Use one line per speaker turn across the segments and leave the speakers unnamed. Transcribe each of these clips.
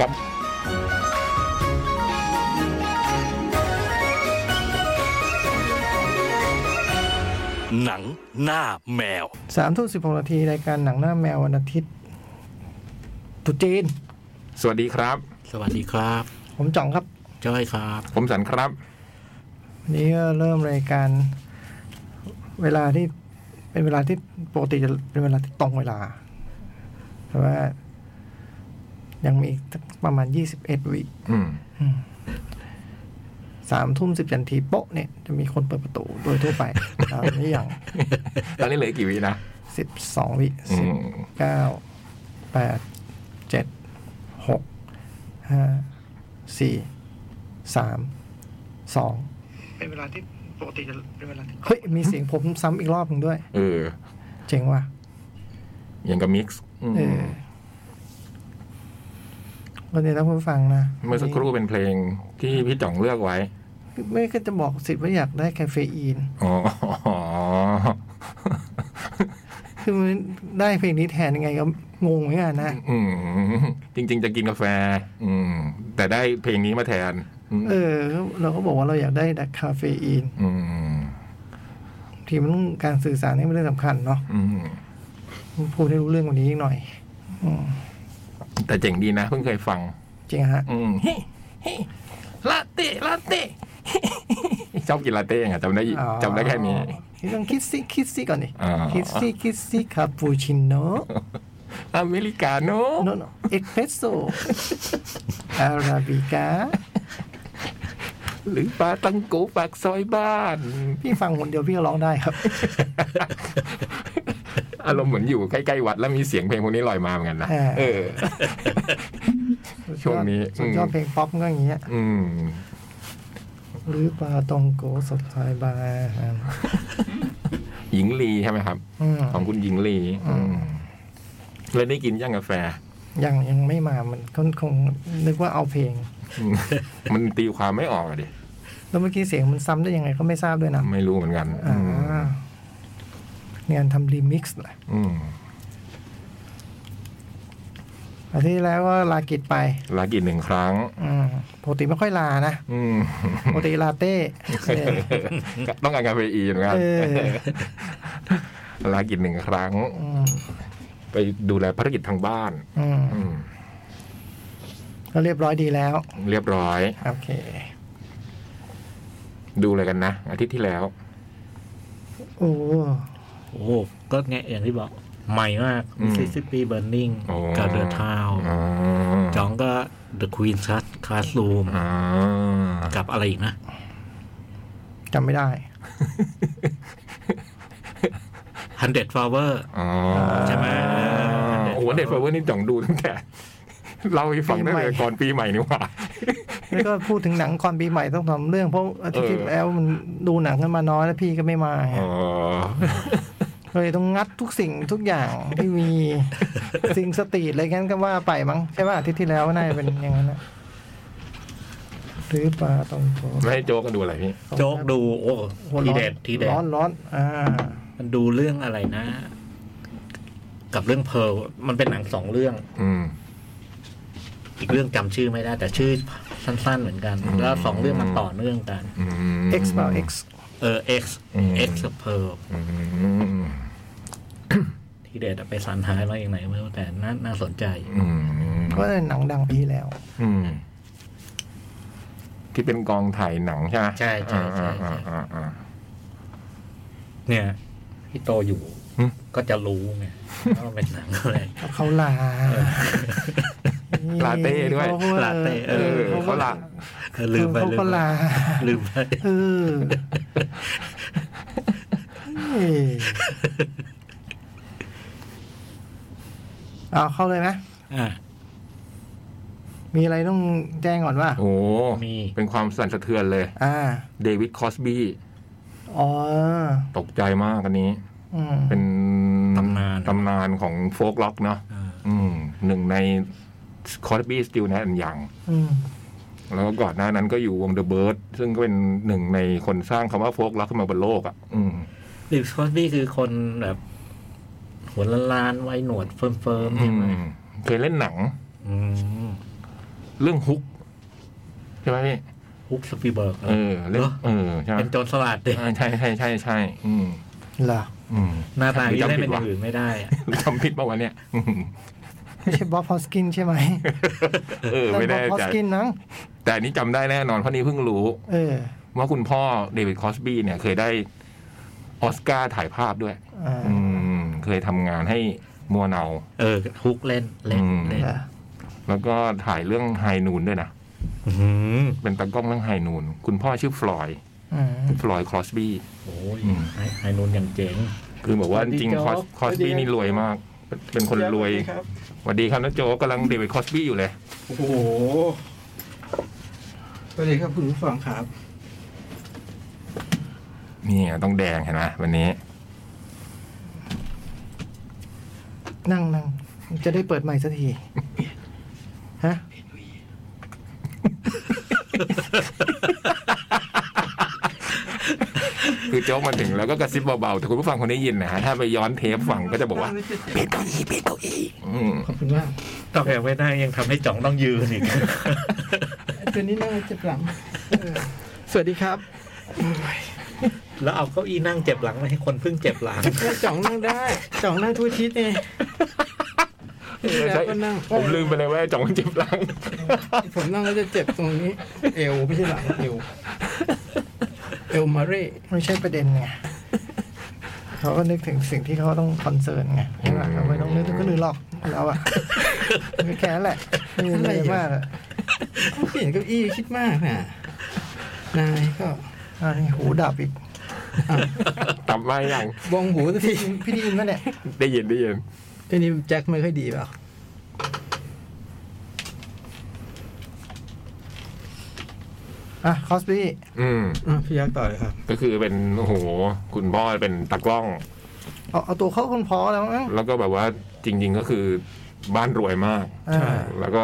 ครับ
หนังหน้าแมว
สามทุ่มสิบหกนาทีรายการหนังหน้าแมววันอาทิตย์ตรุษจีน
สวัสดีครับ
สวัสดีครับ
ผมจ่องครับ
จ้อยครับ
ผมสันครับ
วันนี้ก็เริ่มรายการ เวลาที่เป็นเวลาที่ปกติจะเป็นเวลาที่ตรงเวลา แต่ว่า ยังมีอีกสักประมาณยี่สิบเอ็ดวิ
อืม
สามทุ่มสิบนาทีโป๊ะเนี่ยจะมีคนเปิดประตูโดยทั่วไป ต อนนี้อย่าง
ตอนนี้เหลืออกกี่วินะ
สิบสองวิ
อื
สิบ
ม
เก้าแปดเจ็ดหกห้าสี่สามสองเป็นเวลาที่ปกติจะเป็นเวลาเฮ้ยมีเสียงผมซ้ำอีกรอบหนึ่งด้วย
เออ
เจ๋งว่ะ
อย่างกับมิกซ์อืม
เออวันนี้ท่านผู้ฟังนะ
เมื่อสักครู่เป็นเพลงที่พี่จ่องเลือกไว้
ไม่ก็จะบอกสิทธิ์ว่าอยากได้คาเฟอีน
อ๋อ
คือมันได้เพลงนี้แทนยังไงก็งงเหมือนกันนะ
อืมจริง ๆ จะกินกาแฟ อืม แต่ได้เพลงนี้มาแทน อืม
เออ เราก็บอกว่าเราอยากได้ดักคาเฟอีน
อืม
ทีมันต้องการสื่อสารนี่เป็นเรื่องสำคัญเนาะ
อืม
พูดให้รู้เรื่องกว่านี้อีกหน่อย อืม
แต่เจ๋งดีนะ เพิ่งเคยฟัง
จริงฮะ
อืมเฮ้เฮ้ลาเต้ลาเต้ ชอบกินลาเต้ไงจำได้
อ๋อ
จำได้แค่นี้
ต้องคิดซี่คิดซี่ก่อนดิ
อ๋อ
คิดซี่คิดซี่คาปูชิโน
อเมริกาโน่
no no espresso arabica
หรือปลาตังโกปากซอยบ้าน
พี่ฟังคนเดียวพี่ก็ร้องได้ครับ
อารมณ์เหมือนอยู่ใกล้ ๆ วัดแล้วมีเสียงเพลงพวกนี้ลอยมาเหมือนกันนะ
เออ
เออ ช่วงนี้
สุดยอด
อืม
เพลงป๊อปมันก็อย่างเงี้ย
อืม
หรือปลาตองโกสดทายบาน
หญิงลีใช่ไหมครับ
อืม
ของคุณหญิงลีอืมแล้วได้กินย่างกาแฟ
ยังยังไม่มามันก็คงนึกว่าเอาเพลง
อืม มันตีความไม่ออกอะดิ
แล้วเมื่อกี้เสียงมันซ้ำได้ยังไงก็ไม่ทราบด้วยนะ
ไม่รู้เหมือนกัน
อ่า
อืม
งานทำรีมิกซ์เลย
อืม
อาทิตย์ที่แล้วก็ลากิจไป
ลากินหนึ่งครั้ง
อืมปกติไม่ค่อยลา นะ
อื ม
ปกติลา เต้เออ
ต้องการกาเฟอีนเหมือนกัน
เออ
ลากินหนึ่งครั้ง
อืม
ไปดูแลภารกิจทางบ้าน
อืม
อืม
ก็เรียบร้อยดีแล้ว
เรียบร้อย
โอเค
ดูเลยกันนะ อาทิตย์ที่แล้ว
โอ้
โอ้โหก็แงะอย่างที่บอก ใหม่มาก
อืม
มิสซิสซิปปีเบ r ร์นิง
โอ้
กาเดอร์ทาว
อ๋อ
จองก็เดอะควีนชั s คลาส o ูม
อ่า
กับอะไรอีกนะ
จำไม่ได้
ฮันเด็ดฟลาเวอร์
อ๋อ
ใช่ไหม
โอ้โหเด็ดฟเวอร์นี่จ่องดูตั้งแต่ เราให้ฟังตั้งแต่
ปีใหม่
ก่อนปีใหม่นี่หว่า
แล้วก็พูดถึงหนังก่อนปีใหม่ต้องทำเรื่อง เพราะอาทิตย์ที่แล้วมันดูหนังกันมาน้อยแล้วพี่ก็ไม่มาไง
อ๋อ
เลยต้องงัดทุกสิ่งทุกอย่างที่ มี สิ่งสตรีทอะไรงั้นก็ว่าไปมั้งใช่ป่ะอาทิตย์ที่แล้วน่าจะเป็นอย่างนั้นนะหรือปลาตองโก
ไม่ให้โจกก็ดูอะไรพี่
โจ๊กดู โอ้
หัว
ที
ร้อน
เด็ดทีเด็ด
ร้อนร้อนอ่า
มันดูเรื่องอะไรนะ กับเรื่องเพร์ลมันเป็นหนังสองเรื่อง
อืม
อีกเรื่องจำชื่อไม่ได้ แต่ชื่อสั้น ๆ เหมือนกัน แล้วสองเรื่องมันต่อเนื่องกัน
อืม
เอ็กซ์เปล่าเอ็กซ์
เออ X
อืม
X เพร์ล
อืม
ทีเด็ดอะไปสรรหามาอย่างไหนไม่รู้แต่น่าน่าสนใจ
อืม
ก็เป็นหนังดังปีที่แล้ว
อืม ที่เป็นกองถ่ายหนังใช่ไหม
ใช่ใช่ใช่ใช่
อ่าอ่าอ่า
เนี่ยพี่โตอยู่
หึ
ก็จะรู้ไงว่ามันเป็นหนังอะไร
เขาลา
ลาเต้ด้วย
ข
ลาเต้เอ
เออเขาละ
เออ ลืมไป
เขา
ลืม
ก็
ไป
ลา
ลืมไป
เออเอ้ยเอาเข้าเลยนะ
อ่ะ
มีอะไรต้องแจ้งก่อนว่า
โอ้
มี
เป็นความสั่นสะเทือนเลย
อ่า
เดวิดคอสบี้
อ๋อ
ตกใจมากอันนี้
อืม
เป็น
ตำนาน
ตำนานของโฟกล็อกเนาะ
อ่า
อืมหนึ่งในคอสบี้สติลแนนยัง
อืม
แล้วก็ก่อนหน้านั้นก็อยู่วงเดอะเบิร์ดซึ่งก็เป็นหนึ่งในคนสร้างคำว่าโฟกล็อกขึ้นมาบนโลกอ่ะ อืม
ดิฟคอสบี้คือคนแบบ หัวล้านๆไว้หนวดเฟิร์มๆใช่ไหม
เคยเล่นหนัง
อืม
เรื่องฮุกใช่ไหมพี่
ฮุกสปีเบิร์ก
เออเรื่อง
เหรอ
เออใช่ไหม
เป็นโจรสลัดเด็ก
อ่าใช่ใช่ใช่ใช่อืม
เหรอ
อืม
หน้าตา
หรือ
ที่ได้
จำผิ
เป็นอย่า
ดะ
วงอื่นไม่ได้อะ
จำผิดปะวันเนี้ยอืม
ไม่ใช่บ๊อบฮอสกินใช่ไหม
เออ ไม่แน่
บ๊อบฮอ
ใจ
สกินนะ
แต่อันนี้จำได้แน่นอนเพราะนี่เพิ่งรู้
เออ
ว่าคุณพ่อเดวิดคอสบี้เนี่ย เคยได้ออสการ์ถ่ายภาพด้วย
อ่า
อืม เคยทำงานให้มัวเนา
เออฮุกเล่นเล่น
อืม
เล่น
เหรอ
แล้วก็ถ่ายเรื่องไฮนูนด้วยนะ
อื้อหือ
เป็นตากล้องเรื่องไฮนูน คุณพ่อชื่อฟลอยด์
อืม
ฟลอยด์คอสบี้
โอ้ย
อืม
ไอ้ไอ้นนท์อย่างเจ๋ง
คือบอกว่าจริง
ส
ๆค
วั
อ
ส
ส
ดีครับ
คอสบี้นี่รวยมาก เป็นคนรวย
ครับ
สวัสดีครับนะโจกกำลังเดวิดคอสบี้อยู่เลย
โอ้โห สวัสดีครับคุณผู้ฟังครับ
นี่ไงต้องแดงเห็นไหมวันนี้
นั่งนั่งจะได้เปิดใหม่สักทีฮะ
คือโจ๊กมาถึงแล้วก็กระซิบเบาๆ แต่คุณผู้ฟังคนได้ยินนะฮะถ้าไปย้อนเทปฟังก็จะบอกว่าเปลี่ยนเก้าอี้เปลี่ยนเก้าอี้อืม
ขอบคุณมาก
ต้องแพงไม่ได้ยังทำให้จ่องต้องยืนอีก
ตัวนี้นั่งเจ็บหลังเออสวัสดีครับ
แล้วเอาเก้าอี้นั่งเจ็บหลังมาให้คนเพิ่งเจ็บหลัง
เออจ่องนั่งได้จ่องนั่งทุกอาทิศไง
เออ
แล้
ใช่
วก็นั่ง
ผมลืมไปเลยว่าไอ้จ่องมันเจ็บหลัง
ผมนั่งแล้วจะเจ็บตรงนี้ เอวไม่ใช่หลังเอว เอวมาเร่
ไม่ใช่ประเด็นไงเขาก็นึกถึงสิ่งที่เขาต้องคอนเซิร์นไงใช่ไหมเขาไม่ต้องนึกถึงคนอื่นหรอกเราอะแค่นั้นแหละไม่มีอะไรมากอะ
เปลี่ยนเก้าอี้คิดมากน่ะ นายก็
อ่านี่หูดับอีก
ตับมาอย่าง
บองหูสักที
พี่ได้ยินไหมเนี่ย
ได้ยินได้ยิน
ทียวนี้แจ็คไม่ค่อยดีเปล่า
อ่ะคอสบี้
อืม
อ่ะพี่ยักษ์ต่อเลยครับ
ก็คือเป็นโอ้โหคุณพ่อเป็นตากล้อง
เอาเอาตัวเข้าคนพอแล้วมั้ง
แล้วก็แบบว่าจริง ๆ ก็คือบ้านรวยมาก
อ่า
ใช่
แล้วก็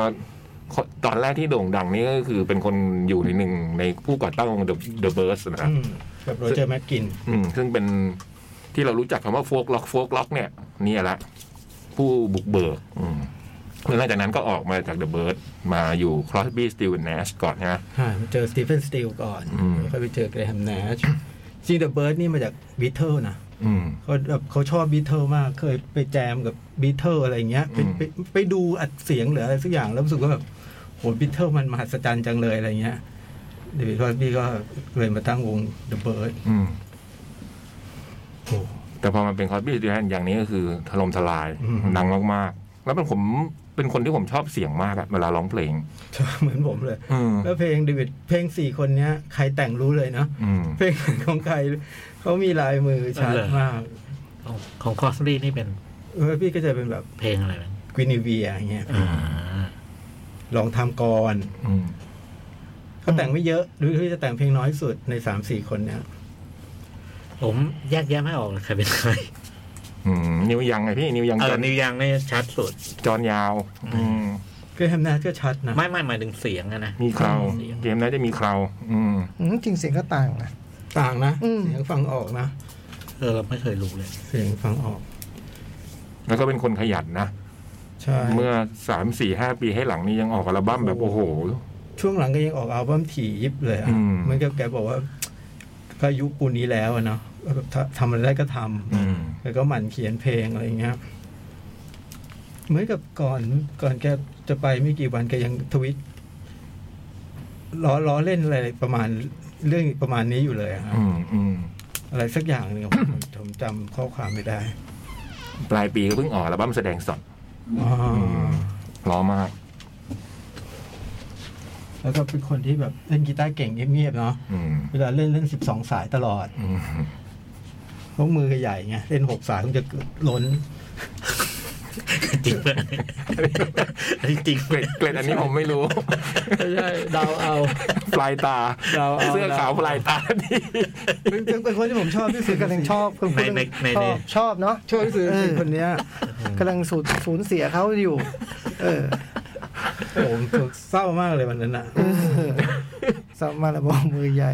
ตอนแรกที่โด่งดังนี่ก็คือเป็นคนอยู่ในหนึ่งในผู้ก่อตั้งวงเดอะเบิร์สนะ
อืมกับโรเจอร์แมกกิน
อืมซึ่งเป็นที่เรารู้จักคำว่าโฟกล็อกโฟกล็อกเนี่ยเนี่ยแหละ ผู้บุกเบิกอืมแล้วหลังจากนั้นก็ออกมาจากเดอะเบิร์มาอยู่ครอสบี้สตีวนแนชก่อนนะ
อ่ามาเจอสตีเฟนสตีลก่อน
อืม
แล้วค่อยไปเจอเกรแฮมแนชจริงเดอะเบิร์ดนี่มาจากบีเทิลนะ
อืม
เขาแบบเขาชอบบีเทิลมาก เคยไปแจมกับบีเทิลอะไรอย่างเงี้ยไป
อืม
ไปไปดูอัดเสียงหรืออะไรสักอย่างแล้วรู้สึกว่าแบบโหบีเทิลมันมหัศจรรย์จังเลยอะไรเงี้ยเดวิดคอสบี้ก็เลยมาตั้งวงเดอะเบิร์ด
อืม
โอ้
แต่พอมันเป็นคอสบี้ดิแนอย่างนี้ก็คือถล่มทลาย
อืม
ดังมากๆ แล้วเป็นผมเป็นคนที่ผมชอบเสียงมากอะเวลาร้องเพลง
เหมือนผมเลย
อืม
แล้วเพลงเดวิดเพลงสี่คนเนี้ยใครแต่งรู้เลยเนาะ
อืม
เพลงของใครเขามีลายมือชั
เอา
ด
เลย
มาก
ของของคอสบี้นี่เป็น
เออพี่ก็จะเป็นแบบ
เพลงอะไรนะ
กวินิเวียอย่างเงี้ย
อ่า
ลองทำก่อน
อืม
เขาแต่งไม่เยอะหรือที่จะแต่งเพลงน้อยสุดในสามสี่คนเนี่ย
ผมแยกแยะไม่ออกเลยใครเป็นใคร
อืมนิวยังไงพี่นิวยัง
เอ
จ
อ
อน
นิวยังนี่ชัดสุด
จอนยาว อืม
คือแฮมนาก็ชัดนะ
ไม่ไม่หมายถึงเสียงอะนะ
มีเคราว
สียง
เกมนั้นจะมีเคราวอืม
อืมจริงเสียงก็ต่างนะ
ต่างนะ
อืม
เสียงฟังออกนะ
เออเราไม่เคยรู้เลย
เสียงฟังออก
แล้วก็เป็นคนขยันนะ
ใช่
เมื่อสามสี่ห้าปีให้หลังนี้ยังออกอัลบั้มแบบโอ้โห
ช่วงหลังก็ยังออกอัลบั้มถี่ยิบเลยอะ
อืม
เหมันก็แกบอกว่า ก็ยุคปูนนี้แล้วอะเนาะแบบถ้าทำอะไรได้ก็ทำ
อืม
แล้วก็หมั่นเขียนเพลงอะไรอย่างเงี้ยเหมือนกับก่อนก่อนแกจะไปไม่กี่วันแกยังทวิตล้อล้อเล่นอะไรประมาณเรื่องประมาณนี้อยู่เลยอะฮะ
อืมอืม
อะไรสักอย่างหนึ่งอะ ผมผมจำข้อความไม่ได้
ปลายปีก็เพิ่งออกอัลบั้มแสดงสด
อ๋ออ
ล้อมาก
แล้วก็เป็นคนที่แบบเล่นกีตาร์เก่งเงียบๆเนาะ
อืม
เวลาเล่นเล่นสิบสองสายตลอด
อืม
เพราะมือก็ใหญ่ไงเล่นหกสายคงจะล้น
จริงเลยอันนี้จริง
เกรดเกรดอันนี้ผมไม่รู้
ไม่ใช่เดาเอา
ปลายตา
เราเอา
เสื้อขาวปลายตานี่
เป็นเป็นคนที่ผมชอบที่สุ
คื
ด
อกำลังชอบคือ
ในในใน
ช
ใน
อบชอบเนาะ
ชอบที่สุดคือคนเนี้ย
กำลังสูญสูญเสียเขาอยู่ เอ อ
ผมเศร้ามากเลยวันนั้นอะ
สามาระบอกมือใหญ่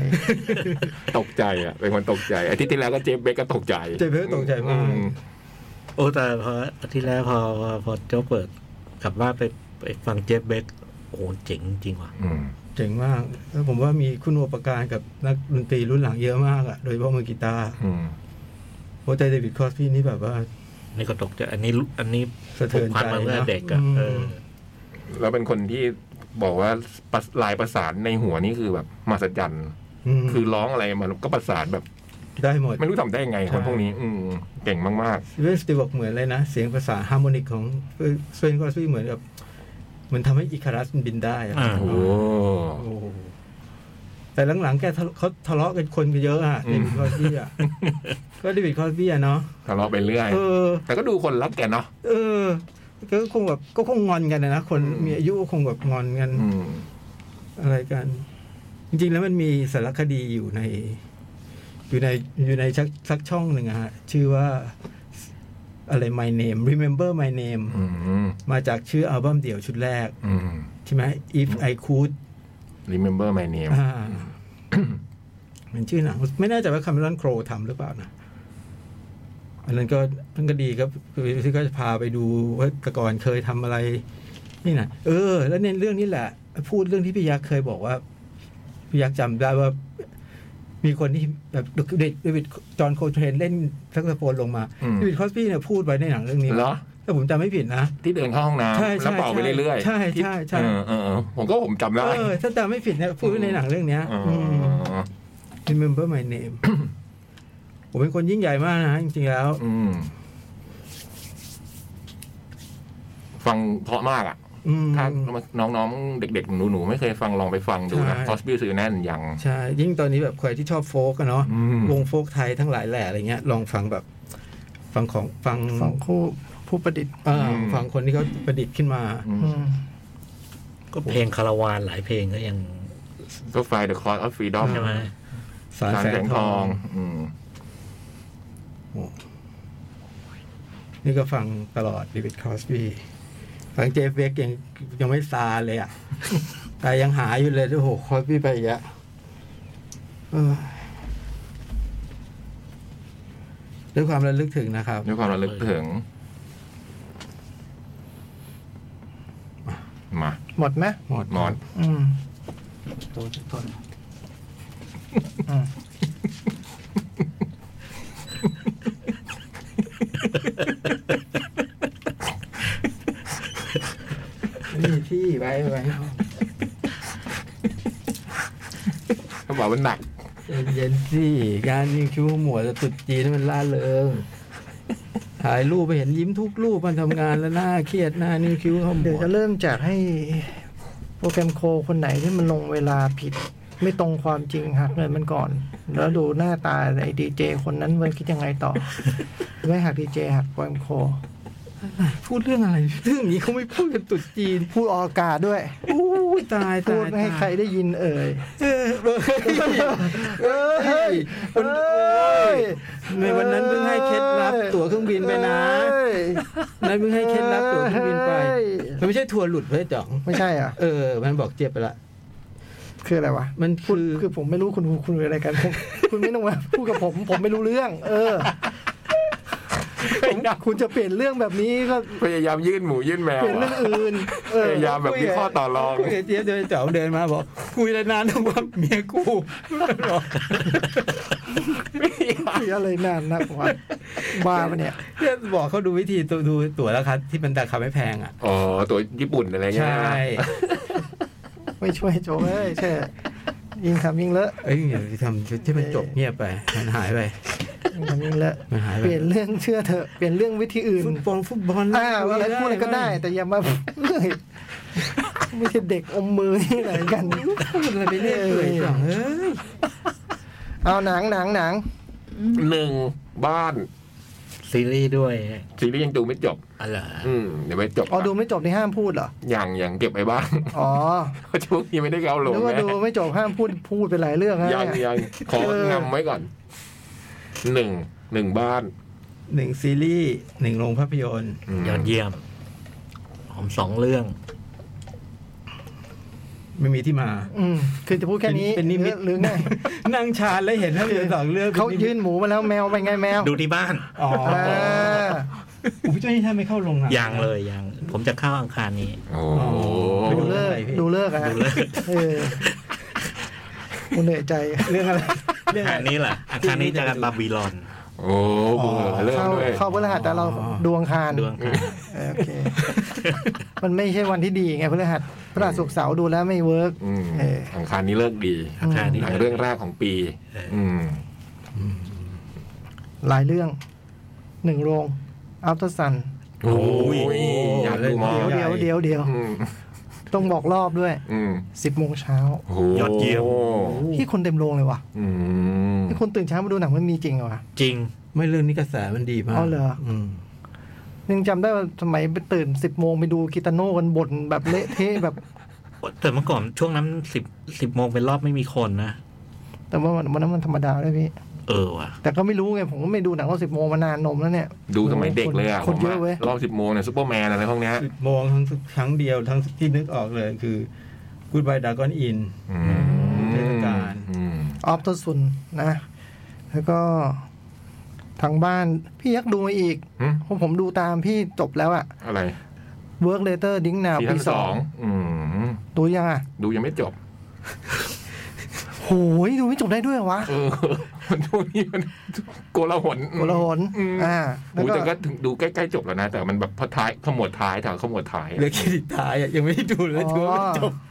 ตกใจอ่ะ เป็นคนตกใจ อาทิตย์ที่แล้วก็เจฟเบกก็ตกใจ
เจเพตกใจมาก
อืม
โอ้แต่พออาทิตย์แรกพอพอพอโจกเปิดกลับบ้านไปไปฟังเจฟเบค โอ้โหเจ๋งจริงว่ะ
อืม
เจ๋งมากแล้วผมว่ามีคุณอุปการกับนักดนตรีรุ่นหลังเยอะมากอะโดยเฉพาะมือกีตาร์
อืม
โอ้แต่เดวิดคอสพี่นี่แบบว่า
นี่ก็ตกใจอันนี้อันนี้
สะเทื
ผู
อก นใจ
พันมาเมื่อ
นะ
เด็กอะ
อืม
เออ
แล้วเป็นคนที่บอกว่าประลายประสานในหัวนี่คือแบบมหัศจรรย์
ม
คือร้องอะไรมันก็ประสานแบบ
ได้หมด
ไม่รู้ทำได้ยังไง
ใช่
คนพวกนี้ อืมเก่งมาก
เวนสติบอกเหมือนเลยนะ เสียงภาษาฮาร์โมนิกของสเวนคอสพี่เหมือนกับเหมันทำให้อิคารัสมันบินได้อะ
ๆ
อ่า
โอ้โห
โอ้โหแต่หลังๆแกทะเลาะเขาทะเลาะกันคนกันเยอะอะ
อื
เด
ม
วิดคอส บี้อะก็เดวิดคอสบี้อะเนาะ
ทะเลาะไปเรื่อย
เออ
แต่ก็ดูคนรักแกเนาะ
เออ ก็คงแบบก็คงงอนกันนะนะคน
อืม
มีอายุก็คงแบบงอนกัน
อืม
อะไรกัน จริงๆแล้วมันมีสารคดีอยู่ใน อยู่ในอยู่ในชักสักช่องหนึ่งอะฮะ ชื่อว่าอะไร my name remember my name
อืม
มาจากชื่ออัลบั้มเดี่ยวชุดแรก
อืม
ใช่ไหม if I could
remember my name
อ่า มันชื่อหนัง ไม่แน่ใจว่าคาร์เมลอนโครว์ทำหรือเปล่านะ อันนั้นก็ทั้งก็ดีครับคือก็จะพาไปดูว่าแต่ก่อนเคยทำอะไร นี่นะเออ แล้วในเรื่องนี้แหละ พูดเรื่องที่พี่ยักษ์เคยบอกว่า พี่ยักษ์จำได้ว่า มีคนที่แบบเดวิดจอห์นโคเทรนเล่นแซกโซโฟนลงมา
อืม
เดวิดคอสปี้เนี่ยพูดไว้ในหนังเรื่องนี้
เหรอ
ถ้าผมจำไม่ผิดนะ
ที่เดินเข้าห้องน้ำ
ใช่
แล้วเป่าไปเรื่อยๆ
ใช่
ที่
ใช่ใช่
เออเออเออผมก็ผมจำได้
เออถ้าจำไม่ผิดเนี่ยพูดไว้ในหนังเรื่องเนี้ย
เออ
อืม Remember my name ผมเป็นคนยิ่งใหญ่มากนะฮะจริงๆแล้ว
อืม ฟังเพราะมากอ่ะ
อืม
ถ้าน้องๆ เด็กๆ หนูๆ ไม่เคยฟังลองไปฟังดูนะ
ใช่
คอสบิวซื้อแน่นยัง
ใช่ ยิ่งตอนนี้แบบใครที่ชอบโฟกอะเนาะ
อืม
วงโฟกไทยทั้งหลายแหล่อะไรเงี้ย ลองฟังแบบ ฟังของฟัง
สองคู่ผู้ประดิษฐ์
อ่า
อืม
ฟังคนที่เขาประดิษฐ์ขึ้นมา
อืม
อืม
ก็เพลงคาราวานหลายเพลงก็ยัง
ก็ไฟ The Cost of Freedom
ใช่ไหม
สาร
สาร
แส
แส
ง
ง
ท
ท
อ
อง ง อืม
โอ้นี่ก็ฟังตลอด David Crosby ฟังเจฟเวกยังยังไม่ซาเลยอ่ะ แต่ยังหาอยู่เลยโอ้โหคอสพี่ไปอีกอะเออด้วยความระลึกถึงนะครับ
ด้วยความระลึกถึง มา
หมดไหม
หมด
หมอน
อืม
ตัวต้น
อืม
นี่ที่ไว้ไว้ห้อง
เขาบอกมันหนัก
เย็นๆสิงานยิงคิ้วหมวดจะตรุดจีนให้มันล่าเริงถ่ายรูปไปเห็นยิ้มทุกรูปมันทำงานแล้วหน้าเครียดหน้านิ้วคิ้วเขาหม
เดี๋ยว
วด
จะเริ่มจากให้โปรแกรมโคคนไหนที่มันลงเวลาผิด ไม่ตรงความจริงหักเงินมันก่อน แล้วดูหน้าตาไอ้ดีเจคนนั้นมันคิดยังไง ต่อ ไม่หักดีเจหักโปรแกรมโค
พูดเรื่องอะไร เรื่องนี้เขาไม่พูดกันตรุดจีน
พูดออกอากาศด้วย
อู้ยตาย
พู
ตา
ด
ย
ไม่ให้ใครได้ยินเอ่ย
เออเว้ย
เอ้ย
มันโอ้ยในวันนั้นเพิ่งให้เคล็ดลับตั๋วเครื่องบินไปนะ
เอ้ย
นั้นเพิ่งให้เคล็ดลับตั๋วเครื่องบินไปมันไม่ใช่ทัวร์หลุดเว้ยจ๋อง
ไม่ใช่เหรอ่ะ
เออ มันบอกเจ็บไปละ
คืออะไรวะ
มัน
คุณ
คือ
คือผมไม่รู้คุณคุณคืออะไรกัน ผมคุณไม่ต้องมาพูดกับผมผมไม่รู้เรื่อง เออผมคุณจะเปลี่ยนเรื่องแบบนี้ก็
พยายามยื่นหมูยื่นแมว
เปลี่ยน
อะ
เรื่องอื่น เออย
พายามแบบวิเคราะห์ต่อรอง
คุยกับเจี๊ยบเดินเจ๋อเดินมาบอกคุยแล้วนานทั้งว่าเมียกูบอก
คุยอะไรนานนักวะบ้าปะเนี่ย
เจี๊ยบบอกเขาดูวิธีตัวดูตั๋วราคาที่มันราคาไม่แพงอ่ะ
อ๋อ ตัวญี่ปุ่นอะไรเงี้ย
ใช่
ไม่ช่วยโจกเอ้ยแช่ยิ่งทำยิ่งเลอะ
เอ้ยอย่าไปทำที่มันจบเงียบไปมันหายไป
ยิ่งทำยิ่งเลอะ
มันหายไป
เปลี่ยนเรื่องเชื่อเถอะเปลี่ยนเรื่องวิธีอื่น
ฟุตบอลฟุตบอล
อ่าอะไรพูดอะไรก็ได้ แต่อย่า มา ไม่ใช่เด็กอมมือที่ไหนกัน
พูดอะไรไปเรื่อยเปื่อยจังเอ้ย
เอาหนังหนังหนัง
หนึ่งบ้าน
ซีรีส์ด้วย
ซีรีส์ยังดูไม่จบ
อะไรอ
อืม เดี๋ยวไปจบ
อ๋อดูไม่จบนี่ห้ามพูดเหรอ
อย่างอย่างเก็บไว้บ้าง
อ๋อ
เพราะช่วงนี้ไม่ได้เข้าลง
นึกว่า
แน่
ดูไม่จบห้ามพูดพูดไปหลายเรื่องฮะ
ยัง
เนี่ย
ยังขอ
เออ
งำไว้ก่อนหนึ่งหนึ่งบ้าน
หนึ่งซีรีส์หนึ่งโรงภาพยนตร์
ม
ยอดเยี่ยมผมสองเรื่อง
ไม่มีที่มา
อืมคือจะพูดแค่นี้
เป็นนิมิต
หรือไง
นั่งชานแล้วเห็นภาพยนตร์สองเรื่อง
เขายื่นหมูมาแล้วแมวไปไงแมว
ดูที่บ้าน
อ๋อ
อ่า
ผมจะให้ท่านไม่เข้าโรงหนัง
ยังเลยยัง ผมจะเข้าอังคารนี้
โอ้
อ๋อ
ดูเลิก
ไม่ดู
ดู เลิกษ์อะฮะเออกูเหนื่อยใจเรื่องอะไร
เรื่อง
อันนี้แหละอันนี้จะกันบาบิลอน
โอ้เบื่อเริ่ม
เข้า
ด้วย
เข้าพฤหัสแต่เราดวงคาร
ดวงค่ะ
เออโอเค มันไม่ใช่วันที่ดีไงพฤหัสพฤหัสศุกร์เสาร์ดูแล้วไม่เวิร์ก
อืม
เออ
อังคารนี้เลิกดี
อังคารนี้
หนังเรื่องแรกของปี อืม
หลายเรื่องหนึ่งโรงอัลตสัน
โอ้ยอยากดูมาก
เดี๋ยวเดี๋ยวเดี๋ยวเดี๋ยว
อืม
ต้องบอกรอบด้วย
อืม
สิบโมงเช้า
โอ้โห
ยอดเยี่ยม
ที่คนเต็มโรงเลยว่ะ
อืม
ที่คนตื่นเช้ามาดูหนังมันมีจริงเหรอวะ
จริง
ไม่เรื่องนี้กระแสมันดีมาก
อ๋อเหรออื
ม
ยังจำได้ว่าสมัยไปตื่นสิบโมงไปดูกิตาโน่กันบ่นแบบเละเทะแบบ
แต่เมื่อก่อนช่วงนั้นสิบสิบโมงเป็นรอบไม่มีคนนะ
แต่ว่าวันนั้นมันธรรมดาด้วยพี่
เออว่ะ
แต่ก็ไม่รู้ไงผมก็ไม่ดูหนังรอบสิบโมงมานานนมแล้วเนี่ย
ดูสมัยเด็กเลยอ่ะ
คนคนเยอะเว้ย
รอบสิบ10โมงเนี่ยซูเปอร์แมนอะไรพวกเนี้ย
สิบโมงทั้งครั้งเดียวทั้งที่นึกออกเลยคือ Goodbye Dragon Inn
อืม
เทศกาล
อืม
ออฟตัวซุนนะ แล้วก็ทางบ้านพี่ยักษ์ดูมาอีก
หึ
เพราะผมดูตามพี่จบแล้วอะ
อะไร
Work Later Ding Now
ซีซั่
ปี
น
ส
ส
อ
อง งอืม
ดูยังอะ
ดูยังไม่จบ
โหยดูไม่จบได้ด้วยเหรอวะ
เอ อมันดูนี่มัน โกลาหล
โกลาหล
อืม
อ่า
โอ้ยแต่ก็ถึงดูใกล้ๆจบแล้วนะ แต่มันแบบพอท้ายขมวดท้ายแถวขมวดท้าย
เหลือแค่สุดท้ายอะยังไม่ได้ดูเลยถือว่าไม่จบ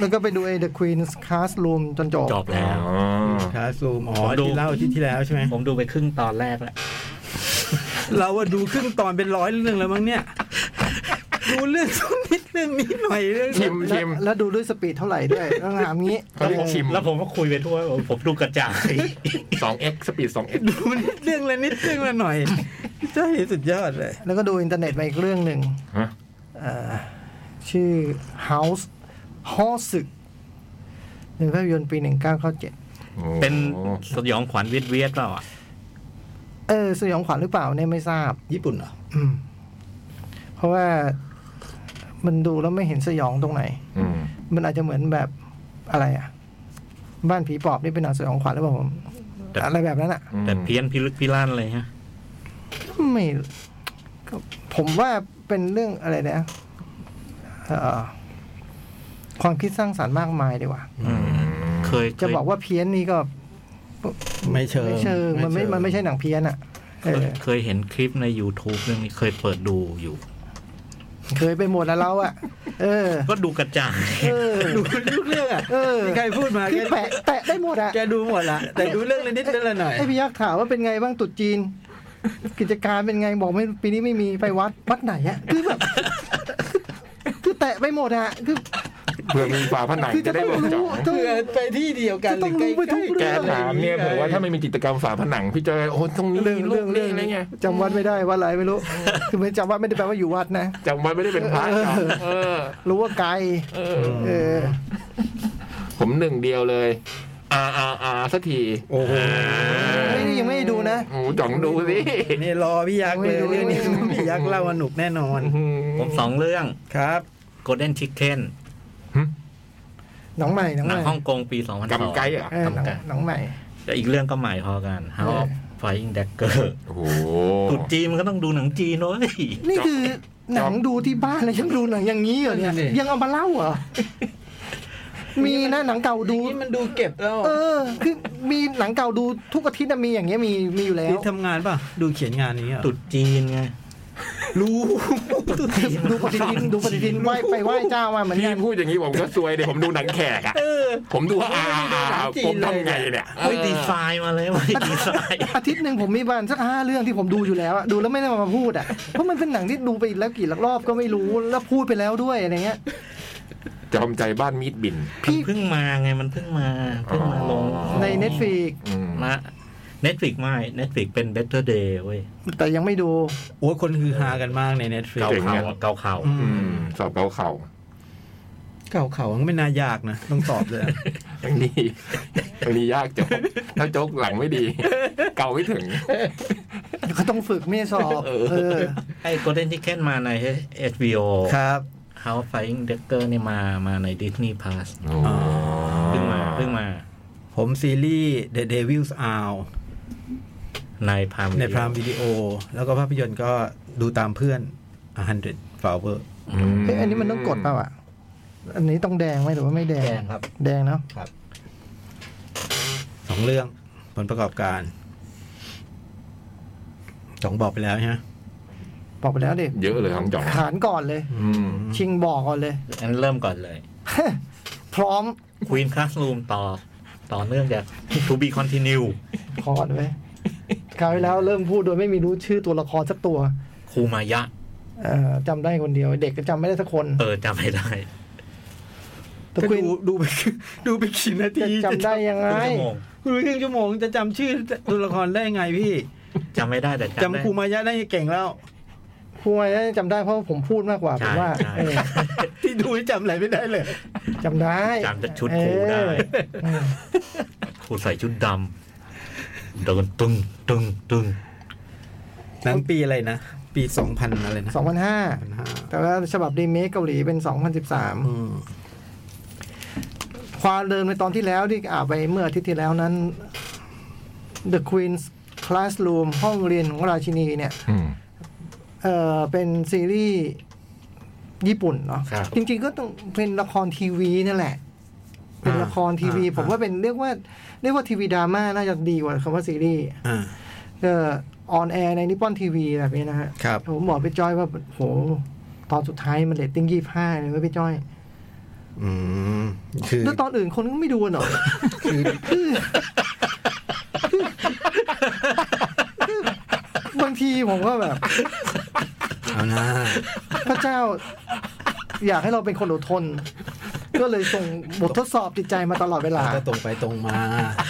แล้วก็ไปดูไอ้ The Queen's Classroom จนจบ
จบแล้ว
อ๋อ
คาซูมอ๋อ
ผมดู
ที่เล่าที่ที่แล้วใช่ ไหม
ผมดูไปครึ่งตอนแรกแล้ว
เราอะดูครึ่งตอนเป็นร้อยเรื่องแล้วมั้งเนี่ย ดูเรื่องทุกนิดเรื่องนิดหน่อยเรื่อง
ชิม
แล้ว
ชิม
แล้วดูด้วยสปีดเท่าไหร่ด้วยต้องถามงี้
เขาเรียกชิม
แล้วผมก็คุยไปทั่วผมดูกระจาย
สองเอ็กสปีดสองเอ็ก
ดูมันนิดเรื่องละนิดเรื่องละหน่อยใช่สุดยอดเลย
แล้วก็ดูอินเทอร์เน็ตมาอีกเรื่องหนึ่งเอ่อชื่อ House ฮอสึกเป็นภาพยนตร์ปี 1997
เป็นสยองขวัญเวียดเวียดๆเปล่าอ่ะ
เออสยองขวัญหรือเปล่าเนี่ยไม่ทราบ
ญี่ปุ่นเหรอ
อืม เพราะว่ามันดูแล้วไม่เห็นสยองตรงไหน มันอาจจะเหมือนแบบอะไรอ่ะ บ้านผีปอบนี่เป็นหนังสยองขวัญหรือเปล่าผม
แต่
อะไรแบบนั้นอ่ะ
แต่เพี้ยนพิลึกพิลั่นเลยฮะ
ไม่ก็ผมว่าเป็นเรื่องอะไรนะเอ่อความคิดสร้างสารรค์มากมายดีกว่า
เคย
จะบอกว่าเพี้ยนนี่ก็
ไม่เชิง
ไม่เชิงมันไม่มันไม่ใช่หนังเพี้ยนอ่ะ
เค
เอย อ
เคยเห็นคลิปใน YouTube เรื่องนี้เคยเปิดดูอยู่
เคยไปหมดแล้วเราอ่ะ เออ
ก็ดูกระจาย
เออ
ดูทุกเรื่องอะ
เออ
มีใครพูดมา
คือ
แก
แปะแตะได้หมดอ่ะ
แกดูหมดละแต่ดูเรื่องละนิดเรื่องละหน่อย
ไอพี่ยักษ์ถามว่าเป็นไงบ้างตรุษจีน กิจการเป็นไงบอกไม่ปีนี้ไม่มีไปวัดวัดไหนอ่ะคือแบบคือแตะไปหมดอ่ะคือ
เพื่อมีฝาผนัง
คือ
จะ
จะ
ได้
ต้
บ
อ
อก
ง
จ๋อ
รู้
ง
ต้อ
เพื่อง ไปที่เดียวกัน
จะต้องรู้ไปทุก
แก
เรื่อง
ถามเนี่ยผมว่าถ้าไม่มีจิตรกรรมฝาผนัง พี่จะโอ้ตรงนี้
เรื่อง
เรื่
เรื่
อ
อง
เรื่
ง
ออะ
เรื่อง ง
ไรเงี้ย
จำวัดไม่ได้ว่าอะไรไม่รู้ คือไม่จำวัดไม่ได้แปลว่าอยู่วัดนะ
จำไว้ไม่ได้เป็นพระจ๋องเออ
รู้ว่าไกล
เออ
เออ
ผมหนึ่งเดียวเลยอาอาอาสักที
โอ้โห
ไม่ได้ยังไม่ได้ดูนะ
โอ้จ๋องดูสิ
นี่รอพี่ยักษ์เลยเรื่องนี้พี่ยักษ์เล่าว่าหนุกแน่นอน
ผมสองเรื่อง
ครับ
Golden Chicken
หนังใหม่หนัง
ห
ให
นัง
ม่
ฮ่องกงปี2 0 0
กำไกเหรอ
เออหนังหนังใหม่
2แต่อีกเรื่องก็ใหม่พอกัน House of Flying Dagger
โอ้โห
ตุดจีนมันก็ต้องดูหนังจีนเว้ ย
นี่คือหนังดูที่บ้านแล้วยังดู หนังอย่างนี้เหรอเนี่ย
นั่นดิ
ยังเอามาเล่าเหรอ มีนะหนังเก่าดู
นี่มันดูเก็บแล้ว
เออ คือมีหนังเก่าดูทุกอาทิตย์นะมีอย่างเงี้ยมีมีอยู่แล้ว
นี่ทำงานป่ะ ดูเขียนงานนี้เหรอ่ะ
ตุดจีนไง
รู้
ดูปฏิทินดูปฏิทิน ไหว้ไปไหว้เจ้ามาเหมือน
พี่
กัน
พูดอย่างนี้ผมก็ซวยเดี๋ยวผมดูหนังแขกอะผมดูอาอาอาผมทำไงเนี่ย
เฮ้ยดีไซน์มาเลยเว้ยดีไซ น์
อาทิตย์หนึ่งผมมีประมาณสักห้าเรื่องที่ผมดูอยู่แล้วอะดูแล้วไม่ได้มาพูดอะเพราะมันเป็นหนังที่ดูไปแล้วกี่รอบก็ไม่รู้แล้วพูดไปแล้วด้วยอะไรเงี้ย
จอมใจบ้านมีดบิน
มัน
พี่
เพิ่งมาไงมันเพิ่งมาเพิ่งมาลง
ในเน็ตฟ i ีก
อืม
นะเน็ตฟิกไม่เน็ตฟิกเป็น Better Day เว้ย
แต่ยังไม่ดู
โอ้ยคนฮือฮากันมากในเน็ตฟลิก
เก่าเข่าอะเก่าเข่า
อืมสอบเกาเข่า
เก่าเขาไม่น่ายากนะ ต้องตอบเลย
ตรงนี้ตรงนี้ยากโจ๊กถ้าโจ๊กหลังไม่ดี เกาไม่ถึง
เขาต้องฝึกไม่สอบเออ
ไอ้ Golden Ticket มาใน HBO
ครับ
How Flying Dagger เนี่ยมามาใน Disney Plus
โอ้
เพิ่งมาเพิ่งมา
ผมซีรีส์ The Devil's Hour
ในพาม
ในพรามวิดีโอ แล้วก็ภาพยนตร์ก็ดูตามเพื่อน 100 Flower
เอ้ยอันนี้มันต้องกดเปล่าอะ อันนี้ต้องแดงไหมหรือว่าไม่แดง
แดงครับ
แดงเนาะ
ครับสองเรื่องผลประกอบการสองบอกไปแล้วใช่ไหม
บอกไปแล้วดิ
เยอะเลยของจ่อง
หารก่อนเลย
อืม
ชิงบอกก่อนเลย
งั้นเริ่มก่อนเลย
พร้อม
Queen Classroom ต่อต่อเนื่องจาก To be continue
ขอก่อนไว้คราวที่แล้วเริ่มพูดโดยไม่มีรู้ชื่อตัวละครสักตัว
ครูมายะ
เอ่อจำได้คนเดียว เด็กก็จำไม่ได้สักคน
เออจำไม่ได้
แต่
ก็
คุณ
ดูดูไป ดูไปกี่นาที
จะจำได้ยังไง
ครึ่งชั่วโมง
คุณดูครึ่งชั่วโมงจะจำชื่อตัวละครได้ไงพี่
จำไม่ได้แต่
จำ
จำได้
ครูมายะได้เก่งแล้ว
พูดไว้จำได้เพราะผมพูดมากกว่า
ใช่
ผมว่า
ใช่
เออ
ที่ดูจำอะไรไม่ได้เลย
จำได้
จำแต่ชุดครูได้
เออเออ
ครูใส่ชุดดำเดินตึงตึงตึง
นั้นปีอะไรนะ ปีสองพันอะไรนะ
สองพันห้า
ห้า
แต่ว่าฉบับรีเมคเกาหลีเป็นสองพันสิบสาม
อืม
ความเดินไปตอนที่แล้วที่อ่าไปเมื่ออาทิตย์ที่แล้วนั้น The Queen's Classroom ห้องเรียนของราชินีเนี่ย
อืม
เออเป็นซีรีส์ญี่ปุ่นเนาะ
ครับ
จริงๆก็ต้องเป็นละครทีวีนั่นแหละ เป็นละครทีวี ผมว่าเป็นเรียกว่าเรียกว่าทีวีดราม่าน่าจะดีกว่าคำว่าซีรีส์
อ่า
ก็ออนแอร์ในนิปปอนทีวีแบบนี้นะฮะ
ครับ
ผมบอกพี่จ้อยว่าโหตอนสุดท้ายมันเรตติ้งยี่ห้าเลยเว่าพี่จ้อย
อืมคือ
แล้วตอนอื่นคนก็ไม่ดูกันหรอกบางทีผมก็แบบ
เอาหน้า
พระเจ้าอยากให้เราเป็นคนอดทน ก็เลยส่งบททดสอบจิตใจมาตลอดเวลา
ก็ตรงไปตรงมา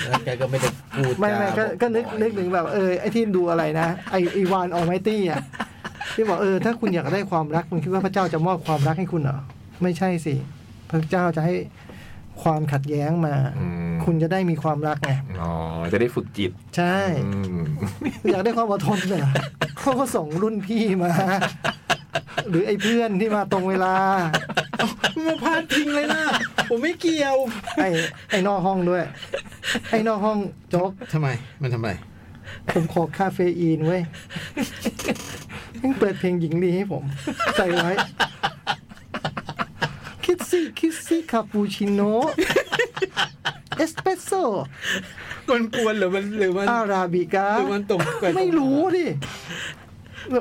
แล้วแกก็ไม่ได้พูด
ไม่
จา
ไม่ก็
บอก
ก็นึกนึกถึงแบบ เออไอ้ที่ดูอะไรนะ ไออีวานออไมตี้อ่ะที่บอกเออถ้าคุณอยากได้ความรักคุณคิดว่าพระเจ้าจะมอบความรักให้คุณเหรอ ไม่ใช่สิ พระเจ้าจะให้ความขัดแย้งมา
อืม
คุณจะได้มีความรักไง
อ๋อจะได้ฝึกจิต
ใช่
อืม
อยากได้ความอดทนเลยเขาก็ส่งรุ่นพี่มา หรือไอ้เพื่อนที่มาตรงเวลา
มาพาดพิงเลยนะผมไม่เกี่ยว
ไอ้ไอ้นอกห้องด้วย ไอ้นอกห้องโจ๊ก
ทำไมมันทำไม
ผมขอคาเฟอีนเว้ยเพิ่งเปิดเพลงหญิงลีให้ผม ใส่ไว้ คิดซี่คิดซี่คาปูชิโน่เอสเปรสโซ่
มันกวนหรือมันหรือมัน
อาราบิก้า
หรือมันตรงปตงา
ไม่รู้ดิ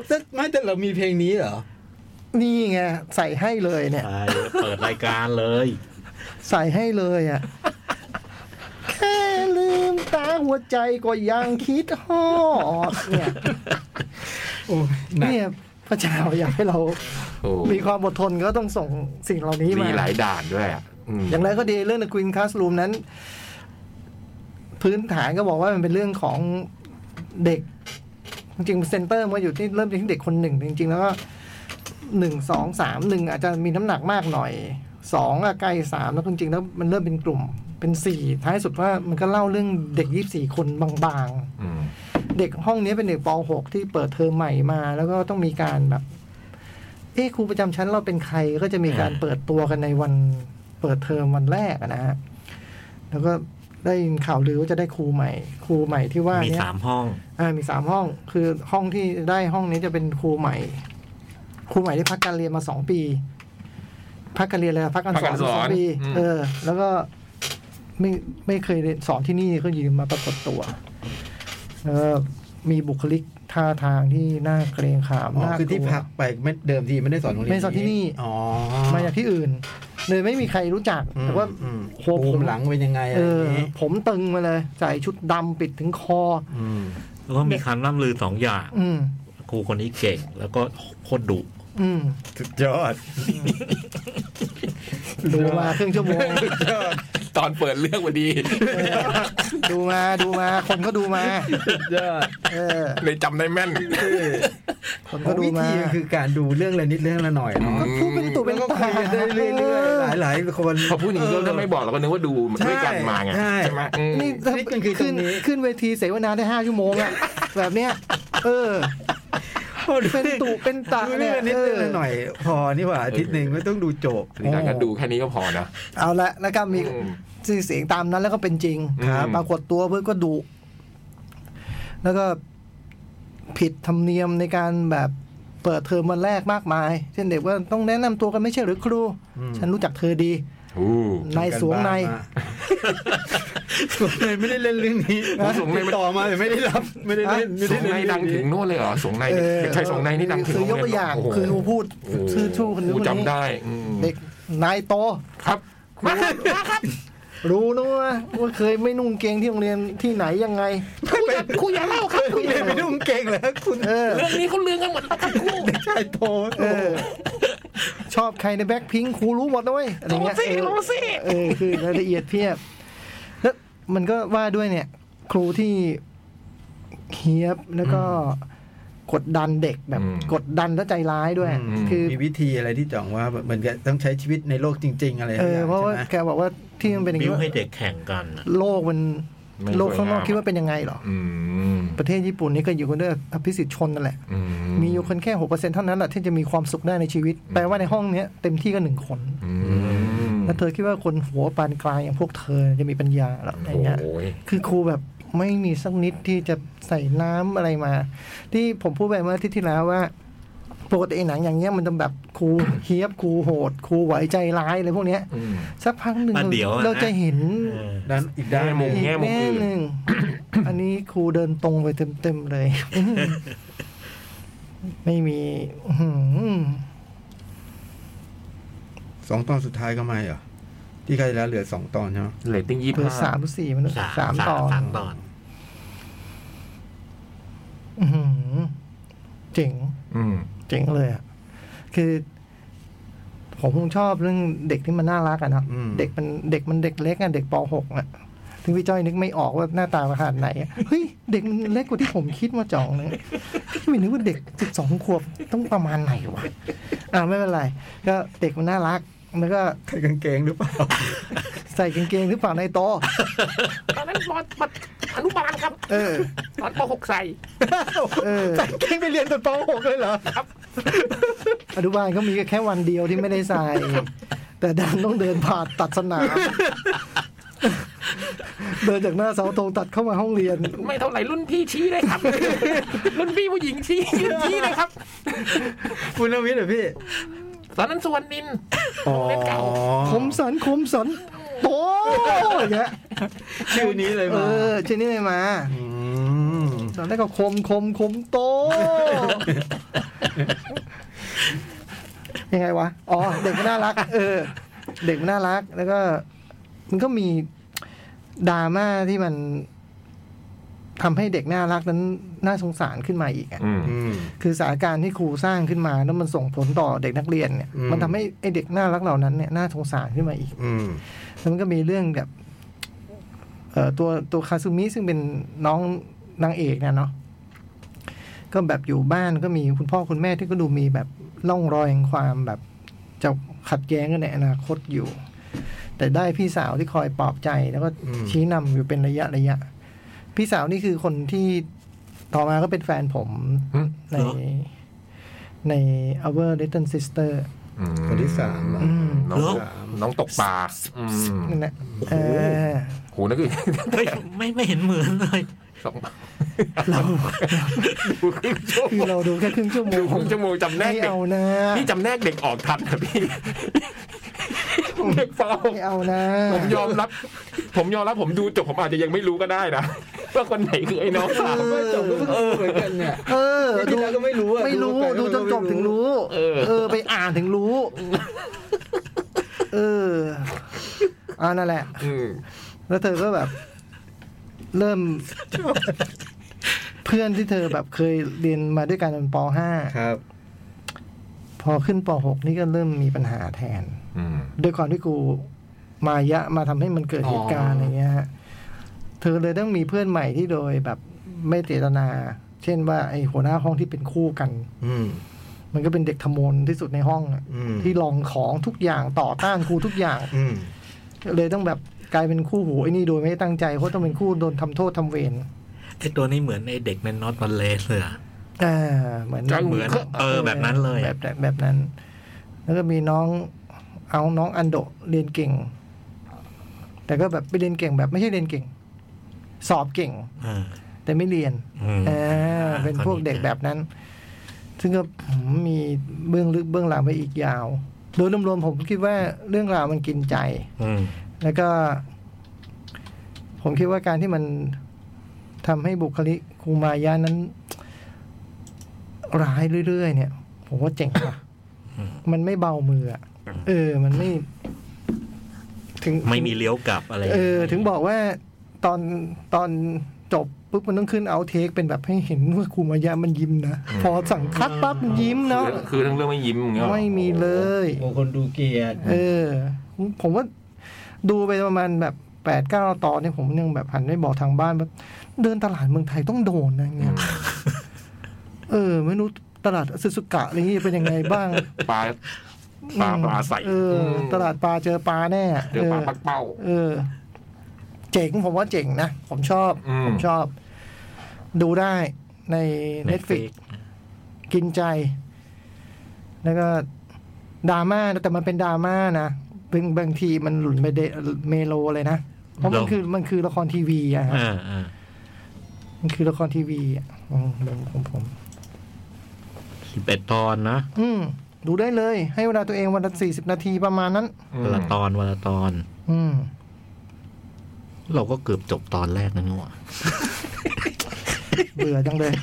แต่ไม่แต่เรามีเพลงนี้เหรอ
นี่ไง ใส่ให้เลยเนี่ย
ใช่เปิดรายการเลย
ใส่ให้เลยอ่ะ แค่ลืมตาหัวใจก็ยังคิดฮอดเนี่ย
โอ้ยหนัก
เนี่ยพระเจ้าอยากให้เรา
โอ้
มีความอดทนก็ต้องส่งสิ่งเหล่านี้
มี
มา
หลายด่านด้วยอ่ะอืม
อย่างไรก็ดีเรื่อง The Queen Classroom นั้น พื้นฐานก็บอกว่ามันเป็นเรื่องของเด็ก จริงๆเซนเตอร์มาอยู่ที่เริ่มที่เด็กคนหนึ่ง จริง ๆ แล้วก็หนึ่งสองสามหนึ่งอาจจะมีน้ำหนักมากหน่อยสองอะใกล้สามแล้วจริงๆแล้วมันเริ่มเป็นกลุ่มเป็นสี่ท้ายสุดว่ามันก็เล่าเรื่องเด็กยี่สี่คนบางๆ
อืม
เด็กห้องนี้เป็นเด็กป .6 ที่เปิดเทอมใหม่มา แล้วก็ต้องมีการแบบ เอ๊ะครูประจำชั้นเราเป็นใครก็จะมีการเปิดตัวกันในวันเปิดเทอมวันแรกอะนะฮะแล้วก็ได้ยินข่าวลือว่าจะได้ครูใหม่ ครูใหม่ที่ว่า
มี
เนี่ย
สามห้อง
อ่ามีสามห้อง คือห้องที่ได้ห้องนี้จะเป็นครูใหม่ ครูใหม่ที่พักการเรียนมาสองปี พักการเรียนเลยอะพักการ
พั
สอ
กา
ก
นร
มา
ส
ส
อ
อน งปี
อืม
เออ แล้วก็ไม่ไม่เคยเรียนสอนที่นี่ก็อยืนมาปรากฏตัว เออมีบุคลิกท่าทางที่น่าเกรงขาม
อ๋อ
น่ากลัว
คือที่พักไปไม่เดิมทีไม่ได้สอนโรงเรียน
ไม่สอนที่นี่
อ๋อ
มาจากที่อื่น เลยไม่มีใครรู้จัก แต่ว่า
อืม
โห
ภู
ผม
มิหลังเป็นยังไงอะ
เอ
ไรอ
อย่าง
นี้
ผมตึงมาเลย ใส่ชุดดำปิดถึงคอ
ม
แล้วก็มีคำล่ำลือสองอย่าง
อืม
ครูคนนี้เก่ง แล้วก็โคตรดุ
อืม
สุดยอด
ดูมาครึ่งชั่วโมง
ยอด
ตอนเปิดเรื่องพอดี
ดูมาดูมา คนก็ดูมา
ยอด
เออ
เลยจำได้แม่น
คน
ข
ก็
อง
ดู
วิ
มา
ธีมันคือการดูเรื่องละนิดเรื่องละหน่อยเนาะ
ก็พูดเป็นตุเป็น
แล้วก็
ตา
คุยกันได้เรื่อยๆหลายหลายๆคน
พอพูดอย่างนี้ก็ถ้าไม่บอกเราก็นึกว่าดูด้วยกันมาไง
ใช่
ใช่ไหมอืม
นี่
นี่คือตรงนี้
ขึ้นขึ้นเวทีเสวนาได้ห้าชั่วโมงอะแบบเนี้ย เออ เป็นตุเป็นตา
ดู
เนี่
เรื่อย งละ
เอ
นิดเรื่อ
อ
งละหน่อย พอนี่หว่าอาทิตย์หนึ่งไม่ต้องดูจบ
นี่การก็ดูแค่นี้ก็พอนะ
เอาละแล้วก็มี
อืม
ชื่อเสียงตามนั้นแล้วก็เป็นจริง
ครับ
ปรากฏตัวเพื่อนก็ดุแล้วก็ผิดธรรมเนียมในการแบบ เปิดเทอมวันแรกมากมาย เช่นเด็กว่าต้องแนะนำตัวกันไม่ใช่หรือครู
อืม
ฉันรู้จักเธอดี
อู้
ในายสวงใน
สวงในไม่ได้เล่นเรื่องนี้
อู้สงใน
ติด
มัน
ต่อมาแต่ไม่ได้รับ ไม่ได้เล่นไม่
สง
ได้เล่น
ใน
เรื่อง
ดังถึง
นี้
โน่นเลยเหรอสงใน
เออ
ใช่สงในนี่ดังถึง
คือยกตัวอย่าง คือกูพูดชื่อชู้คนนู้น
กู
คน
จำ
นี้
ได้อืม
เด็กนายโต
ครับมาครับ
รู้นะว่าว่าเคยไม่นุ่งเกงที่โรงเรียนที่ไหนยังไง
ครูอย่าครูอย่าเล่าครับครูอ
เล่
ย่าน
ไปนุ่งเก่งแล้วคุณ
เออ
เรื่องนี้เขาลือกันหมดแล้วครับครู
ชายโต
เออ ชอบใครในแบ็คพิงครูรู้หมดนะเว้ยอะไร
โร
เงี้ย
ซี่
เออ
โรซี่
เออคือรายละเอียดเพียบ แล้วมันก็ว่าด้วยเนี่ย ครูที่เฮียบแล้วก็กดดันเด็กแบบ
อืม
กดดันและใจร้ายด้วย
อืม
คือ
มีวิธีอะไรที่จ่องว่าแบบเหมือนกับต้องใช้ชีวิตในโลกจริง ๆ อะไร
เอ
สักอ
อย่างเพราะว่า
ใช่ไหม
แกบอกว่าที่มันเป็นอย่าง
บิ้วให้
นี้
เด็กแข่งกันอะ
โลกมัน
ไม่
โลกข้างนอก
สวยงาม
คิดว่าเป็นยังไงเหรอ
อืม
ประเทศญี่ปุ่นนี่ก็อยู่กันด้วยอภิสิทธิชนนั่นแหละ
อื
มีอยู่คนแค่หกเปอร์เซ็นเท่านั้นแหละที่จะมีความสุขได้ในชีวิต แปลว่าในห้องเนี้ยเต็มที่ก็หนึ่งคน
อืม
แล้วเธอคิดว่าคนหัวปานกลางอย่างพวกเธอจะมีปัญญาเหรออะไรเงี้ย
โอ้ย
คือครูแบบไม่มีสักนิดที่จะใส่น้ำอะไรมา ที่ผมพูดไปเมื่ออาทิตย์ที่แล้วว่าปกติไอ้หนังอย่างเงี้ยมันจะแบบครู เฮียบครูโหดครูไหวใจร้ายอะไรพวกเนี้ย
อืม
สักพักหนึ่ง
มาเดี๋ยวอ
เราจะเห็น
เออ
ด้านอีกด้านหนึ่ง
แง่มุมอื่น
แง่หนึ่ง อันนี้ครูเดินตรงไปเต็มๆเลย ไม่มีอื้อหือ
สองตอนสุดท้ายก็ไม่เหรอที่ใครแล้วเหลือสองตอนใช่ไหม
เรตติ้งยี่
เบอ
ห้า
ร์สามหรือสี่มันนะ
สาม
สามตอน
สามตอน
อื้อหือเจ๋ง
อืม
เจ๋งเลยอ่ะ คือ ผมคงชอบเรื่องเด็กที่มันน่ารักอะเนาะ เด็กมันเด็กมันเด็กเล็กอะเด็กป .6 อะถึงพี่จ้อยนึกไม่ออกว่าหน้าตาขนาดไหนอะเฮ้ย เด็กมันเล็กกว่าที่ผมคิดมาจ่องนึงพี่ไม่นึกว่าเด็กสิบสองขวบต้องประมาณไหนวะ อ่าไม่เป็นไร ก็เด็กมันน่ารัก แล้วก็
ใครกางเกงหรือเปล่า
ใส่กางเกงหรือเปล่าในโตะ
ตอนนั้นรอมาอนุบาลครับ
เออ
ตอนป .6 ใส่
เออ
ใส่กางเกงไปเรียนตอนป .6 เลยเหรอ
อนุบาลก็มีแค่วันเดียวที่ไม่ได้ใส่ แต่ดันต้องเดินผ่านตัดสนาม เดินจากหน้าเสาธงตัดเข้ามาห้องเรียน
ไม่เท่าไหร่รุ่นพี่ชี้เลยครับ รุ่นพี่ผู้หญิงชี้ยืนชี้เลยครับ
คุณนวิทย์เหรอพี่
ตอนนั้นสวนนิน
อ๋อ
คมสันคมสันโตอย่างเงี้ย
ชื่อนี้เลย
เอ
มา
อชื่อนี้เลยมา
ม
ตอนแรกก็คมคมคมโต ยังไงวะ อ๋อ เด็กมันน่ารัก เออ เด็กมันน่ารัก แล้วก็ มันก็มีดราม่าที่มันทำให้เด็กน่ารักนั้นน่าสงสารขึ้นมาอีกอะ
อืม
อืม
คือสถานการณ์ที่ครูสร้างขึ้นมาแล้วมันส่งผลต่อเด็กนักเรียนเนี่ย
อืม
มันทำให้ไอเด็กน่ารักเหล่านั้นเนี่ยน่าสงสารขึ้นมาอีก
อืม
แล้วมันก็มีเรื่องแบบเอ่อตัวตัวคาซูมิซึ่งเป็นน้องนางเอกเนะเนาะก็แบบอยู่บ้านก็มีคุณพ่อคุณแม่ที่ก็ดูมีแบบร่องรอยแห่งความแบบจะขัดแย้งกันในอนาคตอยู่ แต่ได้พี่สาวที่คอยปลอบใจแล้วก็
อืม
ชี้นำอยู่เป็นระยะระยะ พี่สาวนี่คือคนที่ต่อมาก็เป็นแฟนผม
หึ
ใน
เหรอ
ใน Our Little Sister
อืม
คนที่สามเหรอ
อืม
น้องน้องตกปลาอืม
นั่นแหละเออ
โหนั่นคือ
เฮ้ยไม่ไม่เห็นเหมือนเลย
สองเราครึ่งชั่ว
คือ
โมง
เราดูแค่ครึ่งชั่วโม
คื
ง
อผมชั่วโมงจำแน
ไม่
กเด็ก
เอานะ
นี่จำแนกเด็กออกทันนะพี่เด็กฟอ
ไม่เอานะ
ผมยอมรับ ผมยอมรับผมดูจบผมอาจจะยังไม่รู้ก็ได้นะว่าคนไหนคือไอ้น้องสาว
ไม่จบก็เพิ่งรู้เหมือนกันเนี่ย
เออ
ที่
ดู
แล้วก็ไม่รู้อะ
ไม่รู้
ปก็
ดูจนจบถึงรู้ เออ ไปอ่านถึงรู้ เอออ่านั่นแหละ
อืม
แล้วเธอก็แบบ เริ่ม เพื่อนที่เธอแบบเคยเรียนมาด้วยกันตอนป
ครับ
.5 พอขึ้นป .6 นี่ก็เริ่มมีปัญหาแทน
อืม
ด้วยความที่กูมายะมาทำให้มันเกิดเหตุการณ์อะไรเงี้ยฮะ เธอเลยต้องมีเพื่อนใหม่ที่โดยแบบไม่เจตนา เช่นว่าไอหัวหน้าห้องที่เป็นคู่กัน
อืม
มันก็เป็นเด็กทะมนที่สุดในห้องอะ
อืม
ที่ลองของทุกอย่างต่อต้านครูทุกอย่าง
อืม
เลยต้องแบบกลายเป็นคู่หูไอ้นี่โดยไม่ได้ตั้งใจเพราะต้องเป็นคู่โดนทำโทษทำเวร
ไอตัวนี้เหมือนไอเด็กในน็อตบัลเลสเลยอะ
อ่าเหมือน
เหมือนเออแบบนั้นเลย
แบบแบบแบบนั้น แล้วก็มีน้องเอาน้องอันโดะเรียนเก่ง แต่ก็แบบไปเรียนเก่งแบบไม่ใช่เรียนเก่ง สอบเก่ง
เออ
แต่ไม่เรียน
อืม
เออเป็นพวกเด็กแบบนั้น ซึ่งก็หืมมีเบื้องลึกเบื้องหลังไปอีกยาว โดยรวมๆผมคิดว่าเรื่องราวมันกินใจ
อืม
แล้วก็ ผมคิดว่าการที่มันทำให้บุคลิกคูมายานั้น ร้ายเรื่อยๆเนี่ย ผมว่าเจ๋ง ว่ะ มันไม่เบามืออะเออ มันไม่ ถึง
ไม่มีเลี้ยวกลับอะไร
เออ ถึงบอกว่าตอนตอนจบปุ๊บมันต้องขึ้นเอาเทคเป็นแบบให้เห็นว่าคูมายามันยิ้มนะ พอสั่งคัดปั๊บมันยิ้มเนาะ
คือคือทั้งเรื่องไม่ยิ้มอย่างเงี้ยหรอ
ไม่มีเลย
โอ้คนดูเกลียด
เออ ผมว่าดูไปประมาณแบบแปดเก้าตอนเนี่ยผมยังแบบหันไปบอกทางบ้านว่าเดินตลาดเมืองไทยต้องโดนนะเนี่ยเออ ไม่รู้ตลาดซึสุกะอะไรเงี้ยเป็นยังไงบ้าง
ปลาปลาปลาใส
เออ ตลาดปลาเจอปลาแน่
เจอปลาปักเป้า
เออ เจ๋งผมว่าเจ๋งนะ ผมชอบ
อืม
ผมชอบ ดูได้ใน
เน็ตฟิ
Netflix กินใจ แล้วก็ดราม่านะแต่มันเป็นดราม่านะบางบางทีมันหลุนไปเดเมโลเลยนะ เพราะมัน
เรา
คือมันคือละครทีวีอะฮะ
อ่าอ่า
มันคือละครทีวีอะอืมของผม
สิบเอ็ดตอนนะ
อืม ดูได้เลย ให้เวลาตัวเองวันละสี่สิบนาทีประมาณนั้น
อื
วัน
ม
ละตอนวันละตอน
อืม
เราก็เกือบจบตอนแรกนั่นหว่า
เบื่อจังเลย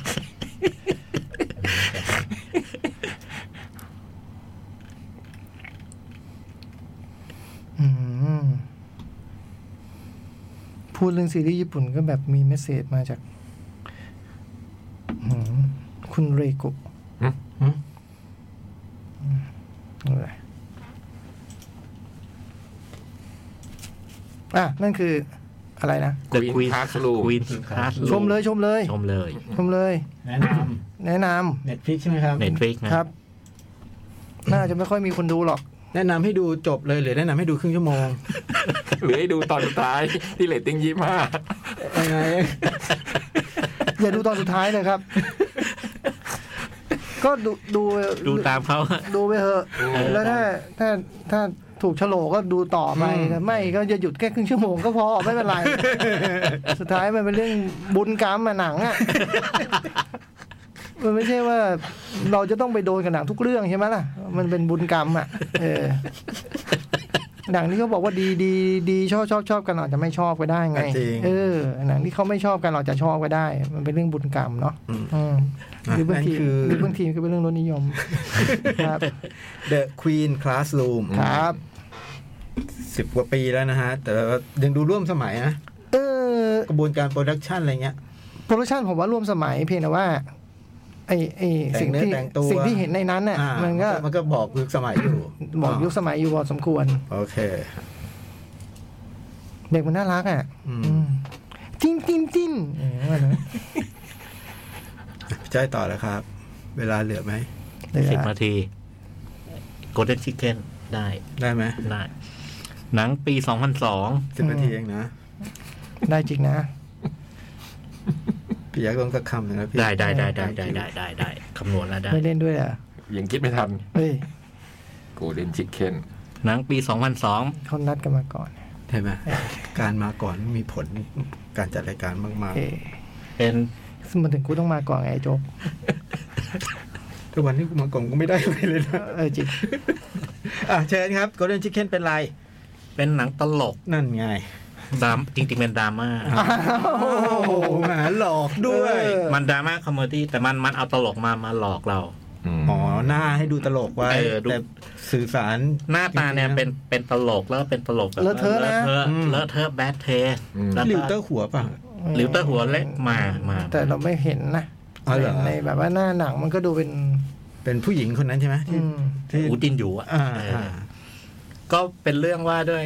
อืม พูดเรื่องซีรีส์ญี่ปุ่นก็แบบมีเมสเซจมาจากอืมคุณเรโกะ
ฮะ
อะไรอ่ะ นั่นคืออะไรนะ
ควีนคาสลู
ควีนคลาส
ชมเลยชมเลย
ชมเลย
ชมเลย
แนะน
แนะน
ำเน็ตฟิกใช่ไหมครับ
เน็ตฟิกนะ
ำครับ น่าจะไม่ค่อยมีคนดูหรอก
แนะนำให้ดูจบเลยหรือแนะนำให้ดูครึ่งชั่วโมง
หรือให้ดูตอนสุดท้าย ที่เลตติ้งยี่ห้า
ยังไง
อย่าดูตอนสุดท้ายเลยครับ ก็ดูดู
ดูตามเขา
ดูไปเถอะแล้วถ้าถ้าถ้าถูกโฉลกก็ดูต่อไปแต่ไม่ก็จะหยุดแค่ครึ่งชั่วโมงก็พอไม่ เป็นไร สุดท้ายมันเป็นเรื่องบุญกรรมอะหนังอะมันไม่ใช่ว่าเราจะต้องไปโดนกับหนังทุกเรื่องใช่ไหมล่ะ มันเป็นบุญกรรมอะเออหนังที่เขาบอกว่าดีดีดีชอบชอบชอบกันอาจจะไม่ชอบก็ได้ไง
จริง
เออหนังที่เขาไม่ชอบกันเราจะชอบก็ได้ มันเป็นเรื่องบุญกรรมเนาะอืมหรือบางที
คือ
หรือบางทีก็เป็นเรื่องรสนิย ม ครับ
The Queen Classroom
ครับ
สิบกว่าปีแล้วนะฮะ แต่ว่ายังดูร่วมสมัยนะ
เออก
ระบวนการโปรดักชันอะไรเงี้ย
โปรดักชันผมว่าร่วมสมัยเพียงแต่ว่าไอ้ไอ้
แต่ง
สิ่งที่
เนื้อแต่งตัว
สิ่งที่เห็นในนั้นน่ะ
อ่า
มันก็
มันก็บอกยุคสมัยอยู่
บอกยุคสมัยอยู่พอสมควร
โอเค
เด็กมันน่ารักอ่ะ
อืม
อืมจิ้นจิ้นจิ้นเออว่านะ
ใช่ต่อแล้วครับ เวลาเหลือไหม
เดี๋ยว
สิบ
อะ
นาทีโกลเด้นชิคเก้นได้
ได้ไหม
ได้หนังปีสองพันสอง
สิบนาทีเองนะ
ได้จริงนะ
พี่ยักษ์ลงสักคำหนึ่งนะพี่
ได้ได้ได้ได้ได้ได้ได้ได้คำนวณแล้วได้
ไม่เล่นด้วยอ่ะ
ยังคิดไม่ทัน
เฮ้ย
โกลเด้นชิคเก้น
หนังปีสองพันสอง
เขานัดกันมาก่อน
เห็นไหมการมาก่อนมีผลการจัดรายการมาก
เออ
เป็น
ซึ่งมันถึงกูต้องมาก่อนไงไอ้โจ๊ก
ๆทุกวันที่กูมาก่อนก็ไม่ได้อะไรเลยนะ
เออจริง
อ่ะเชิญครับ Golden Chicken เป็นไร
เป็นหนังตลก
นั่นไง
ดรามจริง ๆ เป็นดราม่า
โอ้โหหมาหลอกด้วย
มันดราม่าคอมเมดี้แต่มันมันเอาตลกมามาหลอกเรา
ม
อ๋อหน้าให้ดูตลกไว้
เออดู
แต่สื่อสาร
หน้าตาเนี่ย
จริงๆนะ
เป็นเป็นตลกแล้วก็เป็นตลกแบบ
เลอะเทอะนะ
เลอะเทอะเลอะเทอะแบดเทส
อืม
แล้ว
ลิ
ก็
วเตอร์หัวป่ะ
หรือเตอร์หัวเล็กมามา
แต่เราไม่เห็นนะ
อ๋อเหรอ
ในในแบบว่าหน้าหนังมันก็ดูเป็น
เป็นผู้หญิงคนนั้นใช่ไหม
อืม
ที่ที่
อูตินอยู่อะ
อ่า
เอ
อ่า
อ ก็เป็นเรื่องว่าด้วย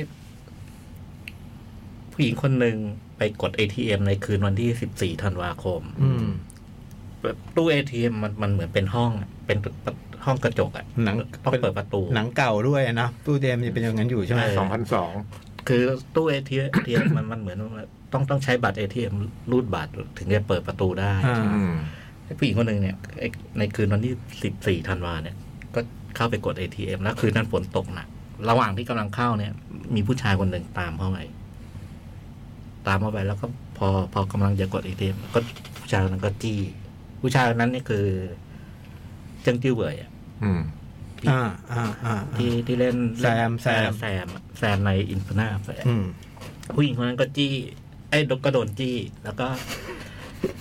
ผู้หญิงคนหนึ่งไปกด ATM ในคืนวันที่ 14 ธันวาคม
อืม
แบบตู้ ATM มันมันเหมือนเป็นห้องอะเป็นห้องกระจกอะ
หนัง
ต้องเปิดประตู
หนังเก่าด้วยนะตู้เดมยังเป็นอย่างนั้นอยู่ใช่ไหม
สองพันสอง
คือตู้ ATM มันมันเหมือนว่าต้องต้องใช้บัตร ATM รูดบัตรถึงจะเปิดประตูได้
อ่า
ผู้หญิงคนหนึ่งเนี่ยไอ้ในคืนวันที่ 14 ธันวาเนี่ย ก็เข้าไปกด ATM แล้วคืนนั้นฝนตกหนัก ระหว่างที่กำลังเข้าเนี่ย มีผู้ชายคนหนึ่งตามเข้าไป ตามเข้าไปแล้วก็พอพอกำลังจะกด ATM ก็ผู้ชายคนนั้นก็จี้ ผู้ชายคนนั้นเนี่ยคือ จิ้งจิ้วเบยอะ
อืม
อ่าอ่าอ่าอ่า
ที่ที่เล่น
แซมแซม
แซมอะแซมในอินฟนาแฟ
อืม
ผู้หญิงคนนั้นก็จี้ไอ้ยก็โดนจี้ แล้วก็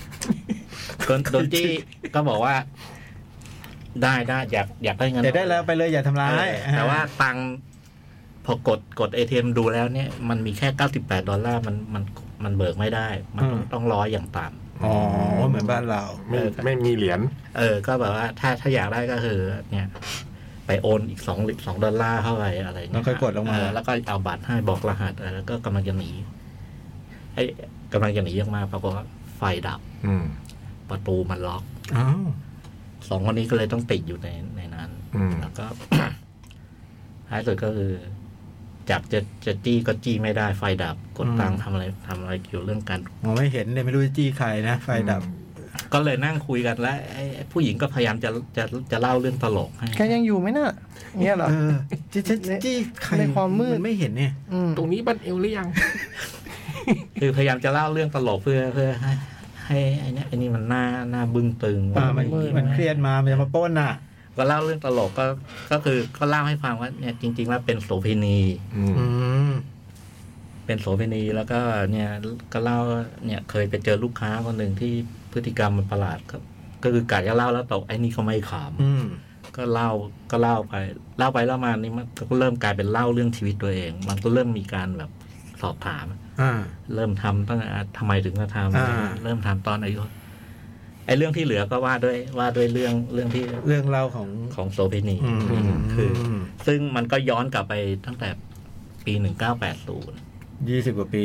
ก็โดนจี้ก็บอกว่า ได้ได้อยากอยากได้เงิน
อย่าได้แล้วไปเลยอย่าทำร้า
เอย อแต่ว่าตังค์พอกดกดเอทมดูแล้วเนี่ย มันมีแค่เก้าสิบแปดดอลลาร์มันมันมันเบิกไม่ได้ มันต้องต้องร้อยอย่างต่ำ
อ๋อเหมือนบ้านเรา
ไม่
เออ
ไม่มีเหรียญ
เออ ก็แบบว่า ถ้าถ้าอยากได้ก็คือ เนี่ย ไปโอนอีกสองสองดอลลาร์เข้าไปอะไรเงี้ย
แล้วค่อยกดลงมา
เออแล้วก็เอาบัตรให้บอกรหัสอะไรแล้วก็กำลังจะหนีไอ้กำลังจะหนีออกมาปรากฏว่าไฟดับ
อืม
ประตูมันล็อก
อ้าว
สองคนนี้ก็เลยต้องติดอยู่ในในนั้น
อืม
แล้วก็ ท้ายสุดก็คือจากจะจะจี้ก็จี้ไม่ได้ไฟดับ กดตังค์ทำอะไรทำอะไรเกี่ยวเรื่องการ
มองไม่เห็นเลยไม่รู้จะจี้ใครนะ ไฟดับ
ก็เลยนั่งคุยกันแล้วไอ้ไอ้ผู้หญิงก็พยายามจะจะจะเล่าเรื่องตลกให้
แกยังอยู่ไหมน่ะเนี่ยเหรอ
เออจี้จี้จี้ใคร
ในความมืด
นไม่เห็นเนี่ย
ม
ตรงนี้บันเอวหรือยัง
คือพยายามจะเล่าเรื่องตลกเพื่อเพื่อให้ให้ไอ้เนี่ยไอ้นี่มันหน้าหน้าบึ้งตึง
อ่ามันมันเครียดมา มันจะมาปล้นอ่ะ
ก็เล่าเรื่องตลกก็ก็คือก็เล่าให้ฟังว่าเนี่ยจริง ๆ แล้วเป็นโสเภณี
อืม
อืม
เป็นโสเภณีแล้วก็เนี่ยก็เล่าเนี่ยเคยไปเจอลูกค้าคนหนึ่งที่พฤติกรรมมันประหลาดก็ก็คือกะจะเล่าแล้วตกไอ้นี่ก็ไม่ข
อืม
ำก็เล่าก็เล่าไปเล่าไปเล่ามานี่มันก็เริ่มกลายเป็นเล่าเรื่องชีวิตตัวเอง มันก็เริ่มมีการแบบสอบถาม
อ่า
เริ่มทำตั้งแต่ทำไมถึงมาท
อ่า
ำเริ่มทำตอนอายุไอ้เรื่องที่เหลือก็ว่าด้วยว่าด้วยเรื่องเรื่องที่
เรื่องเล่าของ
ของโสเภณี
อืม
คือ ซึ่งมันก็ย้อนกลับไปตั้งแต่ปี 1980
ยี่สิบกว่าปี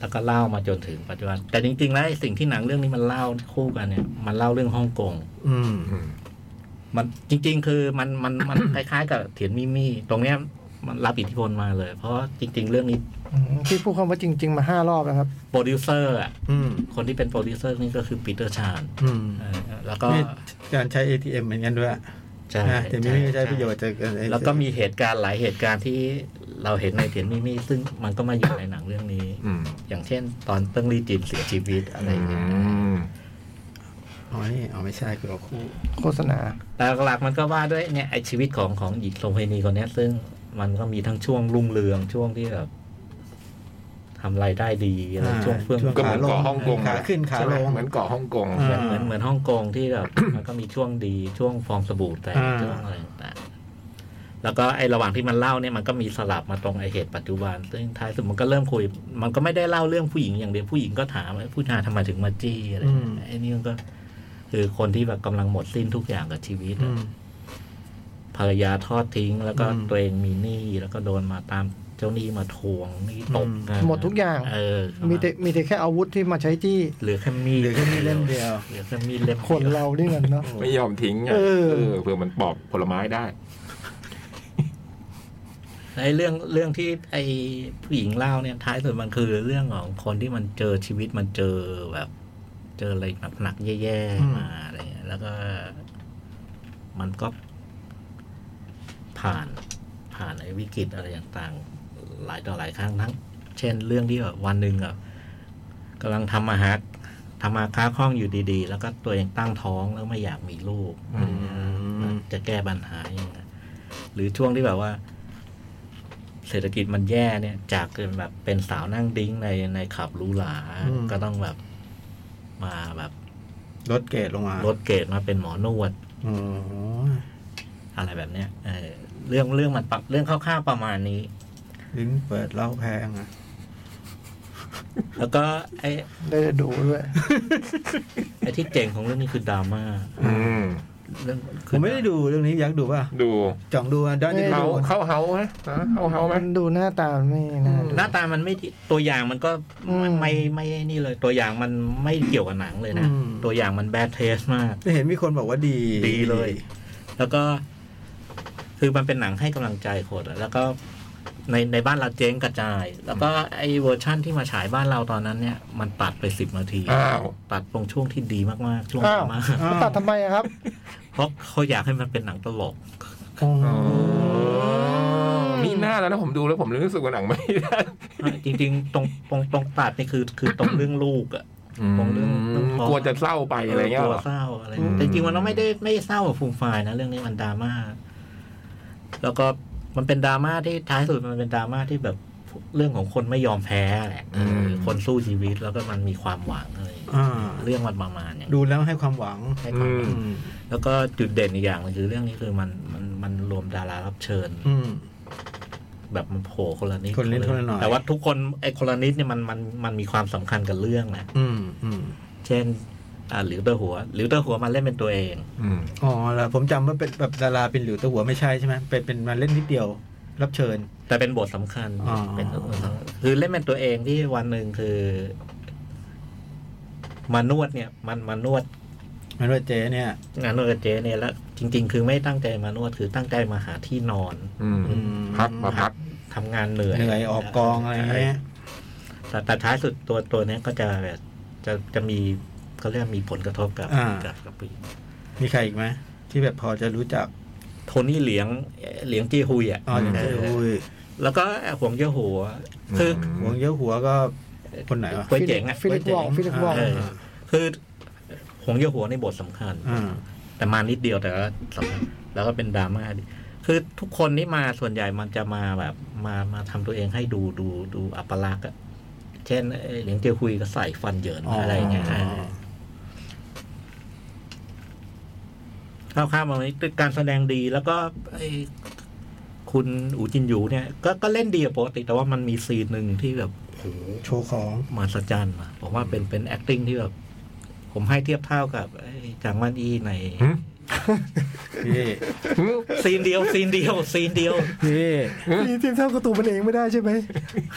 แล้วก็เล่ามาจนถึงปัจจุบัน แต่จริงๆแล้วไอ้สิ่งที่หนังเรื่องนี้มันเล่าคู่กันเนี่ย มันเล่าเรื่องฮ่องกง
อืม
อืม
มันจริง ๆ คือมันมันมัน คล้ายๆ กับเถียนมิมี่ตรงเนี้ยมันรับอิทธิพลมาเลย เพราะจริง ๆ เรื่องนี้
อืมที่พูดคำว่าจริง ๆ มาห้ารอบแล้วครับ
โปรดิวเซอร์อะ
อืม
คนที่เป็นโปรดิวเซอร์นี่ก็คือปีเตอร์ชาน
อืม
เออแล้วก็
นี่การใช้ ATM เหมือนกันด้วย
ใช่
นะแต่ไม่ได้ใช้ประโยชน์จากการ ATM
แล้วก็มีเหตุการณ์หลายเหตุการณ์ที่เราเห็นในเถียนมิมี่ซึ่งมันก็มาอยู่ในหนังเรื่องนี้
อืม
อย่างเช่น ตอนเติ้งลี่จินเสียชีวิตอะไรอย่างเงี้ย
อืม
อ๋อ นี่อ๋อไม่ใช่คือเอาคู่
โฆษณา
แต่หลักๆมันก็ว่าด้วยเนี่ยไอชีวิตของของหญิงโสเภณีคนเนี้ยซึ่งมันก็มีทั้งช่วงรุ่งเรืองช่วงที่แบบทำรายได้ดีอะไร
อ่า
ช่วงเฟื่อง
ช่วง
ก็เหมือนเกาะฮ่องกง
ขาขึ้นขาลง
ใช่ไหมเหมือนเกาะฮ่องกง
อ่า
เหมือนเหมือนฮ่องกงที่แบบ มันก็มีช่วงดีช่วงฟองสบู่แตก
อ่า
ช่วงอะไรต่างๆแล้วก็ไอระหว่างที่มันเล่าเนี่ยมันก็มีสลับมาตรงไอเหตุปัจจุบัน ซึ่งท้ายสุดมันก็เริ่มคุย มันก็ไม่ได้เล่าเรื่องผู้หญิงอย่างเดียวผู้หญิงก็ถามว่าผู้ชายทำไมถึงมาจี้อะไรอย่างเงี้ยไอนี่มันก็ คือคนที่แบบกำลังหมดสิ้นทุกอย่างกับชีวิต
อืม
ภรรยาทอดทิ้ง แล้วก็
อืม
ตัวเองมีหนี้แล้วก็โดนมาตามเจ้าหนี้มาทวงหนี้ตก
อืม
งน
หมดทุกอย่าง
เออ
มีแต่มีแต่แค่อาวุธที่มาใช้จี้
เหลือแค่มีด
เหลือแค่มีดเล่มเดียว
เหลือแค่มีดเล่มดียว
คนเราด้วยกันเนาะ
ไม่ยอมทิ้งไง
เออ
เออเผื่อมันปอกผลไม้ได้
ไอ้เรื่องเรื่องที่ไอ้ผู้หญิงเล่าเนี่ยท้ายสุดมันคือเรื่องของคนที่มันเจอชีวิตมันเจอแบบ เจออะไรแบบหนักๆแย่
อืม
ๆมาอะไรเงี้ยแล้วก็มันก็ผ่านผ่านไอ้วิกฤตอะไรต่างๆ หลายต่อหลายครั้งทั้ง เช่นเรื่องที่แบบวันหนึ่งอะกำลังทำมาหาทำมาค้าคล่องอยู่ดีๆ แล้วก็ตัวเองตั้งท้องแล้วไม่อยากมีลูก จะแก้ปัญหายังไงหรือช่วงที่แบบว่า เศรษฐกิจมันแย่เนี่ย จากเป็นแบบเป็นสาวนั่งดิ้งในในขับหรูหรา
อืม
ก็ต้องแบบมาแบบ
ลดเกรดลงมา
ลดเกรดมาเป็นหมอนวด
อ๋อ
อะไรแบบเนี้ยเออเรื่องเรื่องมันปรับเรื่องคร่าวๆประมาณนี้
ลิ้นเปิดเหล้าแพงอ่ะ
แล้วก็ไอ้
ได้ดูด้วย
ไอ้ที่เจ๋งของเรื่องนี้คือดราม่า
อืม
เรื่อง
ผ
คือ
มไม่ได้ดูเรื่องนี้ยักษ์ดูป่ะ
ดู
จ่องดูอ่ะด้านนี้
เฮา
ดู
เข้าเฮาไหมฮะเข้าเฮาไหม
มันดูหน้าตาไม่น่าดู
หน้าตามันไม่ดีตัวอย่างมันก็
อืม
ไม่ไม่ไม่นี่เลย ตัวอย่างมันไม่เกี่ยวกับหนังเลยนะ ตัวอย่างมันแบดเทสมาก
จะเห็นมีคนบอกว่าดี
ดีเลย แล้วก็คือมันเป็นหนังให้กำลังใจคนอะแล้วก็ในในบ้านเราเจ๊งกระจาย แล้วก็ไอ้เวอร์ชั่นที่มาฉายบ้านเราตอนนั้นเนี่ย มันตัดไปสิบนาที
อ้าว
ตัดตรงช่วงที่ดีมากๆ ช่วง
อ้าว
มาก
อ้า
ตัด
ว
ทำไมอะครับ
เพราะเขาอยากให้มันเป็นหนังตลก
อ๋อ
อ๋อมีหน้าแล้วนะผมดูแล้วผมรู้สึกว่าหนังไม่ได้
จริง ๆ ตรงตรงตรงตัดนี่คือคือตรงเรื่องลูกอะ มองเรื่องเรื่องท้อง
กลัวจะเศร้าไปอะไรเงี้ย
ก
เหร
ลัว
อ
เศร้าอะไร
อืม
แต่จริงๆมันก็ไม่ได้ไม่ได้เศร้ากับฟูมไฟายนะ เรื่องนี้มันดราม่าแล้วก็มันเป็นดราม่าที่ท้ายสุดมันเป็นดราม่าที่แบบเรื่องของคนไม่ยอมแพ้แหละเออคนสู้ชีวิตแล้วก็มันมีความหวังอะไรอย่างเงี้ย
อ่า
เรื่องมันประมาณเนี้ย
ดูแล้วให้ความหวัง
ให้ความหวัง
อืม
แล้วก็จุดเด่นอีกอย่างหนึงคือเรื่องนี้คือมันมันมันรวมดารารับเชิญ
อืม
แบบมันโผล่คนละนิด
คนละนิดคนละหน่อย
แต่ว่าทุกคนไอ้คนละนิดเนี่ยมันมันมันมีความสำคัญกับเรื่องนะ
อืมอืม
เช่นอ่าหลิวเตอร์หัวหลิวเตอร์หัวมันเล่นเป็นตัวเอง
อืม
อ๋อแล้วผมจำว่าเป็นแบบดาราเป็นหลิวตัวหัวไม่ใช่ใช่ไหมเป็นเป็นมาเล่นนิดเดียว รับเชิญ
แต่เป็นบทสำคัญ
อ๋อ
เป็นบทสำคัญคือเล่นเป็นตัวเองที่วันหนึ่งคือมานวดเนี่ย มันมานวด
มันว่าเจ๊เนี่ย
งานนวดกับเจ๊เนี่ยแล้วจริง ๆ คือไม่ตั้งใจมานวดคือตั้งใจมาหาที่นอน
อืม
อืม
พักมาพัก
ทำงานเหนื่อย
เหนื่อยออกกองอะไรเงี้ย
แต่แต่ท้ายสุดตัวตัวเนี้ยก็จะแบบจะจะมีเขาเรียกว่ามีผลกระทบกับ
อ่า
กับกับปี
มีใครอีกไหมที่แบบพอจะรู้จัก
โทนี่เหลียงเอ่อเหลียงจีฮุยอ่ะ
อ๋ออย่างเจ๊อุ้ย
แล้วก็หวงเย่อหัวคืออ
หวงเยอะหัวก็คนไหนวะ
เว้ยเจ๋งอะ
ฟิลิปวองฟิลิปวอง
เออคือหวงเย่อหัวในบทสำคัญ
อ่า
แต่มานิดเดียวแต่ก็สำคัญแล้วก็เป็นดราม่าดิคือทุกคนที่มาส่วนใหญ่มันจะมาแบบ มามาทำตัวเองให้ดูดูดูอัปลักษณ์อะเช่นไอ้เหลียงเจียวคุยก็ใส่ฟันเหยินอะไรอย่างเงี้ย
อ๋อ
ข้าวข้ามมานี้การแสดงดีแล้วก็ไอ้คุณอูจินหยูเนี่ย ก็ก็เล่นดีอะปกติ แต่ว่ามันมีซีนหนึ่งที่แบบโอ้โห
โชว์ของ
มหัศจรรย์อะผมว่าเป็นเป็น acting ที่แบบผมให้เทียบเท่ากับไอ้จางวันอี้ใน
หืม
พี่
ซีนเดียวซีนเดียวซีนเดียว
พี่
ทีมทีมเท่ากับตัวมันเองไม่ได้ใช่ไหม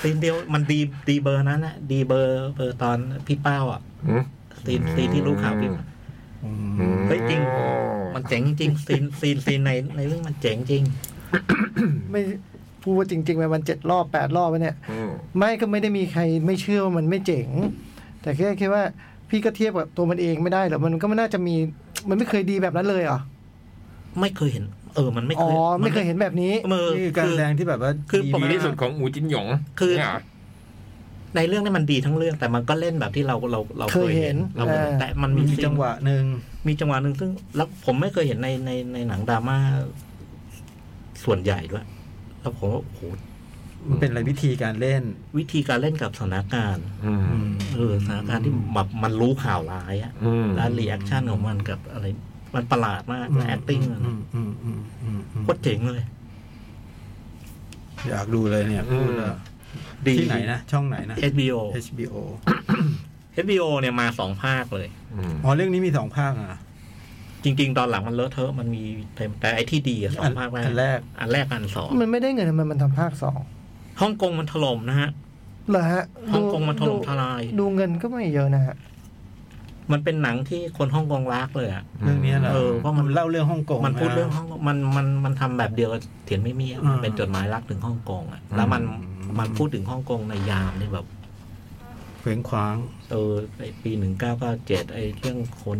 ซีนเดียวมันดีดีเบอร์นั้นนะดีเบอร์เบอร์ตอนพี่เป้าอ่ะ
อืม
ซีนซีนที่รู้ข่าวพี่
อื
อื
ม
ม
เฮ้ยจริง มันเจ๋งจริงซีนซีนซีนในในเรื่องมันเจ๋งจริง
ไม่พูดว่าจริงๆไปมันเจ็ดรอบแปดรอบไปเนี่ย
อืม
ไม่ก็ไม่ได้มีใครไม่เชื่อว่ามันไม่เจ๋ง แต่แค่คิดว่าพี่ก็เทียบกับตัวมันเองไม่ได้หรอกมันก็ไม่น่าจะมีมันไม่เคยดีแบบนั้นเลยเหรอ
ไม่เคยเห็น เออมันไม่
อ๋
เค
อย ไม่เคยเห็นแบบนี้
มือ
นี่คือการ
คื
แส
อ
ดงที่แบบว่า
คือปก
ดี
ติ
ที่สุดของอูจินหยง
คือ
เนี่ย
ในเรื่องนี้มันดีทั้งเรื่อง แต่มันก็เล่นแบบที่เราเราเราเคยเห็น
เคยเห็น
เราเคยเห็น
อ่า
แต่มันมี
มี
ซีน
จังหวะหนึ่ง
มีจังหวะหนึ่งซึ่งแล้วผมไม่เคยเห็นในในในหนังดราม่าส่วนใหญ่ด้วยแล้วผมว่าโอ้โห
มันเป็นอะไรวิธีการเล่น
วิธีการเล่นกับสถานการณ์
อืม
เออสถานการณ์ที่แบบมันรู้ข่าวร้ายอะ
อืม
แล้วรีแอคชั่นของมันกับอะไร มันประหลาดมากและ acting มัน
อืมอืมอืมอืมอืม
โคตรเจ๋งเลย
อยากดูเลยเนี่ย
อืม
พูดแล้ว
ดี
ที่ไหนนะ ช่องไหนนะ
HBO
HBO
HBO เนี่ยมาสองภาคเลย
อืม
อ๋อเรื่องนี้มีสองภาคอ่ะ
จริง ๆ ตอนหลังมันเลอะเทอะมันมีแต่แต่ไอ้ที่ดีอะสองภาค
อันแรก
อันแรกอันสอง
มันไม่ได้เงินมันมันทำภาคสอง
ฮ่องกงมันถล่มนะฮะ
เหรอฮะ
ฮ่องกงมันถล่มทลาย
ดูเงินก็ไม่เยอะนะฮะ
มันเป็นหนังที่คนฮ่องกงรักเลยอะ
เรื่องเนี้ยเหรอ
เออเพราะมัน
เล่าเรื่องฮ่องกง
มันพูด
ะ
เรื่องฮ่องกงมันมันมันทำแบบเดียวกับเถียนไม่มีอะ
อ่ามั
นเป็นจดหมายรักถึงฮ่องกงอะแล้วมันมันพูดถึงฮ่องกงในยามนี่แบบ
เขวงขวาง
เออไอปีหนึ่งเก้าเก้าเจ็ดไอเรื่องคน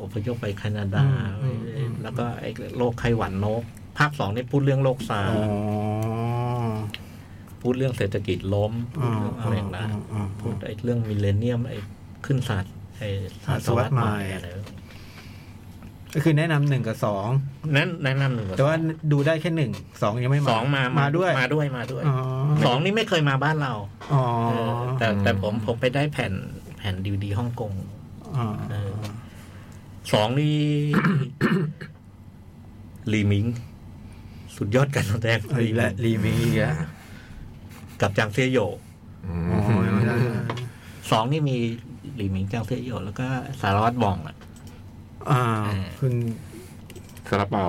อพยพไปแคนาดา
อืมอืม
แล้วก็ไอโรคไข้หวัดนก ภาคสองนี่พูดเรื่องโรคซา
อ๋
ร์
อ
พูดเรื่องเศรษฐกิจล้มพู
อ๋
ดเรื่องอะไรนะ
อ
พูดไอเรื่องมิลเลนเนียมไอขึ้นศาสตร์ไอศาสตร์สวัสดิ์ใหม่
ศาสตร์สวัสดิ์ใหม่
อะไร
ก็คือแนะนำหนึ่งกับสอง
นั้นแนะนำหนึ่งก่อน
แต่ว่าดูได้แค่หนึ่งสองยังไม่มา
สองมา
มาด้วย
มาด้วยมาด้วย
อ๋อ
สองนี่ไม่เคยมาบ้านเรา
อ๋อ
เออแต่แต่ผมผมไปได้แผ่นแผ่นดีวดีฮ่องกง
อ๋อ
เออ สองนี่ ลีมิง สุดยอดการแสดง
เอาอีกแล้วรีมีอีกแล้ว
กับจางเซียโหย
อื
อ๋อ
ม
ไม่ได้
สองนี่มีลีมิงจางเซียโหยแล้วก็สารวัตรบองอะ
อ่าคุณ
ซาลาเปา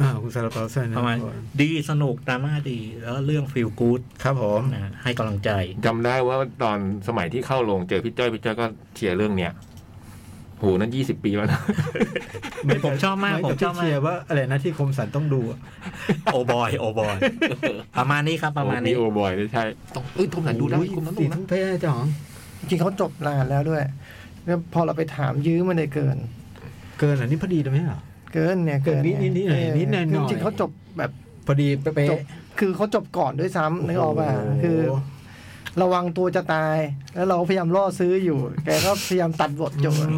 อ่าคุณซาลาเปาเซน
ประมาณดีสนุกดราม่าดี แล้วเรื่องฟิลกู๊ด
ครับผม
นะให้กำลังใจ
จำได้ว่าตอนสมัยที่เข้าโรงเจอพี่จ้อยพี่จ้อยก็เชียร์เรื่องเนี้ยโหนั่นยี่สิบปีแล้วนะ
ผมชอบมาก
ไ
ผมชอบ
ที่
มาก
เชียร์ว่าอะไรนะที่คมสันต้องดูอะ
โอบอย โอบอย ประมาณนี้ครับประมาณนี้
โอ้โหโอบอยไม่ใช่ ต้องเอ้ยทุ่มหนันดูได้
โอ้ย
คุณนั้นดู
สี
นะ
ทุ่งเพ่จ๋อง
จริงเขาจบนานแล้วด้วยแล้วพอเราไปถามยื้อมันเลยเกิน
เกินเหรอนี่พอดีเลยไหมเหรอ
เกินเนี่ยเกินเย
เกินนิดๆหน่อย
เ
ๆนิดหน่อยๆ
คือจริงๆเขาจบแบบ
พอดีเป๊ะ
จบคือเขาจบก่อนด้วยซ้ำนึกออกป่ะ
โโห
คือ ระวังตัวจะตาย แล้วเราพยายามล่อซื้ออยู่ แกก็พยายามตัดบทจบอะ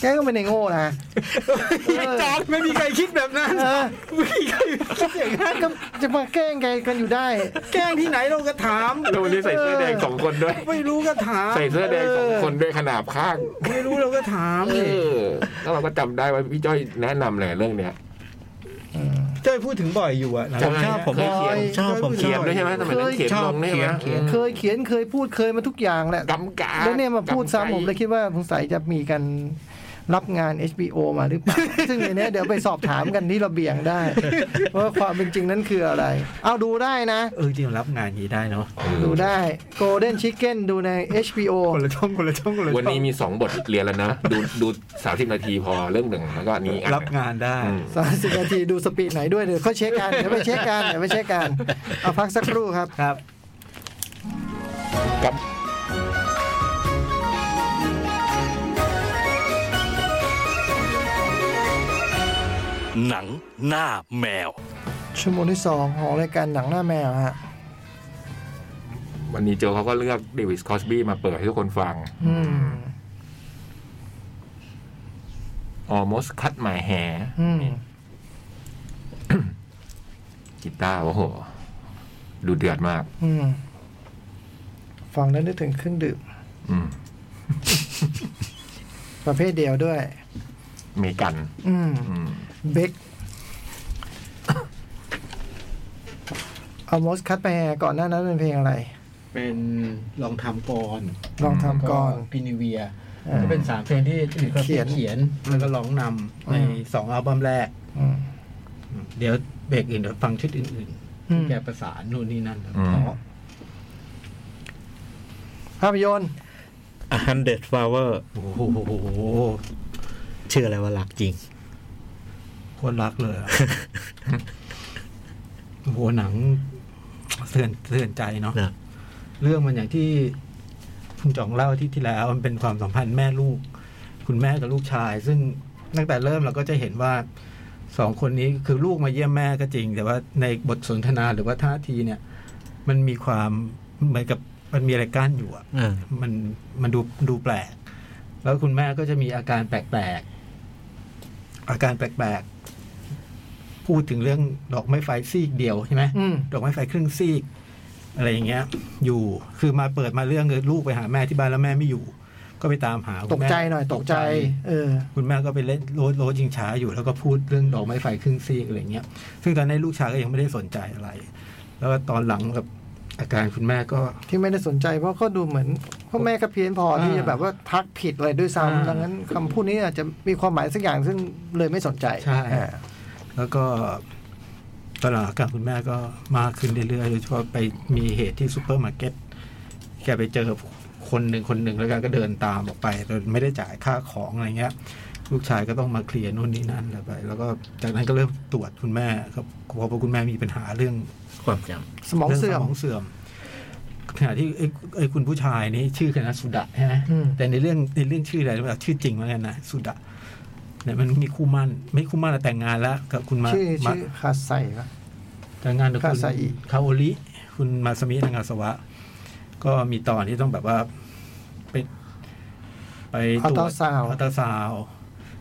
แกก็ไม่ได้โง่ นะ
จอมไม่มีใครคิดแบบนั้น
เออ
ไม่มีใครคิดอย่างนั้น
ก็จะมาแกล้งแกกันอยู่ได้
แกล้งที่ไหนเราก็ถาม
แล้ววันนี้ใส่เสื้อแดงสองคนด้วย
ไม่รู้ก็ถาม
ใส่เสื้อแดงสองคนด้วยขนาบข้าง
เออไม่รู้เราก็ถาม
เออแล้วเราก็จำได้ว่าพี่จ้อยแนะนำเลยเรื่องเนี้ย
เจ้ยพูดถึงบ่อยอยู่อะหลัง
จำ
ๆ
ได้
เนี้ย
ผม
เคยเขียน
ชอบผม
เค
เขียนด้วยใช่ไหมสมัยนั้น
เคย
เขียนลงได้ไหม
เขียน
เคยเขียนเคยพูดเคยมาทุกอย่างแหละ
กำกา
แล้วเนี่ยมาพูดซ้ำผมเลย
กำไก
คิดว่าสงสัยจะมีการรับงาน HBO มาหรือเปล่า ซึ่งในเนี้ยเดี๋ยวไปสอบถามกันที่ระเบียงได้ ว่าความเป็นจริงนั้นคืออะไร เอาดูได้นะ
เออจริงรับงานอย่างนี้ได้เนาะ
ดูได้ Golden Chicken ดูใน HBO
คนละช่องคนละช่องคนละช่อง
วันนี้มีสองบทเรียนแล้วนะ ดูดูสามสิบนาทีพอเรื่องหนึ่งแล้วก็อันนี้อันห
รับ
นึ่ง
งานได้
อืม
สามสิบนาทีดูสปีดไหนด้วย เดี๋ยวเขาเช็คกันเดี๋ยวไปเช็คกันเดี๋ยวไปเช็คกัน เอาพักสักครู่ครับ
ครับ
ครับ
หนังหน้าแมว
ชั่วโมงที่สองของรายการหนังหน้าแมวฮะ
วันนี้โจเขาก็เลือกเดวิสคอสบี้มาเปิดให้ทุกคนฟัง
อืม
almost cut my hair
อืม
กีตาร์โอ้โห ดูเดือดมาก
อืมฟังแล้วนึกถึงเครื่องดื่ม
อืม
ประเภทเดียวด้วย
เมกัน
อืม
อืม
เบก เอามอสคัดไปแห่ก่อนหน้านั้นเป็นเพลงอะไร
เป็นลองทำก่อน
ลองทำก่อน
พินิเวีย
อ่า
ก็เป็นสามเพลงที่ถือว่า
เขียน
เขียน
แล้วก็ร้องนำในสองอัลบั้มแรก
อืม
เดี๋ยวเบรกอื่นเดี๋ยวฟังชุดอื่น
อืม
แกประสานนู่นนี่นั่นครับ
อืม
ภาพยนตร์
A Hundred Flower
ๆ โอ้โห
เชื่ออะไรว่ารักจริง
คนรักเลย อะ โอ้โหหนังเสื่อนเสื่อนใจเนาะ
นะ
เรื่องมันอย่างที่คุณจ่องเล่าที่ที่แล้วมันเป็นความสัมพันธ์แม่ลูก คุณแม่กับลูกชาย ซึ่งตั้งแต่เริ่มเราก็จะเห็นว่าสองคนนี้คือลูกมาเยี่ยมแม่ก็จริง แต่ว่าในบทสนทนาหรือว่าท่าทีเนี่ย มันมีความเหมือนกับมันมีอะไรกั้นอยู่อะ
เออ
มันมันดูดูแปลก แล้วคุณแม่ก็จะมีอาการแปลกๆ อาการแปลกๆ พูดถึงเรื่องดอกไม้ไฟซีกเดียวใช่ไหม
อืม
ดอกไม้ไฟครึ่งซีก อะไรอย่างเงี้ย อยู่ คือมาเปิดมาเรื่องคือลูกไปหาแม่ที่บ้านแล้วแม่ไม่อยู่ ก็ไปตามหา
ต
คุณ
ก
แม่
ใจหน่อย ตกใจ เออ
คุณแม่ก็ไปเล่นโรดโรดจิงช้าอยู่แล้วก็พูดเรื่องดอกไม้ไฟครึ่งซีกอะไรเงี้ย ซึ่งตอนนั้นลูกชายก็ยังไม่ได้สนใจอะไร แล้วก็ตอนหลังกับอาการคุณแม่ก็
ที่ไม่ได้สนใจเพราะก็ดูเหมือนพ่อแม่ก็เพี้ยนพอที่จะแบบว่าทักผิดอะไรด้วย
อ่า
ซ้ำดังนั้นคำพูดนี้อาจจะมีความหมายสักอย่างซึ่งเลยไม่สนใจ
ใช่
อ่า
แล้วก็ตอนหลังอาการคุณแม่ก็มากขึ้นเรื่อยๆโดยเฉพาะไปมีเหตุที่ซูเปอร์มาร์เก็ต แกไปเจอคนหนึ่งคนหนึ่งแล้วแกก็เดินตามออกไปโดยไม่ได้จ่ายค่าของอะไรเงี้ย ลูกชายก็ต้องมาเคลียร์นู่นนี่นั่นอะไรไป แล้วก็จากนั้นก็เริ่มตรวจคุณแม่ครับเพราะว่าคุณแม่มีปัญหาเรื่อง
ความจ
สมองเสื่อม
รื่สมองเสื่อมขณะที่ไอ้ไอ้คุณผู้ชายนี่ชื่อคณะสุดะใช่ไหม
อืม
แต่ในเรื่องในเรื่องชื่ออะไรรู้ไหมชื่อจริงเหมือนกันนะสุดะเนี่ยมันมีคู่หมั่นไม่คู่หมั่นแล้วแต่งงานแล้วกับคุณมา
ชื่อ
มา
ชื่อคาไซปะ
แต่งงานกับคุณ
คาซาอิ
คาโอริคุณมาสมินางาสวะ ก็มีตอนที่ต้องแบบว่าไปไป
อัล
ตร
ตรา
วจ
ซาวด์
อัลตราซาวด์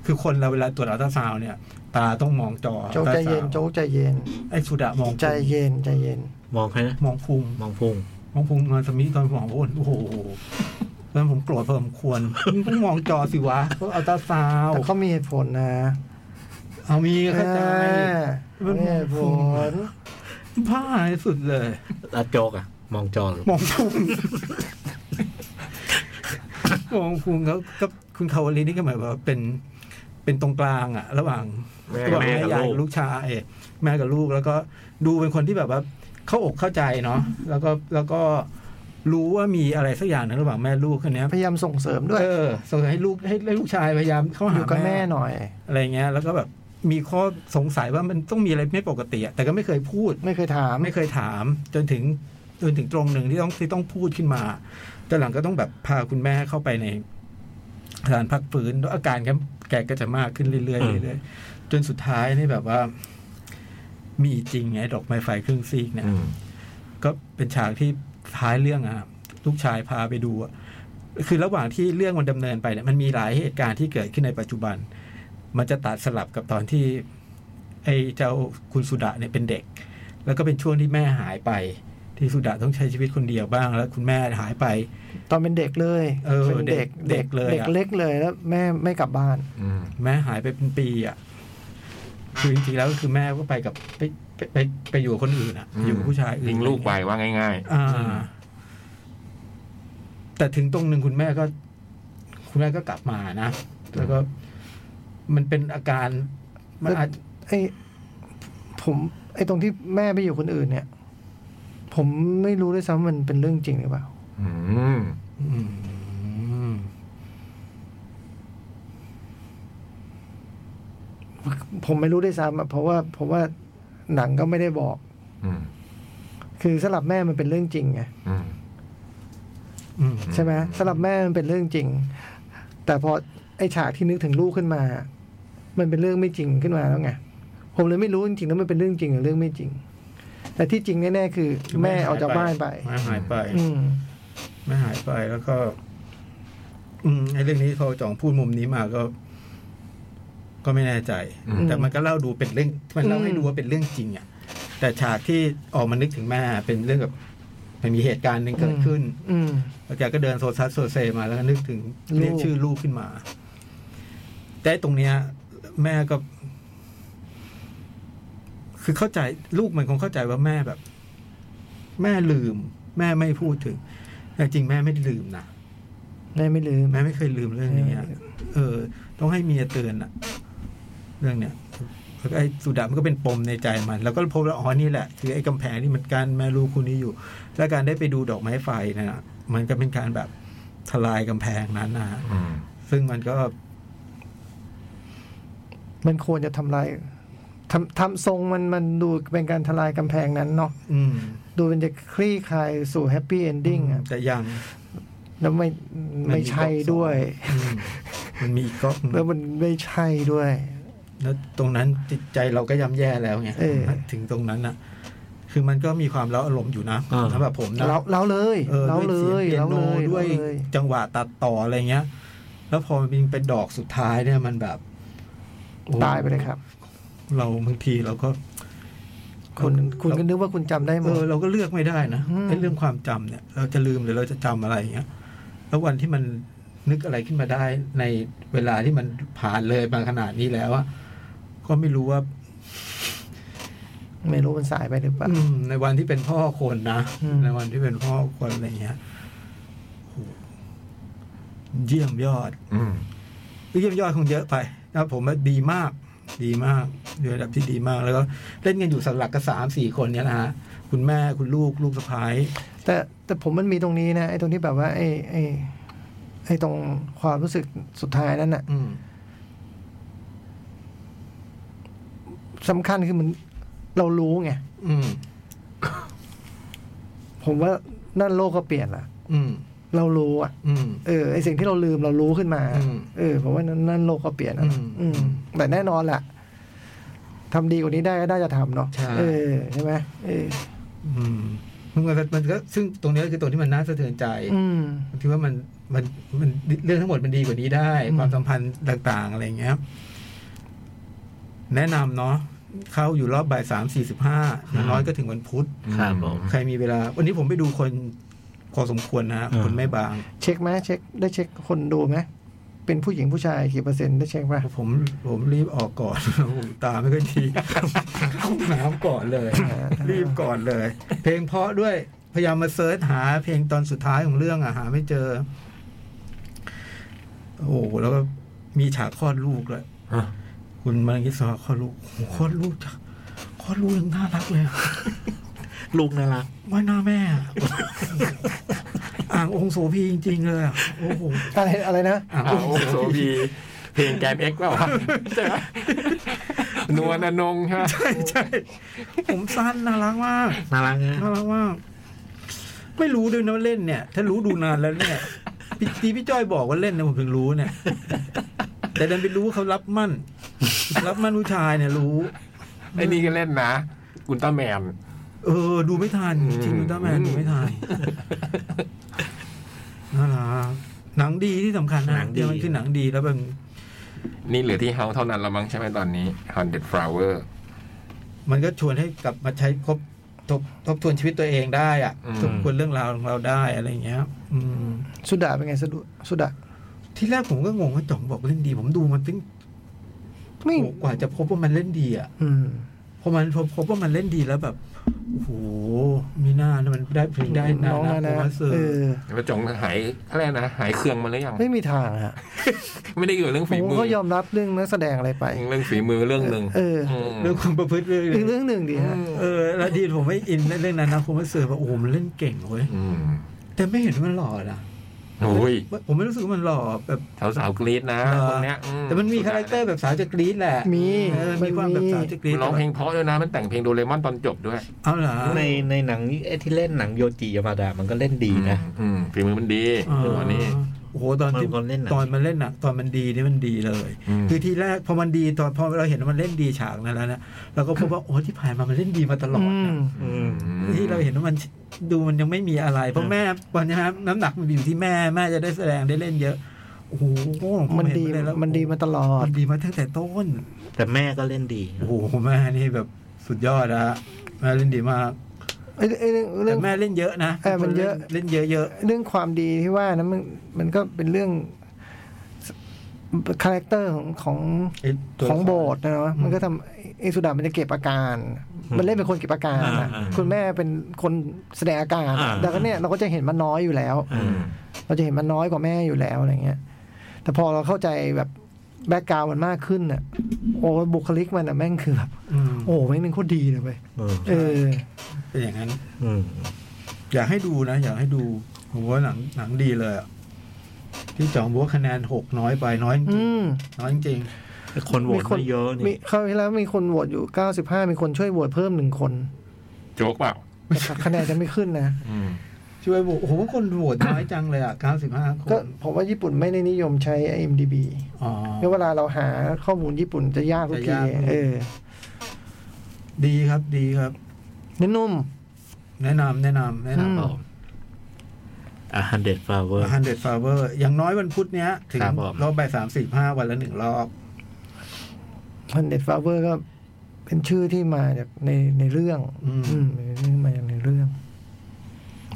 คือคนเราเวลาตรวจอัลตราซาวด์เนี่ย ตาต้องมองจอ
โจ๊กใจเย็นโจ๊กใจเย็น
ไอ้สุดะมอง
ใจเย็นใจเย็น
ำมองใครนะ
มองพุง
มองพุง
มองพุงนอนสมิธตอนผมโอ้โหตอนนนผมโกรธพอสมควรมึงต้องมองจอสิวะเขาเอาตาซาว
แต่เขามีเหตุผลนะ
เอามีเข้าใจ มั
มัน
น
มีเหตุผล
บ้าที่สุดเลย
แล้วโจกอะมองจอหรือ
มองพุงมองพุงแล้วก็คุณคาวาลีนี่ก็หมายว่าเป็นเป็นตรงกลางอะระหว่าง
แม่
ระหว่าง
แม่
แม่
กับ
ใหญ่
ลูก
ลูกชาย แม่กับลูกแล้วก็ดูเป็นคนที่แบบว่าเข้าอกเข้าใจเนาะแล้วก็แล้วก็รู้ว่ามีอะไรสักอย่างหนึงระหว่างแม่ลูกคนเนี้ย
พยายามส่งเสริมด้วย
เออส่งให้ลูกให้ให้ลูกชายพยายามเข้า
อ
หา
ยู่กับแม่หน่อย
อะไรเงี้ย แล้วก็แบบมีข้อสงสัยว่ามันต้องมีอะไรไม่ปกติอะแต่ก็ไม่เคยพูด
ไม่เคยถาม
ไม่เคยถาม จนถึงจนถึงตรงหนึ่งที่ต้องที่ต้องพูดขึ้นมาตอนหลังก็ต้องแบบพาคุณแม่เข้าไปในสถานพักฟื้นแล้วอาการก็แกก็จะมากขึ้นเรื่อยๆเรื่อยๆจนสุดท้ายนี่แบบว่า มีจริงไงดอกไม้ไฟครึ่งซีกเนี่ย
อืม
ก็เป็นฉากที่ ท้ายเรื่องอะครับลูกชายพาไปดูอะคือระหว่างที่เรื่องมันดำเนินไปเนี่ยมันมีหลายเหตุการณ์ที่เกิดขึ้นในปัจจุบัน มันจะตัดสลับกับตอนที่ ไอ้เจ้าคุณสุดาเนี่ยเป็นเด็ก แล้วก็เป็นช่วงที่แม่หายไป ที่สุดาต้องใช้ชีวิตคนเดียวบ้าง แล้วคุณแม่หายไป
ตอนเป็นเด็กเลย
เออน
เด็ก
เด็กเลย
เด็
อะ
กเล็กเลยแล้วแม่ไม่กลับบ้าน
อืม
แม่หายไปเป็นปีอ่ะ คือจริงๆแล้วก็คือแม่ก็ไปกับไปไปไปไปอยู่กับคนอื่นอ่ะ อยู่กับผู้ชายอื่น
ทิ้งลูกไปว่าง่าย
อ่า แต่ถึงตรงหนึ่งคุณแม่ก็ คุณแม่ก็กลับมานะ แล้วก็ มันเป็นอาการมันอาจ
ไอ้ผมไอ้ตรงที่แม่ไปอยู่คนอื่นเนี่ย ผมไม่รู้ด้วยซ้ำมันเป็นเรื่องจริงหรือเปล่า
ๆ อืม
อืม
ผมไม่รู้ด้วยซ้ำอะเพราะว่าเพราะว่าหนังก็ไม่ได้บอก
อืม
คือสลับแม่มันเป็นเรื่องจริงไง
อืม
อืม
ใช่ไหมสลับแม่มันเป็นเรื่องจริง แต่พอไอ้ฉากที่นึกถึงลูกขึ้นมา มันเป็นเรื่องไม่จริงขึ้นมาแล้วไงผมเลยไม่รู้จริงๆแล้วมันเป็นเรื่องจริงหรือเรื่องไม่จริง แต่ที่จริงแน่ๆคือแม่ออกจากบ้านไป
แม่หายไป
อืม
ไม่หายไปแล้วก็ อืมไอ้เรื่องนี้เขาจองพูดมุมนี้มาก็ ก็ไม่แน่ใจ
อืม
แต่มันก็เล่าดูเป็นเรื่อง มันเล่าให้ดูว่าเป็นเรื่องจริงอ่ะแต่ฉากที่ออกมานึกถึงแม่เป็นเรื่องแบบมันมีเหตุการณ์หนึ่งเกิดขึ้น
อืม
แล้วแกก็เดินโซซัสโซเซมาแล้วก็นึกถึง
ลูก
เรียกชื่อลูกขึ้นมา แต่ตรงเนี้ย แม่ก็ คือเข้าใจลูกมันคงเข้าใจว่าแม่แบบ แม่ลืม แม่ไม่พูดถึง แต่จริงแม่ไม่ได้ลืมนะ
แม่ไม่ลืม
แม่ไม่เคยลืมเรื่องนี้อะเออ ต้องให้เมียเตือนอะเรื่องเนี้ยแล้วก็ไอ้สุดามันก็เป็นปมในใจมัน แล้วก็พบว่าอ๋อนี่แหละคือไอ้กำแพงที่มันการแม่ลูกคู่นี้อยู่ และการได้ไปดูดอกไม้ไฟเนยนะมันก็เป็นการแบบทลายกำแพงนั้นนะฮะ
อืม
ซึ่งมันก็
มันควรจะทำลายทำทำทรงมันมันดูเป็นการทลายกำแพงนั้นเนาะ
อืม
ดูมันจะคลี่คลายสู่แฮปปี้เอนดิ้งอ่ะ
แต่ยัง
แล้วไม่
น
ไม่ใช่ด้วย
อืมมันมีอีกก๊อกหนึ่ง
แล้วมันไม่ใช่ด้วย
แล้วตรงนั้นจิตใจเราก็ย่ำแย่แล้วไง
เออ
ถึงตรงนั้นนะคือมันก็มีความเล้าอารมณ์อยู่นะ
อ่า
สำหรับผมนะ
เราเราเลย
เออ
เรา
ด้วย
เลย
เสียงเปีย
เรา
โน
เลย
ด้วย
เราเลย
จังหวะตัดต่ออะไรเงี้ย แล้วพอมันเป็นดอกสุดท้ายเนี่ยมันแบบโอ้
ตายไปเลยครับ
เราบางทีเราก็
คุณ
เรา
คุณก็นึกว่าคุณจำได้หม
เอ
ด
อเราก็เลือกไม่ได้นะ
อืม
ไอ้เรื่องความจำเนี่ย เราจะลืมหรือเราจะจำอะไรเงี้ย แล้ววันที่มันนึกอะไรขึ้นมาได้ในเวลาที่มันผ่านเลยมาขนาดนี้แล้วอะก็ไม่รู้ว่า
ไม่รู้มันสายไปหรือเปล่า
อืมในวันที่เป็นพ่อคนนะ
อืม
ในวันที่เป็นพ่อคนอะไรเงี้ยโอ้โหเยี่ยมยอด
อืม
เยี่ยมยอดคงเยอะไปนะครับผมว่าดีมาก ดีมากอยู่ระดับที่ดีมากแล้วก็เล่นกันอยู่สันหลักก็สามสี่คนเนี่ยนะฮะคุณแม่คุณลูกลูกสะพ้าย
แต่แต่ผมมันมีตรงนี้นะไอ้ตรงที่แบบว่าไอ้ไอ้ไอ้ตรงความรู้สึกสุดท้ายนั้นน่ะ
อืม
สำคัญคือมันเรารู้ไง
อืม
ผมว่านั่นโลกก็เปลี่ยนละ
อืม
เรารู้อ่ะ
อืม
เออไอสิ่งที่เราลืมเรารู้ขึ้นมา
อืม
เออผมว่านั่นนั่นโลกก็เปลี่ยนนะ
อืม
อืมแต่แน่นอนแหละทำดีกว่านี้ได้ก็ได้จะทำเนาะ
ใช่
เออใช่ไหมเออ
อืมมันก็มันก็ซึ่งตรงเนี้ยคือตรงที่มันน่าสะเทือนใจ
อืม
ที่ว่ามันมันมันเรื่องทั้งหมดมันดีกว่านี้ได้
อืม
ความสัมพันธ์ต่าง ๆ อะไรอย่างเงี้ย แนะนำเนาะเข้าอยู่รอบบ่ายสามสี่สิบห้าอย่างน้อยก็ถึงวันพุธ
ครับผม
ใครมีเวลา วันนี้ผมไปดูคนพอสมควรนะฮะคนไม่บาง
เช็คไหมเช็คได้เช็คคนดูไหมเป็นผู้หญิงผู้ชายกี่เปอร์เซ็นต์ได้เช็คป่ะ
ผมผมรีบออกก่อน ผมตาไม่ค่อยดี เข้าห้องน้ำก่อนเลย รีบก่อนเลย เพลงเพราะด้วยพยายามมาเซิร์ชหา เพลงตอนสุดท้ายของเรื่องอะหาไม่เจอ โอ้โหแล้วก็มีฉากคลอดลูกเลย
ฮะ
คุณมาริสาคลอดลูกโอ้โหคลอดลูกจ้ะคลอดลูกยังน่ารักเลยอะ
ลูกน่ารัก
ว่าหน้าแม่อะ อ่างองค์โสพีจริง ๆ เลยอะโอ้โห
อะไรอะไรนะ
อ่าง
อ้า
อ
ว
งค์
โอ้โหพีเพลงแกนเอ็กซ์เปล่าวะใช่ไหมนวลอนงค์ใช่ไหม
ใช่ผมสั้นน่ารักมาก
น่ารักนะ
น่ารักมากไม่รู้ด้วยนะว่าเล่นเนี่ย ถ้ารู้ดูนานแล้วเนี่ยพี่ตีพี่จ้อยบอกว่าเล่นนะผมถึงรู้เนี่ย แต่ดันไปรู้ว่าเขารับมั่น รับมั่นผู้ชายเนี่ยรู้
ไอ้นี่ก็เล่นนะอุลตร้าแมน
เออ ดูไม่ทันจริงๆดูตาแมนดูไม่ทัน น่ารักหนังดีที่สำคัญนะ
หนังดี
เดี๋ยวมันคือหนังดีแล้วมัน
นี่เหลือที่เฮาเท่านั้นละมั้งใช่ไหมตอนนี้ Haunted Flower
มันก็ชวนให้กลับมาใช้ครบทบทบทวนชีวิตตัวเองได้อะ
อืม
ทบทวนเรื่องราวของเราได้อะไรอย่างเงี้ย อืม
สุดาเป็นไงสุดาสุดา
ที่แรกผมก็งงว่าจ่องบอกเล่นดี ผมดูมันตั้ง
ไม่
โหกว่าจะพบว่ามันเล่นดีอ่ะ
อืม
พอมันพบพบว่ามันเล่นดีแล้วแบบโอ้โหมีหน้านะมันได้ถึงได้นะ
น้อง
นะ
นะ
ผมว่าเซอ
เอ
ร์
อ
แล้วจงหายอะไรนะหายเครื่องมาหรือยัง
ไม่มีทางฮะ
ไม่ได้เกี่ยวกับเรื่อง
ผ
ฝี
ม
มือ
ก็ยอมรับเรื่องนักแสดงอะไรไป
เรื่องฝีมือเรื่องหนึ่ง
เออ
ม
เรื่องความประพฤติเรื่อง
อีกเรื่องหนึ่งดีฮะ
เออแล้วดีผมไม่อินเรื่องนั้นนะผมว่าเซอร์แบบโอ้โหมันเล่นเก่งเว้ย
อืม
แต่ไม่เห็นว่ามันหล่อนะ
โอ้ย
ผมไม่รู้สึกว่ามันหล่อแบบ
สาวสาวๆกรีดนะ
เออ
คนเนี้ยอื
แต่มันมีคาแรคเตอร์แบบสาวจะกรี๊ดแหละ
มี
เออมีความแบบสาวจะกรี๊ด
มันร้องเพลงเพราะด้วยนะ มันแต่งเพลงโดเรมอนตอนจบด้วย
เอาเหรอ
ในในหนังไอ้ที่เล่นหนังโยจิยามาดามันก็เล่นดีนะ
อืมฝีมือมันดี
อ๋อ
เรื่องวันนี้
โอ้โหตอนที่
มันเล่นหนัง
ตอนมันเล่นหนังตอนมันดีนี่มันดีเลย
อืม
คือที่แรกพอมันดีตอนพอเราเห็นว่ามันเล่นดีฉากนั้นแล้วนะเราก็พบว่าโอ้ที่ผ่านมามันเล่นดีมาตลอด
อื
นะ
ม
ที่เราเห็นว่ามันดูมันยังไม่มีอะไรเพราะแม่ตอนนี้ครับน้ำหนักมันอยู่ที่แม่แม่จะได้แสดงได้เล่นเยอะโอ้โหผ
มัน
เห็
ดี
เลยแล้ว
มันดีมาตลอด
มันดีมาตั้งแต่ต้น
แต่แม่ก็เล่นดี
โอ้โหแม่นี่แบบสุดยอดนะแม่เล่นดีมาก
เอ้ยเอ้ยเรื่องเรื่
แต่
อง
แม่เล่นเยอะนะ
เออมันเยอะ
เล่นเยอะเยอะ
เรื่องความดีที่ว่านั้นมันมันก็เป็นเรื่อง คาแรคเตอร์ของของ
ๆไอ้ตัว
ของ
ละคร
โบสถ์นะเนาะมันก็ทำไอ้สุดามันจะเก็บอาการ มันเล่นเป็นคนเก็บอาการนะคุณแม่เป็นคนแสดงอาการดังนั้นเนี่ยเราก็จะเห็นมันน้อยอยู่แล้ว เราจะเห็นมันน้อยกว่าแม่อยู่แล้วอะไรเงี้ย แต่พอเราเข้าใจแบบแบ็กกราวมันมากขึ้นน่ะ โอ้บุคลิกมันน่ะแม่งคือแบบ
อืม
โอ้แม่งเป็นโคตรดีเลยเว้ย
เออ
เออ
เป็นอย่างนั้น
อืม
อยากให้ดูนะ อยากให้ดูผมว่าหนังหนังดีเลยอะที่จองบัวคะแนนหกน้อยไปน้อยจริ
อื
ง
ม
น้อยจริง
คนโหวต
คน
ไม่เยอะ
มี
นี่
คราวที่แล้วมีคนโหวตอยู่ 95 มีคนช่วยโหวตเพิ่มหนึ่งคน
โจ๊กเปล่า
แต่คะแนนจะไม่ขึ้นนะ
อืม
ช่วยโหวตโอ้โหคนโหวตน้อยจังเลยอ่ะเก้าสิบห้าค
ก็
น
ผมว่าญี่ปุ่นไม่ได้นิยมใช้ IMDB
อ๋อ
เพราะเวลาเราหาข้อมูลญี่ปุ่นจะยากทุกที
จะยาก
เออ
ดีครับดีครับ
นุ่ม
แนะนำแนะนำแนะนำ
อื
ผมอ่ะฮันเดดฟลาเวอร์
ฮันเดดฟาเวอร์อย่างน้อยวันพุธเนี้ย ถึง
ครับผม
รอบบ่ายสามสี่ห้าวันละหนึ่งรอบ
ๆพันเด็ดฟาเวอร์ก็เป็นชื่อที่มาจากในในเรื่อง
อืม
อืมชื่อมาจากในเรื่อง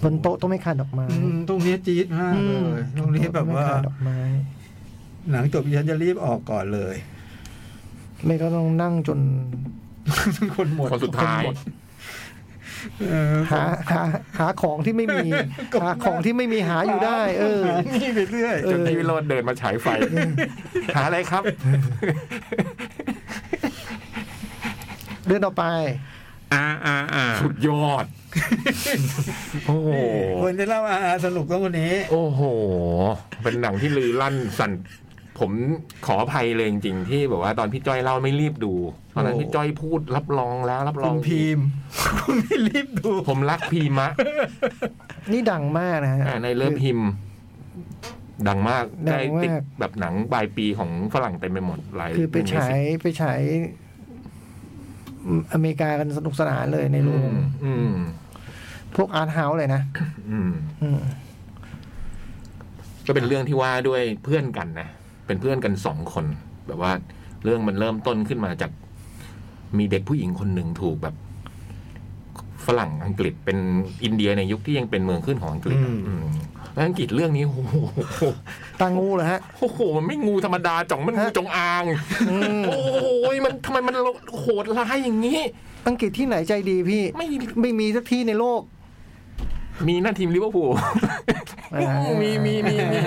บนโต๊ะต้องไม่ขาดดอกไม้
อืมตรงนี้จี๊ดมากเลย ตรงนี้แบบว่า
ไม่ขดดอกไม้
หนังจบดิฉันจะรีบออกก่อนเลย
ไม่ก็ต้องนั่งจน
คนหมด
คนสุดท้าย
เออ
หาหาหาของที่ไม่มี หาของที่ไม่มีหาอยู่ได้ เออ
นี่ไปเรื่อย
เอ
จ
อ
นพี่วิโรดเดินมาฉายไฟ หาอะไรครับ
เรื่องต่อไป
อ่าอ่าอ่า
สุดยอด โอ้โห
คนที่เล่าอาสนุกต้องคนนี้
โอ้โห เป็นหนังที่ลือลั่นสั่น ผมขออภัยเลยจริงๆ ที่แบบว่าตอนพี่จ้อยเล่าไม่รีบดูตอนนั้น
โอ้
พี่จ้อยพูดรับรองแล้ว รับร
คุ
อง
ณพีมคุณไม่รี บดู
ผมรักพีมะ
นี่ดังมากนะฮะ
อ่าในเลิฟพิมพ์ ดังมาก
ดั
ได้
งมาก
ติดแบบหนังปลายปีของฝรั่งเต็มไปหมดหลาย
คือไปฉายไปฉายอืมอเมริกากันสนุกสนานเลยใน
อื
โรง
มอืม
พวกอาร์ตเฮาส์ เลยนะ
อืม
อืม
ก็เป็นเรื่องที่ว่าด้วยเพื่อนกันนะ เป็นเพื่อนกันสองคน แบบว่าเรื่องมันเริ่มต้นขึ้นมาจาก มีเด็กผู้หญิงคนหนึ่งถูกแบบ ฝรั่งอังกฤษเป็นอินเดียในยุคที่ยังเป็นเมืองขึ้นของอังกฤษอะอืมแล้วอังกฤษเรื่องนี้โอ้โห
ตางูเหรอฮะ
โอ้โหมันไม่งูธรรมดาจ่องมันงูจงอาง
อืม
โอ้ยมันทำไมมันโหดร้ายอย่างนี้
อังกฤษที่ไหนใจดีพี่
ไม่
ไม่มีสักที่ในโลก
มีหน้าทีมลิเวอร์พูล
อ่า
มีมีมีมี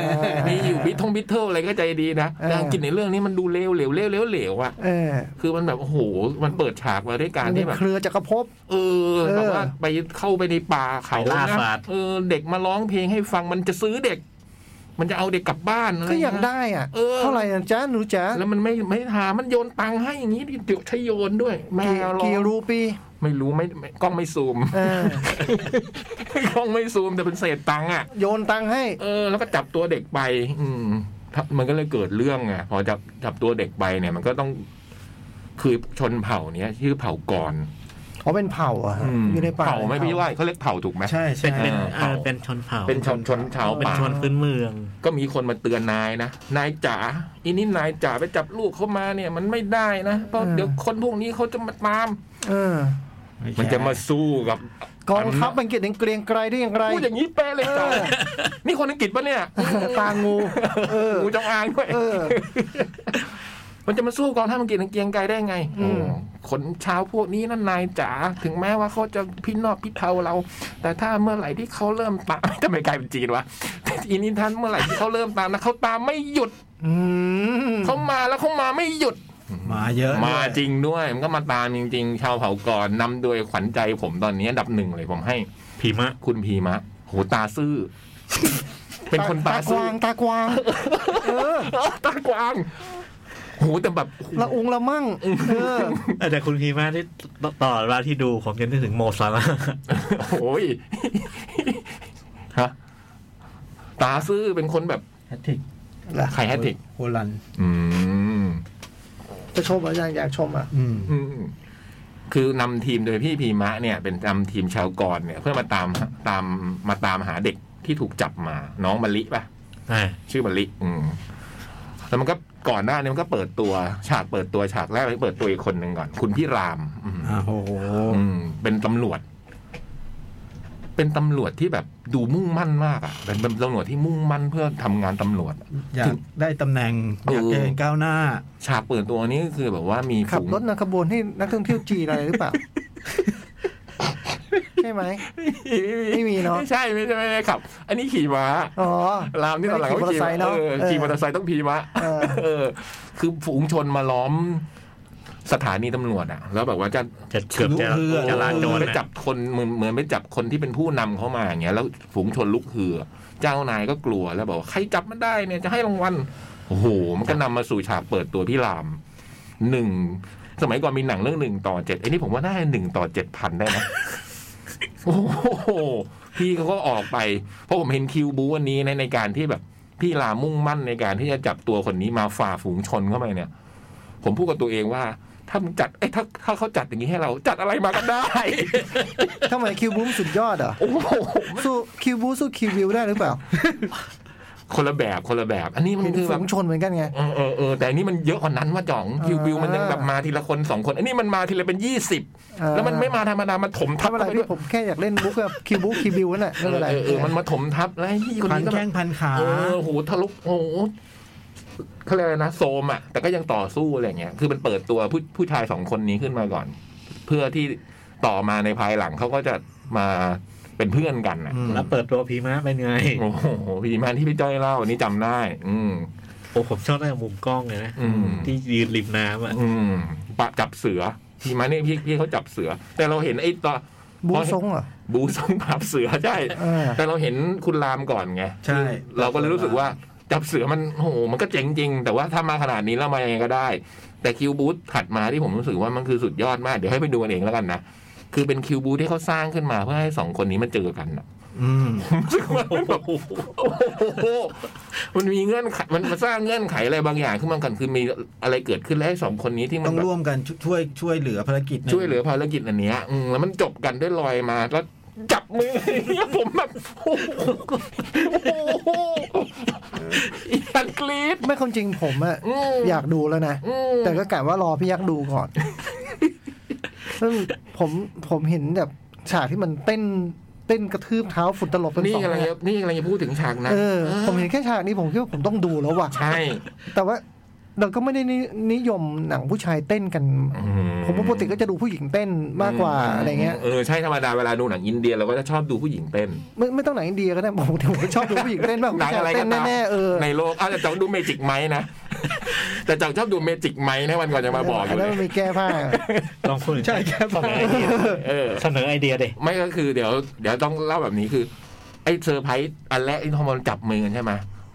มีอยู่บิททงบิทเทิลอะไรก็ใจดีนะ
เออ
แต่อังกฤษในเรื่องนี้มันดูเลวเหลวเลวเลวเหลวอะ
เออ
คือมันแบบโอ้โห มันเปิดฉากมาด้วยการ
มันเป็
ที่
น
แบบ
เครือจักรภพ
เออ
เออ
แบบว่าไปเข้าไปในป่าเขา
ไปล่า
นะ
สัตว์
เออ เด็กมาร้องเพลงให้ฟังมันจะซื้อเด็ก มันจะเอาเด็กกลับบ้านอะไร
ก็อยาก
นะ
ได้อ่ะ
เออ
เท่าไหร่นะจ๊ะหนูจ๊ะ
แล้วมันไม่ไม่หามันโยนตังค์ให้อย่างนี้ดิเดี๋ยวใช้โยนด้วยแม่
กี่
ร้อง
กี่รูปี
ไม่รู้ไม่ไม่กล้องไม่ซูม
เออ
กล้องไม่ซูมแต่เป็นเศษตังค์อะ
โยนตังค์ให้
เออแล้วก็จับตัวเด็กไป อืมถ้ามันก็เลยเกิดเรื่องไงพอจับจับตัวเด็กไปเนี่ย มันก็ต้องคือชนเผ่าเนี้ยชื่อเผ่าก่อน
อ๋อเป็นเผ่าเหรอะฮะ
ม
อยู่ในป่า
เผาไหม
ลย
พี่ว่าเขาเรียกเผาถูกไหม
ใช่
เป็
ใช่
นเป็น
อ่า
อ่า
เผ่า
เป็นชนเผ่า
เป็นชนชนชาว
เป็น
ป่า
ชนพื้นเมือง
ก็มีคนมาเตือนนายนะนายจ๋าอีนี่นายจ๋าไปจับลูกเขามาเนี่ย มันไม่ได้นะเพราะเดี๋ยวคนพวกนี้เขาจะมาตาม
เออ
มันจะมาสู้กับ
กองทัพอังกฤษยังเกรียงไกรได้อย่างไร
พูดอย่างนี้เป๊ะเลยจ้ะนี่คนอังกฤษปะเนี่ย
ตางูเออ
งูจงอางด้วย
เออ
มันจะมาสู้กองทัพอังกฤษอังเกรียงไกรได้ไง
อืม
คนชาวพวกนี้นั่นนายจ๋าถึงแม้ว่าเขาจะพินอบพิเทาเรา แต่ถ้าเมื่อไหร่ที่เขาเริ่มตาม ทำไมกลายเป็นจีนวะอีนี้ท่านเมื่อไหร่ที่เขาเริ่มตามนะเขาตามไม่หยุด
อืม
เขามาแล้วเขามาไม่หยุด
มาเยอะ
มาจริงด้วยมันก็มาตามจริง ๆ ชาวเผ่าก่อนนำโดยขวัญใจผมตอนนี้อันดับหนึ่งเลยผมให้
ผีมะ
คุณพีมะโหตาซื่อ เป็นคนตา
ตา
ซื่
ก
อ
วางตากวางเออ
เออตากวางโหแต่แบบโห
ละอุงละมั่งเออ
แต่คุณพีมาที่ต่อเวลาที่ดูผมยังนึกถึงโมซา ลาห์
โอ้ยฮะตาซื่อเป็นคนแบบ
แฮตติก
ใครแฮตติก
โฮลันด์
อืม
จะชมเหรอยังอยากชมอ่ะ
อืม
อืมคือนำทีมโดยพี่พีมะเนี่ย เป็นนำทีมชาวกรเนี่ย เพื่อมาตามตามมาตามหาเด็กที่ถูกจับมา น้องมะลิป่ะ
อ่า
ชื่อมะลิอืมแล้วมันก็ก่อนหน้านี้มันก็เปิดตัว ฉากเปิดตัวฉากแรกเลยเปิดตัวอีกคนหนึ่งก่อน คุณพี่ราม อืม
อ่าโอ้โห
อืมเป็นตำรวจ เป็นตำรวจที่แบบดูมุ่งมั่นมากอ่ะ เป็นเป็นตำรวจที่มุ่งมั่นเพื่อทำงานตำรวจ
อยากได้ตำแหน่ง อยาก
เออ
เดินก้าวหน้า
ฉากเปิดตัวนี้ก็คือแบบว่ามี
ขับ
ฝูง
รถนำขบวนให้นักท่องเที่ยวจีนอะไรหรือ เปล่า ใช่ไหม ไม่มีเนอะ
ไม่ใช่ไม่ใช่ไม่ใช่ครับ อันนี้ขี่ม้า
อ๋อ
รามนี่ตอนหลัง
ไม่ได้ขี่มอเตอร์ไซค์เนอะ
เออ
เออ
ขี่มอเตอร์ไซค์ต้องพีม้า
เออ
เออ คือฝูงชนมาล้อมสถานีตำรวจอ่ะ แล้วแบบว่าจะ
จะเกือบจะ
รู้เรื่อง
จะลาจร
ไป
นะ
จับคนเหมือนเหมือนไปจับคนที่เป็นผู้นำเขามาอย่างเงี้ยแล้วฝูงชนลุกฮือเจ้านายก็กลัวแล้วบอกว่าใครจับมันได้เนี่ยจะให้รางวัลโอ้โหมันก็นำมาสู่ฉากเปิดตัวพี่รามหนึ่งสมัยก่อนมีหนังเรื่องหนึ่งต่อเจ็ดไอ้นี่ผมว่าน่าหนึ่งต่อเจ็ดพันได้นะ โอ้โหพี่เขาก็ออกไปเพราะผมเห็นคิวบูวันนี้ในในการที่แบบพี่รามมุ่งมั่นในการที่จะจับตัวคนนี้มาฝ่าฝูงชนเข้าไปเนี่ย ผมพูดกับตัวเองว่า ถ้ามึงจัดเอ้ยถ้าถ้าเขาจัดอย่างนี้ให้เราจัดอะไรมาก็ได้
ทำไมคิวบูมสุดยอดเหรอ่ะ
โอ้โห
สู้คิวบูมสู้คิววิวได้หรือเปล่า
คนละแบบคนละแบบ อันนี้มัน
เป็น
คือแบ
ฝู
บ
งชนเหมือนกันไง
เออเออเออแต่อันนี้มันเยอะกว่านั้นว่าจ่องคิววิวมันยังแบบมาทีละคนสองคน อันนี้มันมาทีละเป็นยี่สิบ
เออ
แล้วมันไม่มาธรรมดามันถมทั
ถ้า
บ
เป็นไร
ข้าปด้ว
พี่
ย
ผมแค่อยากเล่นมุกกับคิวบูคิววิวนั่นแหละ
เออ
ไม่เป็นไร
เออเออมันมาถมทับแล้วไอ้พี่คน
พัน
นี้ก็แบ
แข้ง
บ
พันขา
เออโอ้โหทะลุโอ้โหเขาเรียกอะไรนะโซมอ่ะ แต่ก็ยังต่อสู้อะไรอย่างเงี้ยคือมันเปิดตัวผู้ผู้ชายสองคนนี้ขึ้นมาก่อน เพื่อที่ต่อมาในภายหลังเขาก็จะมาเป็นเพื่อนกันอ่ะ
อืม
แล้วเปิดตัวผีมะเป็นไง
โอ้โหพี่มานที่พี่จ้อยเล่าอันนี้จำได้ อืม
โอ้ผมชอบตั้งแต่มุมกล้องเลยนะ
อืม
ที่ยืนริมน้ำอ่ะ
อืมปะจับเสือพี่มาเนี่ยพี่พี่เขาจับเสือ แต่เราเห็นไอ้ตอน
บูซงเหรอ
บูซองปราบเสือใช่
เออ
แต่เราเห็นคุณรามก่อนไง
ใช่
เราก็เลยรู้สึกว่าจับเสือมันโอ้โหมันก็เจ๋งจริง แต่ว่าถ้ามาขนาดนี้แล้วมายังไงก็ได้ แต่คิวบูธถัดมาที่ผมรู้สึกว่ามันคือสุดยอดมากเดี๋ยวให้ไปดูกันเองแล้วกันนะคือเป็นคิวบูธที่เขาสร้างขึ้นมาเพื่อให้สองคนนี้มาเจอกันน่ะ
อืม
รู้สึกว่ามันแบบโอ้โหมันมีเงื่อนไขมันมันสร้างเงื่อนไขอะไรบางอย่างขึ้นมากันคือมีอะไรเกิดขึ้นแล้วให้สองคนนี้ที่มั
ต้อน ง
แบบ
ร่วมกันช่วยช่วยเหลือภารกิจนะ
ช่วยเหลือภารกิจอันเนี้ยอืมแล้วมันจบกันด้วยรอยมาแล้วจับมือเนี่ยผมแบบโอ้โหอีสันกรีด
ไม่คนจริงผมอะ
อืม
อยากดูแล้วนะ
อืม
แต่ก็กะว่ารอพี่ยักษ์ดูก่อน ซึ่งผมผมเห็นแบบฉากที่มันเต้นเต้นกระทืบเท้าฝุ่นตลบเป็น
นี่
สอง
กำลัง
เนี่ย
จะนี่กำลังจะพูดถึงฉากนะ
เออ ผมเห็นแค่ฉากนี้ผมคิดว่าผมต้องดูแล้วว่ะ
ใช่
แต่ว่าเราก็ไม่ได้นินิยมหนังผู้ชายเต้นกัน
อื
ผมว่าปกติก็จะดูผู้หญิงเต้นมากกว่าอะไรเงี้ย
เออใช่ธรรมดาเวลาดูหนังอินเดียเราก็จะชอบดูผู้หญิงเต้น
ไม่ไม่ต้องหนังอินเดียก็ได้ผมผมชอบดูผู้หญิงเต้นมากกว่า
หนัง
ผู้ชา
อะไร
ย
ก็
เต้น
ตาม
แน่ๆเออ
ในโลกอาจจะจองดูเมจิกไมนะ แต่จองชอบดูเมจิกไมนะวันก่อนจะมาบอกอยู่
แล้
เล
วมัน
ย
มีแก้ ผ้า
ลองพูดใช่แค่เสนอไอเดีย
เออ
เสนอไอเดียเด็
ไม่ก็คือเดี๋ยว เดี๋ยวต้องเล่าแบบนี้คือ ไอ้เซอร์ไพรส์อันแรกที่ทอมมันจับมือกันใช่ไหม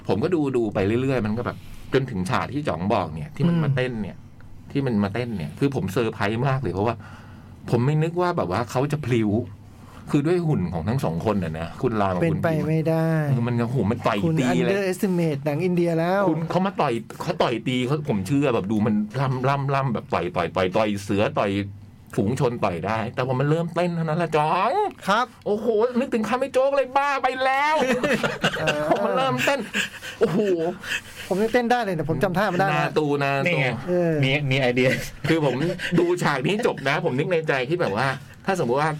ผมก็ดูดูไปเรื่อยๆ มันก็แบบ จนถึงฉากที่จ๋องบอกเนี่ย ที่มัน
อืม
มาเต้นเนี่ย ที่มันมาเต้นเนี่ย คือผมเซอร์ไพรส์มากเลยเพราะว่า ผมไม่นึกว่าแบบว่าเขาจะพลิ้ว คือด้วยหุ่นของทั้งสองคนน่ะนะคุณรามกับ
เป็น
คุณ
ไป
พิม
ไม่ได้
เออมันโอ้โหมันต่อย
คุณ
ตีเลย
underestimate หนังอินเดียแล้ว
คุณเขามาต่อยเขาต่อยตีเขาผมเชื่อแบบดูมันล่ำล่ำล่ำแบบต่อยต่อยต่อยต่อยเสือต่อย ฝูงชนต่อยได้ แต่ว่ามันเริ่มเต้นเท่านั้นละจ๋อง
ครับ
โอ้โห นึกถึงคำไม่โจ๊กเลยบ้าไป แล้ว
เออ
พอมันเริ่มเต้น โอ้โห
ผมยังเต้นได้เลยแต่ผมจำท่าไม่ได้
หนา
นะ
ตูหนา
นี่
ตู
ไง
เออ
มีมีไอเดีย
คือผมดูฉากนี้จบนะ ผมนึกในใจที่แบบว่า ถ้าสมมติว่า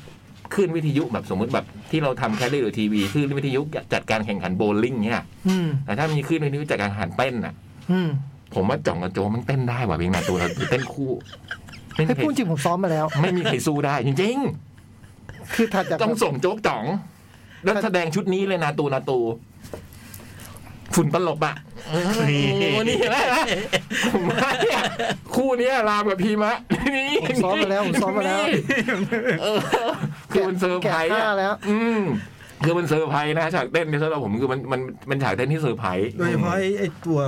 ขึ้นวิทยุแบบสมมติแบบที่เราทำแคลรี่หรือทีวีขึ้นวิทยุจัดการแข่งขันโบว์ลิ่งเนี่ย
อืม
แต่ถ้ามีขึ้นวิทยุจัดการแข่งขันเต้นอ่ะ
อืม
ผมว่าจ่องกับโจมันเต้นได้ว่ะเพลงหนาตูเราเต้นคู่ไม่
ให้
มีใคร
พูดจริงผมซ้อมมาแล้ว
ไม่มีใครสู้ได้จริง
คือถัดจาก
ๆ ต้องส่งโจ๊กจ่อง แล้วแสดงชุดนี้เลยนาตูนาตู ฝุ่นตลบอ่ะ
นี่
โอ้นี่แหละผมว่าเนี่ยคู่เนี้ยรามกับพีมะ นี่
ผมซ้อมมาแล้วผมซ้อมมาแล้ว
นี่เออ คือมันเซอร์ไพรส์
แกะ
อะ
ผ้าแล้ว
อืมคือมันเซอร์ไพรส์นะฉากเต้นเนี่ยสำหรับผมคือมันมันมันฉากเต้นที่เซอร์ไพรส์
โดยเฉพาะไอ้ไอ้ตัว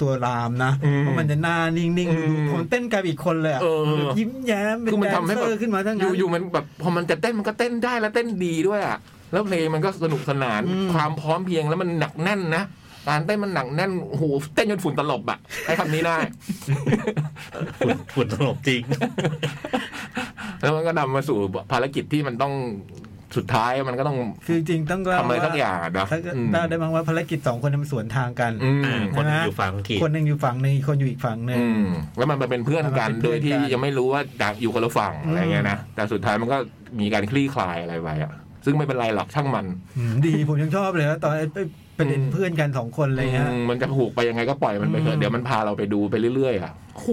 ตัวรามนะ
อืม
เพราะมันจะหน้านิ่ง
อื
ๆดู
ม
ผมเต้นกลายเป็นอีกคนเลยอะ
เออ
แบบยิ้มแย้มเป็น
คือมัน
แด
ทำ
น
ให้
เซ
แบ
อบ ร์ขึ้นมาทั้ง
อยู่
นั้น
อยู่มันแบบพอมันจะเต้นมันก็เต้นได้แล้วเต้นดีด้วยอ่ะแล้วเพลงมันก็สนุกสนาน
อืม
ความพร้อมเพรียงแล้วมันหนักแน่นนะการเต้นมันหนักแน่นโอ้โหเต้นจนฝุ่นตลบอ่ะใช้คำนี้ได้
ฝุ่นฝุ่นตลบจริง
แล้วมันก็นำมาสู่ภารกิจที่มันต้องสุดท้ายมันก็ต้อง
คือจริงต้องเล่า
ทำอะไรสักอย่างอะนะ
ถ้า
อืม
เล่าได้บ้างว่าภารกิจสองคนมันสวนทางกัน
อืม
อ่าคนอยู่ฝั่งขีด
คนหนึ่งอยู่ฝั่งหนึ่งอีกคนอยู่อีกฝั่งหนึ่ง
อืมแล้วมันมาเป็นเพื่อนกัน
มันเป็นเพื่
โด
อน
ย
กัน
ที่ยังไม่รู้ว่าจากอยู่คนละฝั่งอะไรเงี้ยนะแต่สุดท้ายมันก็มีการคลี่คลายอะไรไปอ่ะ ซึ่งไม่เป็นไรหรอกช่างมัน
อืมดีผมยังชอบเลยนะตอนไอ้ประเด็น
อืม
เพื่อนกันสองคนเลยฮะ
อืมมันจะผูกไปยังไงก็ปล่อยมันไปเถ
อื
อะ
ม
เดี๋ยวมันพาเราไปดูไปเรื่อยๆอ่ะโอ้โห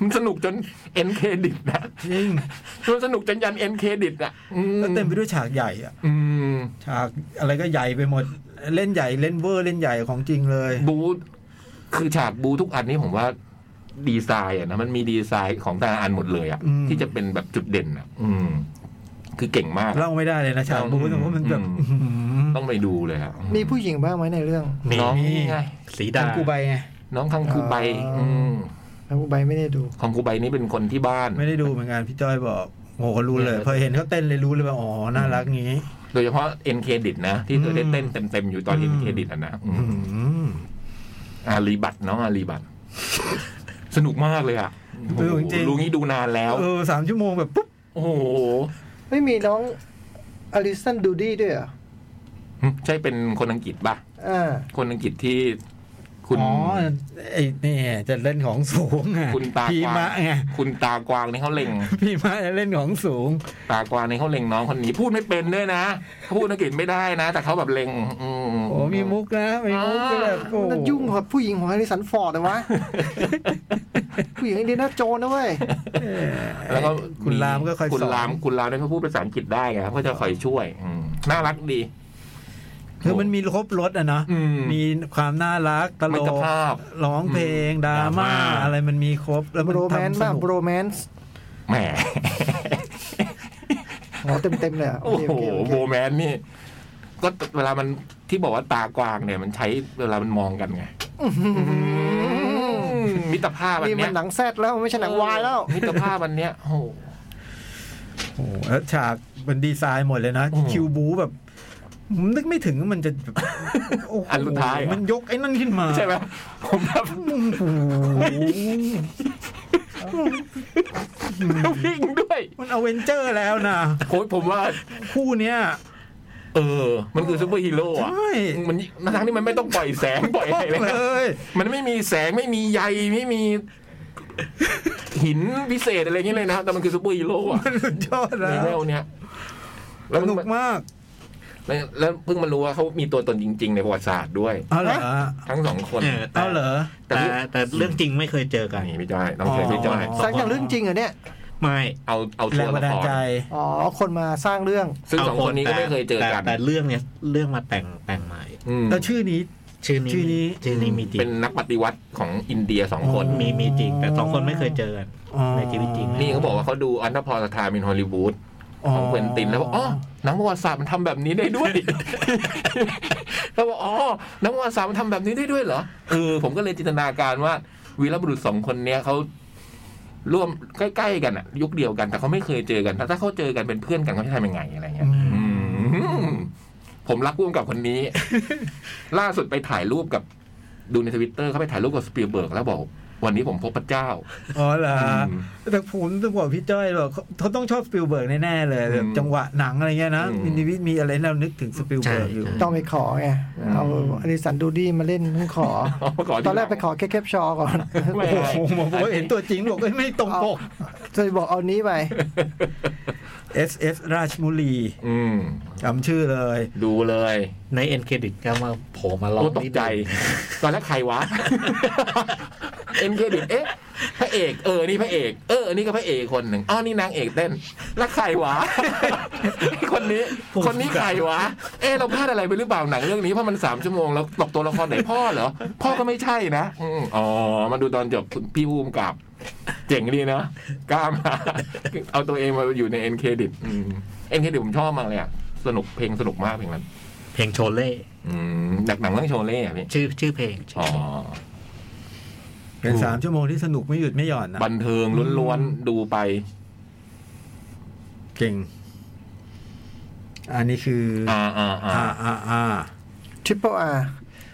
มันสนุกจนเอ็นเครดิตนะ
จริง
มันสนุกจนยันเอ็นเครดิตอ่ะอืม
แล้วเต็มไปด้วยฉากใหญ่อะ
อืม
ฉากอะไรก็ใหญ่ไปหมดเล่นใหญ่เล่นเวอร์เล่นใหญ่ของจริงเลย
บูคือฉากบูทุกอันนี้ผมว่าดีไซน์อ่ะนะมันมีดีไซน์ของแต่ละอันหมดเลยอ่ะ
อืม
ที่จะเป็นแบบจุดเด่นอ่ะ อืม คือเก่งมากอะ
เล่าไม่ได้เลยนะฉากบู๊
อืม
แต่ว่ามันแบบ
อืม
อื้อหือ
ต้องไปดูเลยครับ
มีผู้หญิงบ้างไหมในเรื่อง
มี
น้องนี่ไง
สีดา
ทำกูใบไง
น้องคังคูใบ
อ๋ออื
ม
แล้วกูใบไม่ได้ดู
คังคูใบนี่เป็นคนที่บ้าน
ไม่ได้ดูเหมือนกันพี่จ้อยบอกโอ้โหรู้เลย
เนี่ย
พอเห็นเขาเต้นเลยรู้เลยว่าอ๋อน่ารักงี้
โดยเฉพาะเอ็นเครดิตนะ ที่เธอได้เต้นเต็ม ๆ อยู่ตอน
อื
เอ็
ม
นเครดิตอ่ะนะอืม
อื้อหือ
อารีบัตรน้องอารีบัตรสนุกมากเลยอ่ะโอ้โหรู้งี้ดูนานแล้ว
เออสามชั่วโมงแบบปุ๊บ
โอ้โห
ไม่มีน้องอลิสันดูดี้ด้วยเหรอ
ใช่เป็นคนอังกฤษป่ะ
อ่า
คนอังกฤษที่คุณ
อ๋อไอ้นี่จะเล่นของสูงไง
คุณตากวาง
พีมะไง
คุณตากวางนี่เขาเล็ง
พีมะจะเล่นของสูง
ตากวางนี่เขาเล็งน้องคนนี้พูดไม่เป็นด้วยนะเขาพูดอังกฤษไม่ได้นะ แต่เขาแบบเล็ง อืม
โอ้มีมุกนะมีมุกก็แบบโอ้
มันยุ่งกับผู้หญิงของอลิสันฟอร์ดเล ยวะ ผู้หญิงอินเดียนาโจนส์นะเว้ย
เออ
แล้วก็
คุณรามก็คอยสอน
คุณรามคุณรามเนี่ยเขาพูดภาษาอังกฤษได้ไงเขาจะคอยช่วยอืมน่ารักดี
คือมันมีครบรถอ่ะเนาะ
อืม
มีความน่ารักตล
มิตร
ก
ภาพ
ร้องเพลงดราม่า
ดราม่า
อะไรมันมีครบ แล้วมัน
โรแมนต์
ทำส
บ้าง
นุก
โรแมนต์
แหม
อ๋อเต็มเต็มๆเลยอะ
โอ้
เค
โห
เคโอเค
โบแมนนี่ ก็เวลามันที่บอกว่าตากวางเนี่ย มันใช้เวลามันมองกันไงอืมมิตรภาพอั
นี่
น
มั
เนี้
น
ย
หนังแซดแล้วมันไม่ใช่หนังวายแล้ว
มิตรภาพอันเนี้ยโอ้โห
โอ้โหแล้วฉากมันดีไซน์หมดเลยนะ
โอ้โห
คิวบูแบบผมนึกไม่ถึงว่ามันจะแบบโโห
อันสุดท้ายเหรอ
มันยกไอ้นั่นขึ้นมา
ใช่ไหมผมแบบ
โอ้โห
วิ่งด้วย
มันอเวนเจอร์แล้วนะ
โอ้ยผมว่า
คู่เนี้ย
เออ มันคือซูเปอร์ฮีโร่อะ
ใช่
มันทั้งที่มันไม่ต้องปล่อยแสงปล่อยอะไรเลย
เล
นะ
ย
มันไม่มีแสงไม่มีใยไม่มี หินพิเศษอะไรอย่างเงี้ยเลยนะ แต่มันคือซูเปอร์ฮีโร่อะ
มันสุดยอด
ใน
แล้ว
แนวเนี้ยแล้
ส
วเพิ่
นุ
ง
กมาก
แล้วแล้วเพิ่งมารู้ว่าเขามีตัวตนจริง ๆ ในประวัติศาสตร์ด้วย
เอาเหรอ
ทั้งสองคน
เออแต่
เอาเหรอ
แต่แต่เรื่องจริงไม่เคยเจอกัน
นี่พี่จ้อยต้องเชิญพี่จ้อย
อ๋
สร้างจากเรื่องจริงเหรอเนี่ย
ไม่
เอาเอา
แร
ตั
ง
ว
บั
ละ
นดา
ค
ล
ร
ใจ
อ๋อ คนมาสร้างเรื่อง
ซึ่งสองคนนี้ก็ไม่เคยเจอกัน
แต่แต่เรื่องเนี้ยเรื่องมาแต่งแต่งใหม่
อืม
แล้วชื่อนี้
ชื่อนี้
ชื่อนี้
ชื่อนี้มีจริ
เป็น
ง
นักปฏิวัติของอินเดียสองคน
มีมีจริง แต่สองคนไม่เคยเจอกัน
อ๋อ
ในชีวิตจริง
นี่เขาบอกว่าเขาดูอันธพรสถามินฮอลลีวูด ของเควินตินแล้วบอกอ๋อหนังประวัติศาสตร์มันทำแบบนี้ได้ด้วย แล้วบอกอ๋อหนังประวัติศาสตร์มันทำแบบนี้ได้ด้วยเหรอเออผมก็เลยจินตนาการว่า วีรบุรุษสองคนเนี้ยเขาร่วมใกล้ๆกันอะยุคเดียวกัน แต่เขาไม่เคยเจอกันแต่ถ้าเขาเจอกันเป็นเพื่อนกันเขาจะทำยังไงอะไรเงี้ยอืมผมรักร่วมกับคนนี้ ล่าสุดไปถ่ายรูปกับดูในทวิตเตอร์เขาไปถ่ายรูปกับสปีลเบิร์กแล้วบอก วันนี้ผมพบพระเจ้า
อ๋อเหรอ
อืม
แต่ผมต้องบอกพี่จ้อยบอกเขาเขาต้องชอบสปิลเบิร์กแน่ๆเลยแบบ
อืม
จังหวะหนังอะไรเงี้ยนะ
อืม
มินิวิทมีอะไรให้เรานึกถึงสปิลเบิร์กอยู่
ใช่ใช่
ต้องไปขอไงเอาอลิสันดูดี้มาเล่นเพิ่งข อ
อ๋อข
ตอนแรกไปขอแค่แคปชอก่อน
ไม่
โอ้
ได้
โหหมอบอกว่าเห็นตัวจริงบอกว่าไม่ตรงปก
จะบอกเอานี้ไป
S S ราชมุลี
อืม
จำชื่อเลย
ดูเลย
ในเอ็นเครดิตก็มาโผล่มาลอง
โอ้ตกใจ ตอนแรกใครวะ เอ็นเครดิตเอ๊ะพระเอกเออนี่พระเอกเออนี่ก็พระเอกคนหนึ่งอ้าวนี่นางเอกเต้น แล้วใครวะ คนนี้ คนนี้ใครวะ เอ๊ะเราพลาดอะไรไปหรือเปล่าหนังเรื่องนี้เพราะมันสามชั่วโมงแล้วตกตัวละครไหนพ่อเหรอพ่อก็ไม่ใช่นะอืมอ๋อมาดูตอนจบพี่ภูมิกับ เจ๋งดีนะกล้ามา เอาตัวเองมาอยู่ในเอ็นเครดิตเอ็นเครดิตผมชอบมากเลยอะสนุกเพลงสนุกมากเพลงนั้น
เพลงโชเล่
อืมหนักหนังเรื่องโชเล่อะพี่
ชื่อชื่อเพลง
อ๋อ
เป็นสามชั่วโมงที่สนุกไม่หยุดไม่หย่อนนะ
บันเทิงล้วนๆ ดูไป
เก่ง อันนี้คือ
อ่าอ่าอ่า
อ่าอ่าอ่า
ทริปเปิลอาร์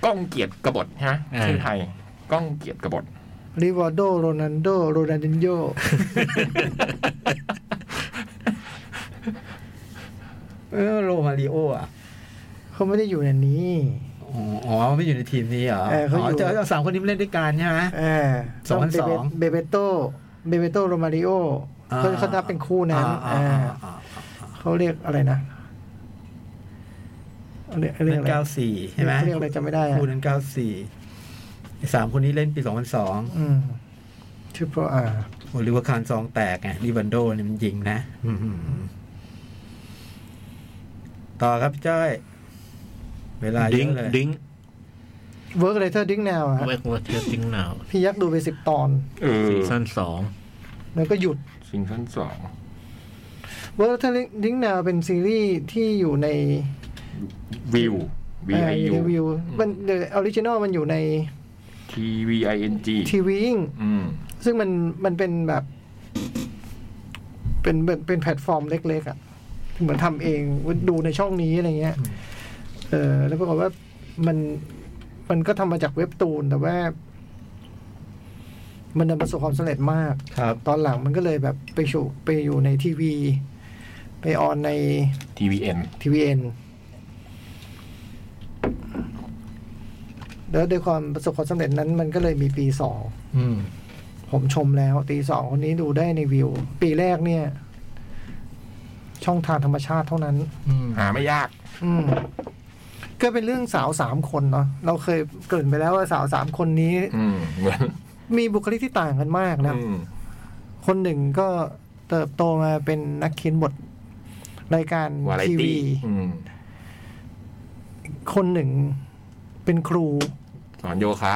ก้องเกียรติกบฏฮะชื่อไทย ก้องเกียรติกบฏ
ริวอโดโรนันโดโรนันดินโย
เออโรมาริโออ่ะ
เขาไม่ได้อยู่ในนี้
อ๋ออ๋อไม่อยู่ในทีมนี้เหรอ
เออเขาอยู่
จะเอาสามคนนี้มาเล่นด้วยกันใช่ไหม
เออ
สองพันสอง
เบเบโตเบเบโตโรมาริโอเขาเขานับเป็นคู่นั้นเอ
อ่าอ่า
อ
อ่า
เขาเรียกอะไรนะเรียกเรียก
เล่น
อะไร
เก้าสี่ใช่ไหม
เรียกอะไรจำไม่ได้อะ
คู่นั้นเก้าสี่สามคนนี้เล่นปีสองพันสอง
อืมทริปเปิลอาร์
โอลิเวอร์คานซองแตกไงรีบันโดเนี่ยมันยิงนะอื้อหือต่อครับพี่จ้อย เวลาเย
ดิ้ง
อะเลย
ดิ้ง
เวิร์กเลเทอร์ดิ้งแนว
เวกวอเทียดิ้งหนาว
พี่ยักษ์ดูไปสิบตอน
เออ
ซีซั่นสอง
แล้วก็หยุด
ซิงชั่นสอง
เวิร์กเทอร์ดิ้งแนวเป็นซีรีส์ที่อยู่ใน
วิว V
เอ่อ
I
อยู่
U
ในวิวมันเดอะออริจินอลมันอยู่ใน
T V I N G
ทีวีอิง
อืม
ซึ่งมันมันเป็นแบบ เป็นเป็นเป็นแพลตฟอร์มเล็ก ๆ อ่ะ เหมือนทำเองดูในช่องนี้อะไรเงี้ย เออ แล้วปรากฏว่ามันมันก็ทำมาจากเว็บตูน แต่ว่า มันนำประสบความสำเร็จมาก
ครับ
ตอนหลังมันก็เลยแบบไปสู่ไปอยู่ในทีวี ไปออนใน
T V N
ทีวีเอ็นแล้วด้วยความประสบความสำเร็จนั้น มันก็เลยมีปีสอง
อืม
ผมชมแล้วตีสองคนนี้ดูได้ในวิว ปีแรกเนี่ย ช่องทางธรรมชาติเท่านั้น
อืม
หาไม่ยาก
อืมก็เป็นเรื่องสาวสามคนเนาะเราเคยเกริ่นไปแล้วว่าสาวสามคนนี้
อืม เหมือน
มีบุคลิกที่ต่างกันมากนะ
อืม
คนหนึ่งก็เติบโตมาเป็นนักเขียนบทรายการ
วาไร
ที
ตี้
วี
อืม
คนหนึ่งเป็นครู
สอนโยคะ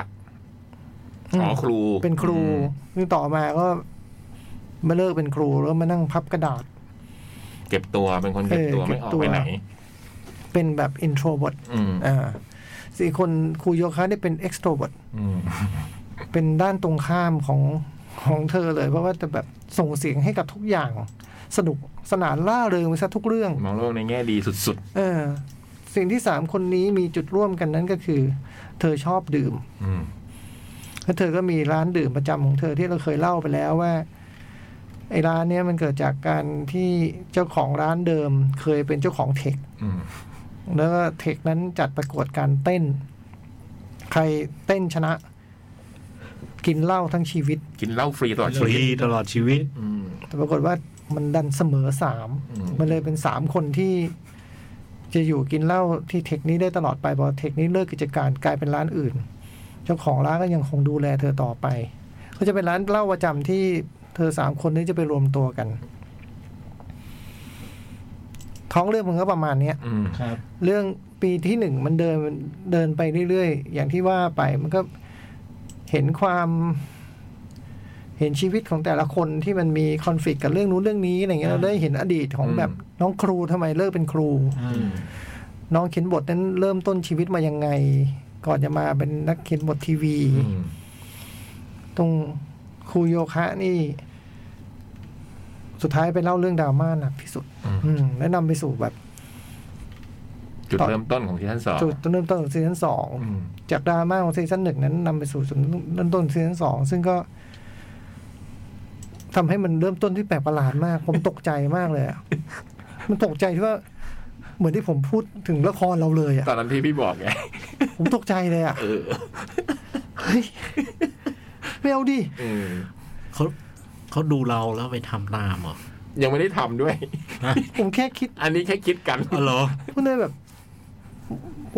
อ๋อครู
เป็นครู
อืม
ซึ่งต่อมาก็มาเลิกเป็นครูแล้วมานั่งพับกระดาษ
เก็บตัวเป็นคนเก็บตัว
เออ
ไม่ออก
เก็บตัว
ไปไหน
เป็นแบบ introvert
อืม
อ่าสี่คนครูโยคะได้เป็น extrovert
อืม
เป็นด้านตรงข้ามของของเธอเลย เพราะว่าจะแบบส่งเสียงให้กับทุกอย่าง สนุกสนานล่าเริงไปซะทุกเรื่อง
มองโลกในแง่ดีสุด
เออ สิ่งที่สามคนนี้มีจุดร่วมกันนั้นก็คือ เธอชอบดื่ม
ๆ อืม
แล้วเธอก็มีร้านดื่มประจำของเธอที่เราเคยเล่าไปแล้วว่า ไอ้ร้านเนี้ยมันเกิดจากการที่เจ้าของร้านเดิม เคยเป็นเจ้าของเทค
อืม
แล้วก็เทคนั้นจัดประกวดการเต้น ใครเต้นชนะ กินเหล้าทั้งชีวิต
กินเหล้าฟรีตลอด
ฟ
ชี
รี
วิต
ตลอดชีวิต
อืม
แต่ปรากฏว่ามันดันเสมอสาม
อืม
มันเลยเป็นสามคนที่ จะอยู่กินเหล้าที่เทคนี้ได้ตลอดไปพอเทคนี้เลิกกิจการกลายเป็นร้านอื่น เจ้าของร้านก็ยังคงดูแลเธอต่อไป ก็จะเป็นร้านเหล้าประจำที่เธอสามคนนี้จะไปรวมตัวกัน ท้องเรื่องมันก็ประมาณเนี้ย
อืม
ครับ
เรื่องปีที่หนึ่งมันเดินเดินไปเรื่อยๆ อย่างที่ว่าไปมันก็เห็นความ เห็นชีวิตของแต่ละคนที่มันมีคอน FLICT กับเรื่องนู้นเรื่องนี้อะไรเงี้ย
อ่า
เราได้เห็นอดีตของ
อืม
แบบน้องครูทำไมเลิกเป็นครู
อ่า
น้องเขียนบทนั้นเริ่มต้นชีวิตมายังไง ก่อนจะมาเป็นนักเขียนบททีวี
อืม
ตรงครูโยคะนี่ สุดท้ายไปเล่าเรื่องดราม่าหนักที่สุด
อืม
อืมและนำไปสู่แบบ
จุด
ต่อ
เริ่มต้นของซีซั่นสอง
จุดเริ่มต้นของซีซั่นสอง
อืม
จากดราม่าของซีซั่นหนึ่งนั้นนำไปสู่จุดเริ่มต้นซีซั่นสองซึ่งก็ทำให้มันเริ่มต้นที่แปลกประหลาดมาก ผมตกใจมากเลยอะ มันตกใจที่ว่า เหมือนที่ผมพูดถึงละครเราเลยอ่ะ
ตอนนั้นที่พี่บอกไง
ผมตกใจเลยอ่ะ
เออ
เฮ้ยไม่เอาดิ
อืม
เขาเขาดูเราแล้วไปทำตามเหรอ
ยังไม่ได้ทำด้วย
ผมแค่คิด
อันนี้แค่คิดกัน
อ๋อเหรอ
พูดเลยแบบ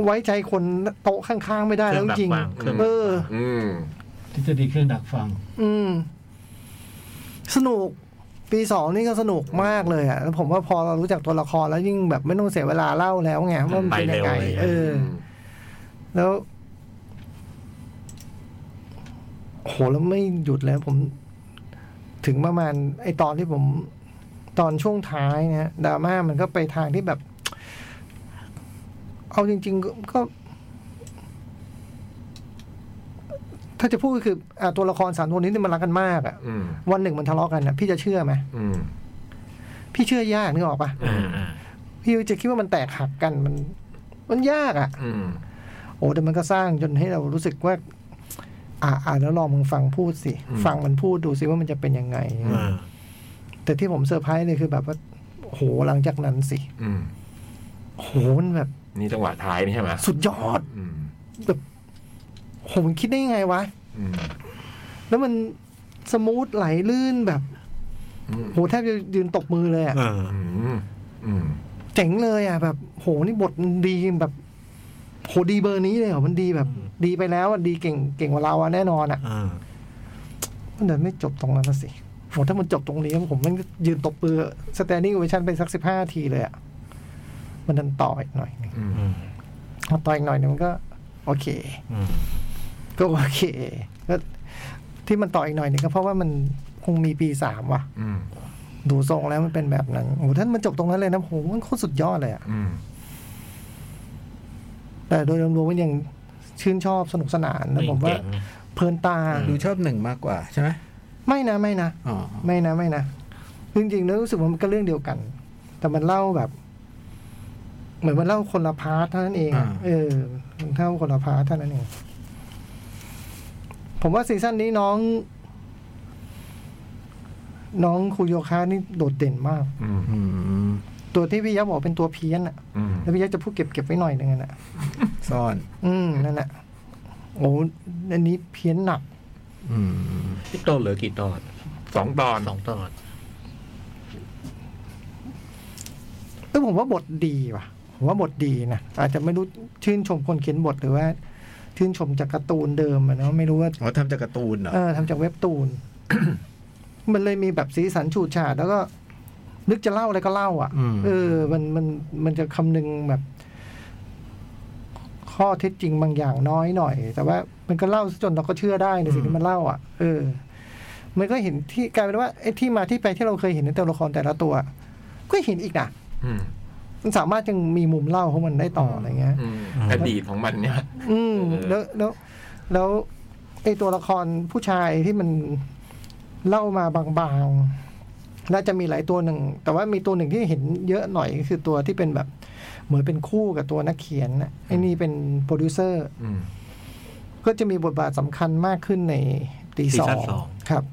ไว้ใจคนโต๊ะข้างๆไม่ได้แล้วจริ
เครื่
ง
องดักฟังเครื่องดักฟัง
เออ
อืม
ทฤษฎีเครื่องดักฟัง
อืม สนุก ปีสองนี่ก็สนุกมากเลยอ่ะแล้วผมว่าพอเรารู้จักตัวละครแล้วยิ่งแบบไม่ต้องเสียเวลาเล่าแล้วไงว่ามันเป็นยังไง
ไปเร็วเลยอะ
เออ แล้ว โหแล้วไม่หยุดแล้วผม ถึงประมาณ ไอตอนที่ผม ตอนช่วงท้ายเนะดราม่ามันก็ไปทางที่แบบ เอาจริง ๆ ก็ก็ ถ้าจะพูดก็คืออะตัวละครสามตัวนี้นี่มันรักกันมากอะ
อืม
วันหนึ่งมันทะเลาะกันนะพี่จะเชื่อไหม
อืม
พี่เชื่อยากนึกออกปะ
อ่าอ่า
พี่จะคิดว่ามันแตกหักกันมัน มันยากอะ
อืม
โอ้แต่มันก็สร้างจนให้เรารู้สึกว่า อ่าอ่าแล้วลองมึงฟังพูดสิ
อืม
ฟังมันพูดดูสิว่ามันจะเป็นยังไง
เออ
แต่ที่ผมเซอร์ไพรส์เลยคือแบบว่าโอ้โหหลังจากนั้นสิ
อืม
โอ้โหมันแบบ
นี่จังหวะท้ายนี่ใช่ไหม
สุดยอด
อืม
โอ้โหมันคิดได้ยังไงวะ
อืม
แล้วมันสมูทไหลลื่นแบบ
อืม
โหแทบจะยืนตบมือเลยอ่ะ
เออ
อืมอืม
เจ๋งเลยอ่ะแบบโหนี่บทมันดีแบบโหดีเบอร์นี้เลยเหรอมันดีแบบ ดีไปแล้วอะดีเก่งเก่งกว่าเราอะแน่นอนอ่ะ
เออ
มันเดินไม่จบตรงนั้นนะสิผมถ้ามันจบตรงนี้ ผมมันยืนตบปือสแตนดิ้งโอเวชั่นไปสักสิบห้าทีเลยอะ่ะ มันดันต่ออีกหน่อยหนึ่ง
อืม
อืม
พอต่ออีกหน่อยหนึงมันก็ โอเค
อืม
ก็โอเคก็ที่มันต่ออีกหน่อยหนึงก็เพราะว่ามันคงมีปีสามว่ะ
อืม
ดูทรงแล้วมันเป็นแบบนั้นโอ้ท่านมันจบตรงนั้นเลยนะโหมันโคตรสุดยอดเลยอะ่ะ
อืม
แต่โดยรวมๆมันยังชื่นชอบสนุกสนานนะผมว่า
เจ๋งนี่
เพลินตา
ดูชอบหนึ่งมากกว่าใช่ไหม
ไม่นะไม่นะ
อ๋อ
ไม่นะไม่นะจริงๆแล้วรู้สึกว่ามันก็เรื่องเดียวกัน แต่มันเล่าแบบ เหมือนมันเล่าคนละพาร์ทเท่านั้นเอง
อ่า
เออมันเท่าคนละพาร์ทเท่านั้นเองผมว่าซีซั่นนี้น้อง น้องคุโยคานี่โดดเด่นมาก
อืม
อืม
ตัวที่พี่ยักษ์บอกเป็นตัวเพี้ยนอะ
อืม
แล้วพี่ยักษ์จะพูดเก็บเก็บไว้หน่อยนึงอะน่ะ
ซ่อน
อืมนั่นแหละโอ้อันนี้เพี้ยนหนัก
อืม
พี่โตเหลือกี่ตอน
สองตอน
สองตอน
เออผมว่าบทดีว่ะผมว่าบทดีนะอาจจะไม่รู้ชื่นชมคนเขียนบทหรือว่า ชื่นชมจากการ์ตูนเดิมอะเนาะไม่รู้ว่า
อ๋อทำจากการ์ตูนเหรอ
เออทำจากเว็บตูน มันเลยมีแบบสีสันฉูดฉาดแล้วก็ นึกจะเล่าอะไรก็เล่าอ่ะ
อืม
เออ มันมันมันจะคำนึงแบบ ข้อเท็จจริงบางอย่างน้อยหน่อย แต่ว่ามันก็เล่าซะจนเราก็เชื่อได้ในสิ่งที่มันเล่า อ่ะ เออ มันก็เห็นที่กลายเป็นว่าไอ้ที่มาที่ไปที่เราเคยเห็นในตัวละครแต่ละตัว ก็เห็นอีกนะ
อืม
มันสามารถยังมีมุมเล่าของมันได้ต่ออะไรเงี้ย
อืม อดีตของมันเนี่ย
อืม
เออ
แล้วแล้วแล้วไอตัวละครผู้ชายที่มันเล่ามาบางๆ น่าจะมีหลายตัวหนึ่ง แต่ว่ามีตัวหนึ่งที่เห็นเยอะหน่อยก็คือตัวที่เป็นแบบ เหมือนเป็นคู่กับตัวนักเขียนน่ะไอ้นี่เป็นโปรดิวเซอร์
อืม
ก็จะมีบทบาทสำคัญมากขึ้นในตี
ซี
สอง
ซั่นสอง
ครับ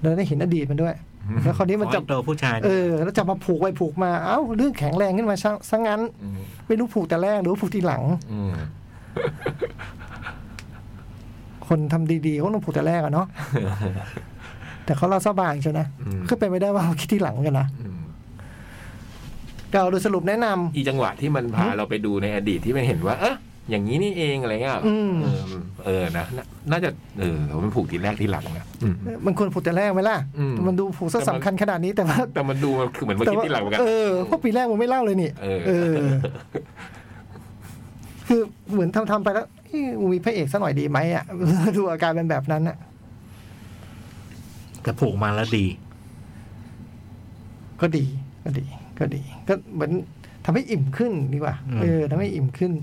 แล้วได้เห็นอดีตมันด้วย แล้วคราวนี้มันจะ
ของไอ้โตผู้ชาย
เอ
เนี่ย
อ แล้วจะมาผูกไว้ผูกมา เอ้า เรื่องแข็งแรงขึ้นมาซะซะงั้น
อืม
ไม่รู้ผูกแต่แรกหรือว่าผูกทีหลัง
อืม
คนทำดีๆเขาต้องผูกแต่แรกอะ เนาะ แต่เขาเล่าซะบางเชียวนะ
อืม
ก็เป็นไปได้ว่าเขาคิดที่หลังกันนะ
อืม
ก็เอาโดยสรุปแนะนำ
อีจังหวะที่มันพาเราไปดูในอดีตที่มันเห็นว่า เอ๊ะอย่างนี้นี่เองอะไรเงี้ย
อืม
เออเออนะน่าน่าจะ เออมันผูกทีแรกทีหลังนะอืม
มันควรผูกแต่แรกไหมล่ะ
อืม
มันดูผูกซะสำคัญขนาดนี้แต่ว่า
แต่มันดูมันคือเหมือนมา
แต่
คิด
ว่า
ทีหลังเหมือนกัน
เออเพราะปีแรกมันไม่เล่าเลยนี่
เออ
อคือเหมือนทำทำๆไปแล้วเอ๊ะมีพระเอกซะหน่อยดีไหมอ่ะ ดูอาการเป็นแบบนั้นอ่ะ
แต่ผูกมาแล้วดี
ก็ดีก็ดี ก็ดี ก็เหมือนทำให้อิ่มขึ้นดีกว่า
อืม
เออทำให้อิ่มขึ้น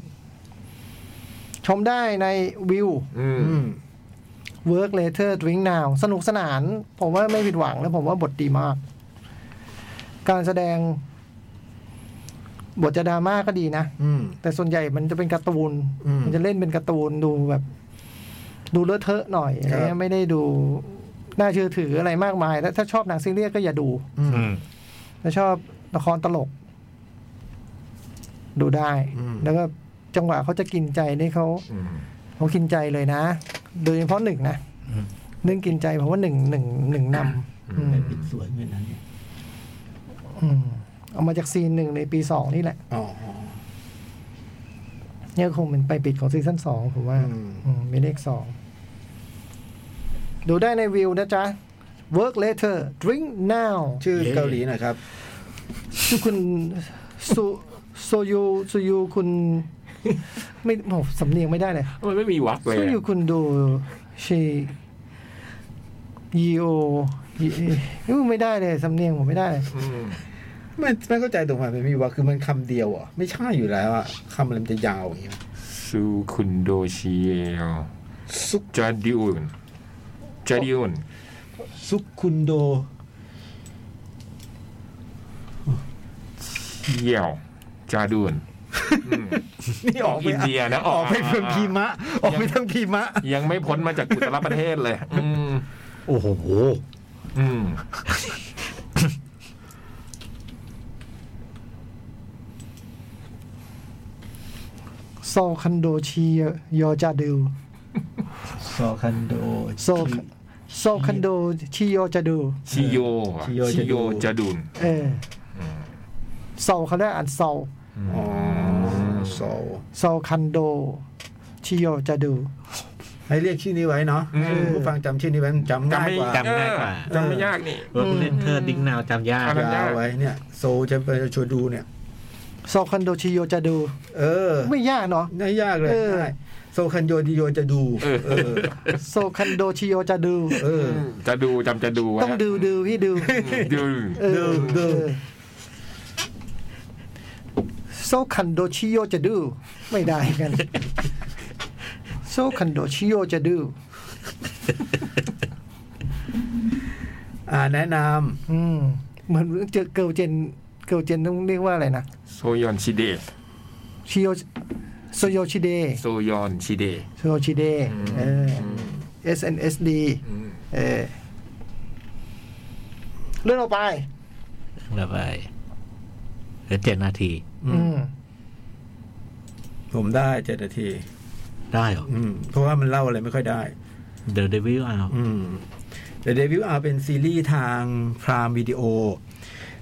ชมได้ในวิว
อืม
อืม
Work Later Drink Now สนุกสนาน ผมว่าไม่ผิดหวังและผมว่าบทดีมาก การแสดง บทจะดราม่าก็ดีนะ
อืม
แต่ส่วนใหญ่มันจะเป็นการ์ตูน
อืม
มันจะเล่นเป็นการ์ตูนดูแบบ ดูเลอะเทอะหน่อยอะไรเงี้ยไม่ได้ดูน่าเชื่อถืออะไรมากมาย แล้วถ้าชอบหนังซีเรียสก็อย่าดู
อืม
อืม
ถ้าชอบละครตลก ดูได้
อืม
แล้วก็จังหวะเขาจะกินใจนี่เขา
อืม
เขากินใจเลยนะ โดยเฉพาะหนึ่งนะ
อืม
เรื่องกินใจเพราะว่าหนึ่งหนึ่งหนึ่งนำอืม
ไม่ปิดสวยเหมือนนั้นเนี่ย
อืมเอามาจากซีนหนึ่งในปีสองนี่แหละ
อ๋อ
เนี่ยคงเป็นไปปิดของซีซั่นสองผมว่า
อืม
อืมมีเลขสองดูได้ในวิวนะจ๊ะ work later drink now
ชื่อเกาหลีหน่อยครับ
ชื่อคุณซูโซยูโซยูคุณ ไม่โอ้โหสำเนียงไม่ได้เลย
มันไม่มีวักเลย
โซ
อะ
ยูคุณดูชียีโอยูไม่ได้เลยสำเนียงผมไม่ได้เลย
อืม
ไม่ไม่เข้าใจตรงไหนมันมีว่าคือมันคำเดียวเหรอ่ะไม่ใช่อยู่แล้วอ่ะคำอะไรมันจะยาวอย่างเงี้ย
ซูคุนโดชิเอล
ซุก
จาดิอุนจาดิอุน
ซุกคุนโด
เยี่ยวจาดูนอืม
นี่ออกไป
อินเดียนะ
ออกไป
อ่า
ทางพีมะ ออกไปทางพีมะ
ยังไม่พ้นมาจากอุตรประเทศเลย อืม
โอ้โห
อืม
โซคันโดชียอจาดู
ซอคันโด
โซโซคันโดชียอจาดู
ชิโย
ชิโย
ชิโยจาดูน
เออเซาเขาเรียกอ่านเซา
อ๋อโซ
เซาคันโด ชิโยจะดู
ให้เรียกชื่อนี้ไว้เนาะให้ผู้ฟังจำชื่อนี้ไว้มันจำง่ายกว่า
จำ ง่ายกว่า
เออจำไม่ยากนี่
เวิร์กเลเทอร์ดิ้งนาวจำยาก
อะไร
ยาวไว้เนี่ยโซจะไปชวนดูเนี่ย
เซาคันโด ชิโยจะดู
เออ
ไม่ยากเนาะ
ไม่ยากเลย
เออ
ง่ายโซคันโยดิโยจะดูเออ
โซคันโด ชิโยจะดู
เออ
จะดูจำจะดูไว้
ต้องดูดูพี่ดู
ดู
เออ
ดูดู
เออโซคันโด ชิโยจะดู ไม่ได้กัน โซคันโด ชิโยจะดู
อ่าแนะนำ
อืม เหมือนเจอเกิลเจน เกิลเจนต้องเรียกว่าอะไรนะ
โซยอนชิเดะ
ชิโยโซโยชิเด
โซยอนชิเดะ
โซชิเดเออ SNSD เออเลื่อนออกไป
แล้วไปเหลือเจ็ดนาที
อืม
ผมได้เจ็ดนาที
ได้เหรอ
อืมเพราะว่ามันเล่าอะไรไม่ค่อยได้
The Devil Out
อืม The Devil Hour เป็นซีรีส์ทางพรามวิดีโอ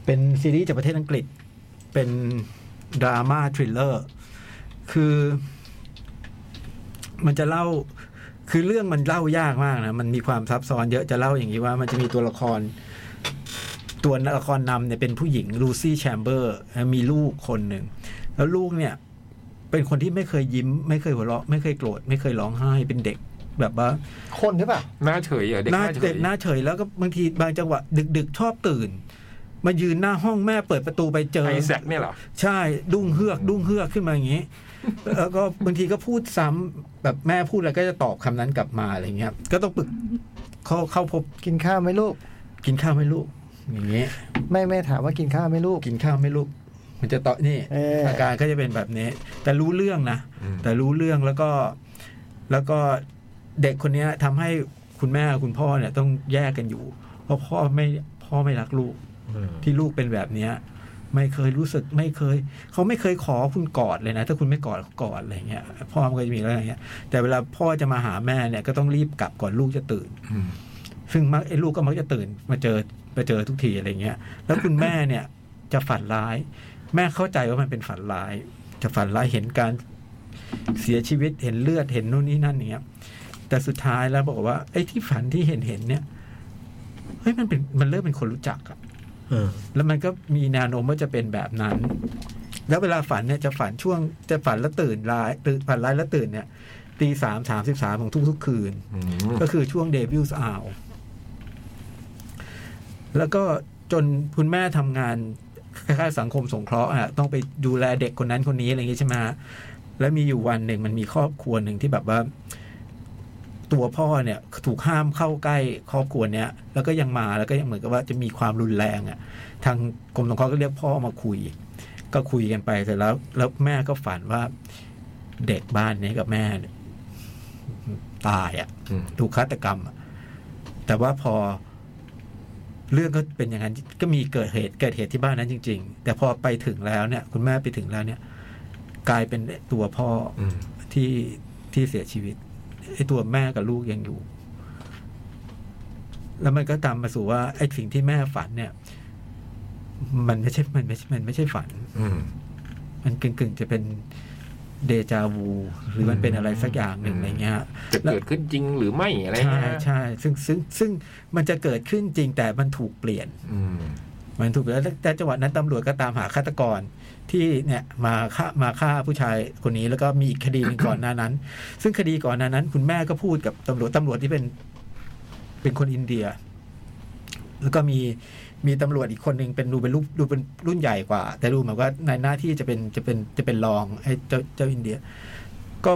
เป็นซีรีส์จากประเทศอังกฤษ เป็นดราม่าทริลเลอร์ คือ มันจะเล่า คือเรื่องมันเล่ายากมากนะ มันมีความซับซ้อนเยอะ จะเล่าอย่างนี้ว่า มันจะมีตัวละคร ตัวละครนำเนี่ยเป็นผู้หญิงลูซี่แชมเบอร์ มีลูกคนหนึ่ง แล้วลูกเนี่ย เป็นคนที่ไม่เคยยิ้ม ไม่เคยหัวเราะ ไม่เคยโกรธ ไม่เคยร้องไห้ เป็นเด็กแบบว่า
คนใช่ป่ะ
หน้าเฉยเหรอเด็ก
ห
ห
น้า
น้าเฉ
เด็
ย
กหน้าเฉยแล้วก็บางทีบางจังหวะดึกๆ ชอบตื่น มายืนหน้าห้องแม่เปิดประตูไปเจอ
ไอแซคเนี่ยเหรอ
ใช่ดุ้งเฮือก ดุ้งเฮือกขึ้นมาอย่างนี้ แล้วก็บางทีก็พูดซ้ำแบบแม่พูดอะไรก็จะตอบคำนั้นกลับมาอะไรเงี้ย ก็ต้องปรึกเข้าเข้าพบ
กินข้าวไหมลูก
กินข้าวไหมลูก อย่างเงี้ย
แม่แม่ถามว่ากินข้าวไหมลูก
กินข้าวไหมลูก มันจะตอบนี่
เอออ
อาการก็จะเป็นแบบนี้ แต่รู้เรื่องนะ
อืม
แต่รู้เรื่องแล้วก็แล้วก็เด็กคนเนี้ยทำให้คุณแม่คุณพ่อเนี่ยต้องแยกกันอยู่ เพราะพ่อไม่พ่อไม่รักลูก ที่ลูกเป็นแบบเนี้ยไม่เคยรู้สึกไม่เคย เขาไม่เคยขอคุณกอดเลยนะ ถ้าคุณไม่กอดเขากอดอะไรเงี้ยพ่อมันก็จะมีเรื่องอย่างเงี้ย แต่เวลาพ่อจะมาหาแม่เนี่ยก็ต้องรีบกลับก่อนลูกจะตื่น
อืม
ซึ่งมักไอ้ลูกก็มักจะตื่นมาเจอมาเจอทุกทีอะไรเงี้ย แล้วคุณแม่เนี่ยจะฝันร้าย แม่เข้าใจว่ามันเป็นฝันร้าย จะฝันร้ายเห็นการเสียชีวิตเห็นเลือดเห็นนู่นนี่นั่นอย่างเงี้ย แต่สุดท้ายแล้วบอกว่าไอ้ที่ฝันที่เห็นเห็นเนี่ยเฮ้ยมันเป็นมันเริ่มเป็นคนรู้จักอะ
เออ
แล้วมันก็มีแนวโน้มว่าจะเป็นแบบนั้น แล้วเวลาฝันเนี่ยจะฝันช่วงจะฝันแล้วตื่นร้ายตื่นฝันร้ายแล้วตื่นเนี่ยตีสามสามสิบสามของทุกๆคืน
อืม
ก็คือช่วงเดบิวส์อาวแล้วก็จนคุณแม่ทำงานคล้ายๆสังคมสงเคราะห์อ่ะต้องไปดูแลเด็กคนนั้นคนนี้อะไรอย่างงี้ใช่ไหมฮะแล้วมีอยู่วันหนึ่งมันมีครอบครัวหนึ่งที่แบบว่า ตัวพ่อเนี่ย ถูกห้ามเข้าใกล้ครอบครัวเนี้ยแล้วก็ยังมาแล้วก็ยังเหมือนกับว่าจะมีความรุนแรงอ่ะ ทางกรมสงเคราะห์ก็เรียกพ่อมาคุย ก็คุยกันไปเสร็จแล้ว แล้วแม่ก็ฝันว่าเด็กบ้านนี้กับแม่เนี่ยตายอ่ะ
อืม
ถูกฆาตกรรมอะแต่ว่าพอเรื่องก็เป็นอย่างนั้น ก็มีเกิดเหตุเกิดเหตุที่บ้านนั้นจริง ๆ แต่พอไปถึงแล้วเนี่ย คุณแม่ไปถึงแล้วเนี่ย กลายเป็นตัวพ่อ
อืม
ที่ที่เสียชีวิตไอ้ตัวแม่กับลูกยังอยู่ แล้วมันก็ตามมาสู่ว่าไอ้สิ่งที่แม่ฝันเนี่ย มันไม่ใช่มันไม่ใช่มันไม่ใช่ฝัน
อืม
มันกึ่งๆจะเป็นเดจาวูหรือมันเป็นอะไรสักอย่างหนึ่งอะไรเงี้ยฮะ
จะเกิดขึ้นจริงหรือไม่อะไร
ใช่
เงี้ย
ใช่ซึ่งซึ่งซึ่งมันจะเกิดขึ้นจริงแต่มันถูกเปลี่ยน
อืม
มันถูกเปลี่ยนแล้วแต่จังหวะนั้นตำรวจก็ตามหาฆาตกรที่เนี่ยมาฆ่ามาฆ่าผู้ชายคนนี้แล้วก็มีอีกคดีหนึ่ง ก่อนหน้านั้น ซึ่งคดีก่อนหน้านั้น คุณแม่ก็พูดกับตำรวจตำรวจที่เป็นเป็นคนอินเดีย แล้วก็มีมีตำรวจอีกคนหนึ่งเป็นดูเป็นลูกดูเป็นรุ่นใหญ่กว่า แต่ดูเหมือนว่าในหน้าที่จะเป็นจะเป็นจะเป็นรองไอ้เจ้าเจ้าอินเดีย ก็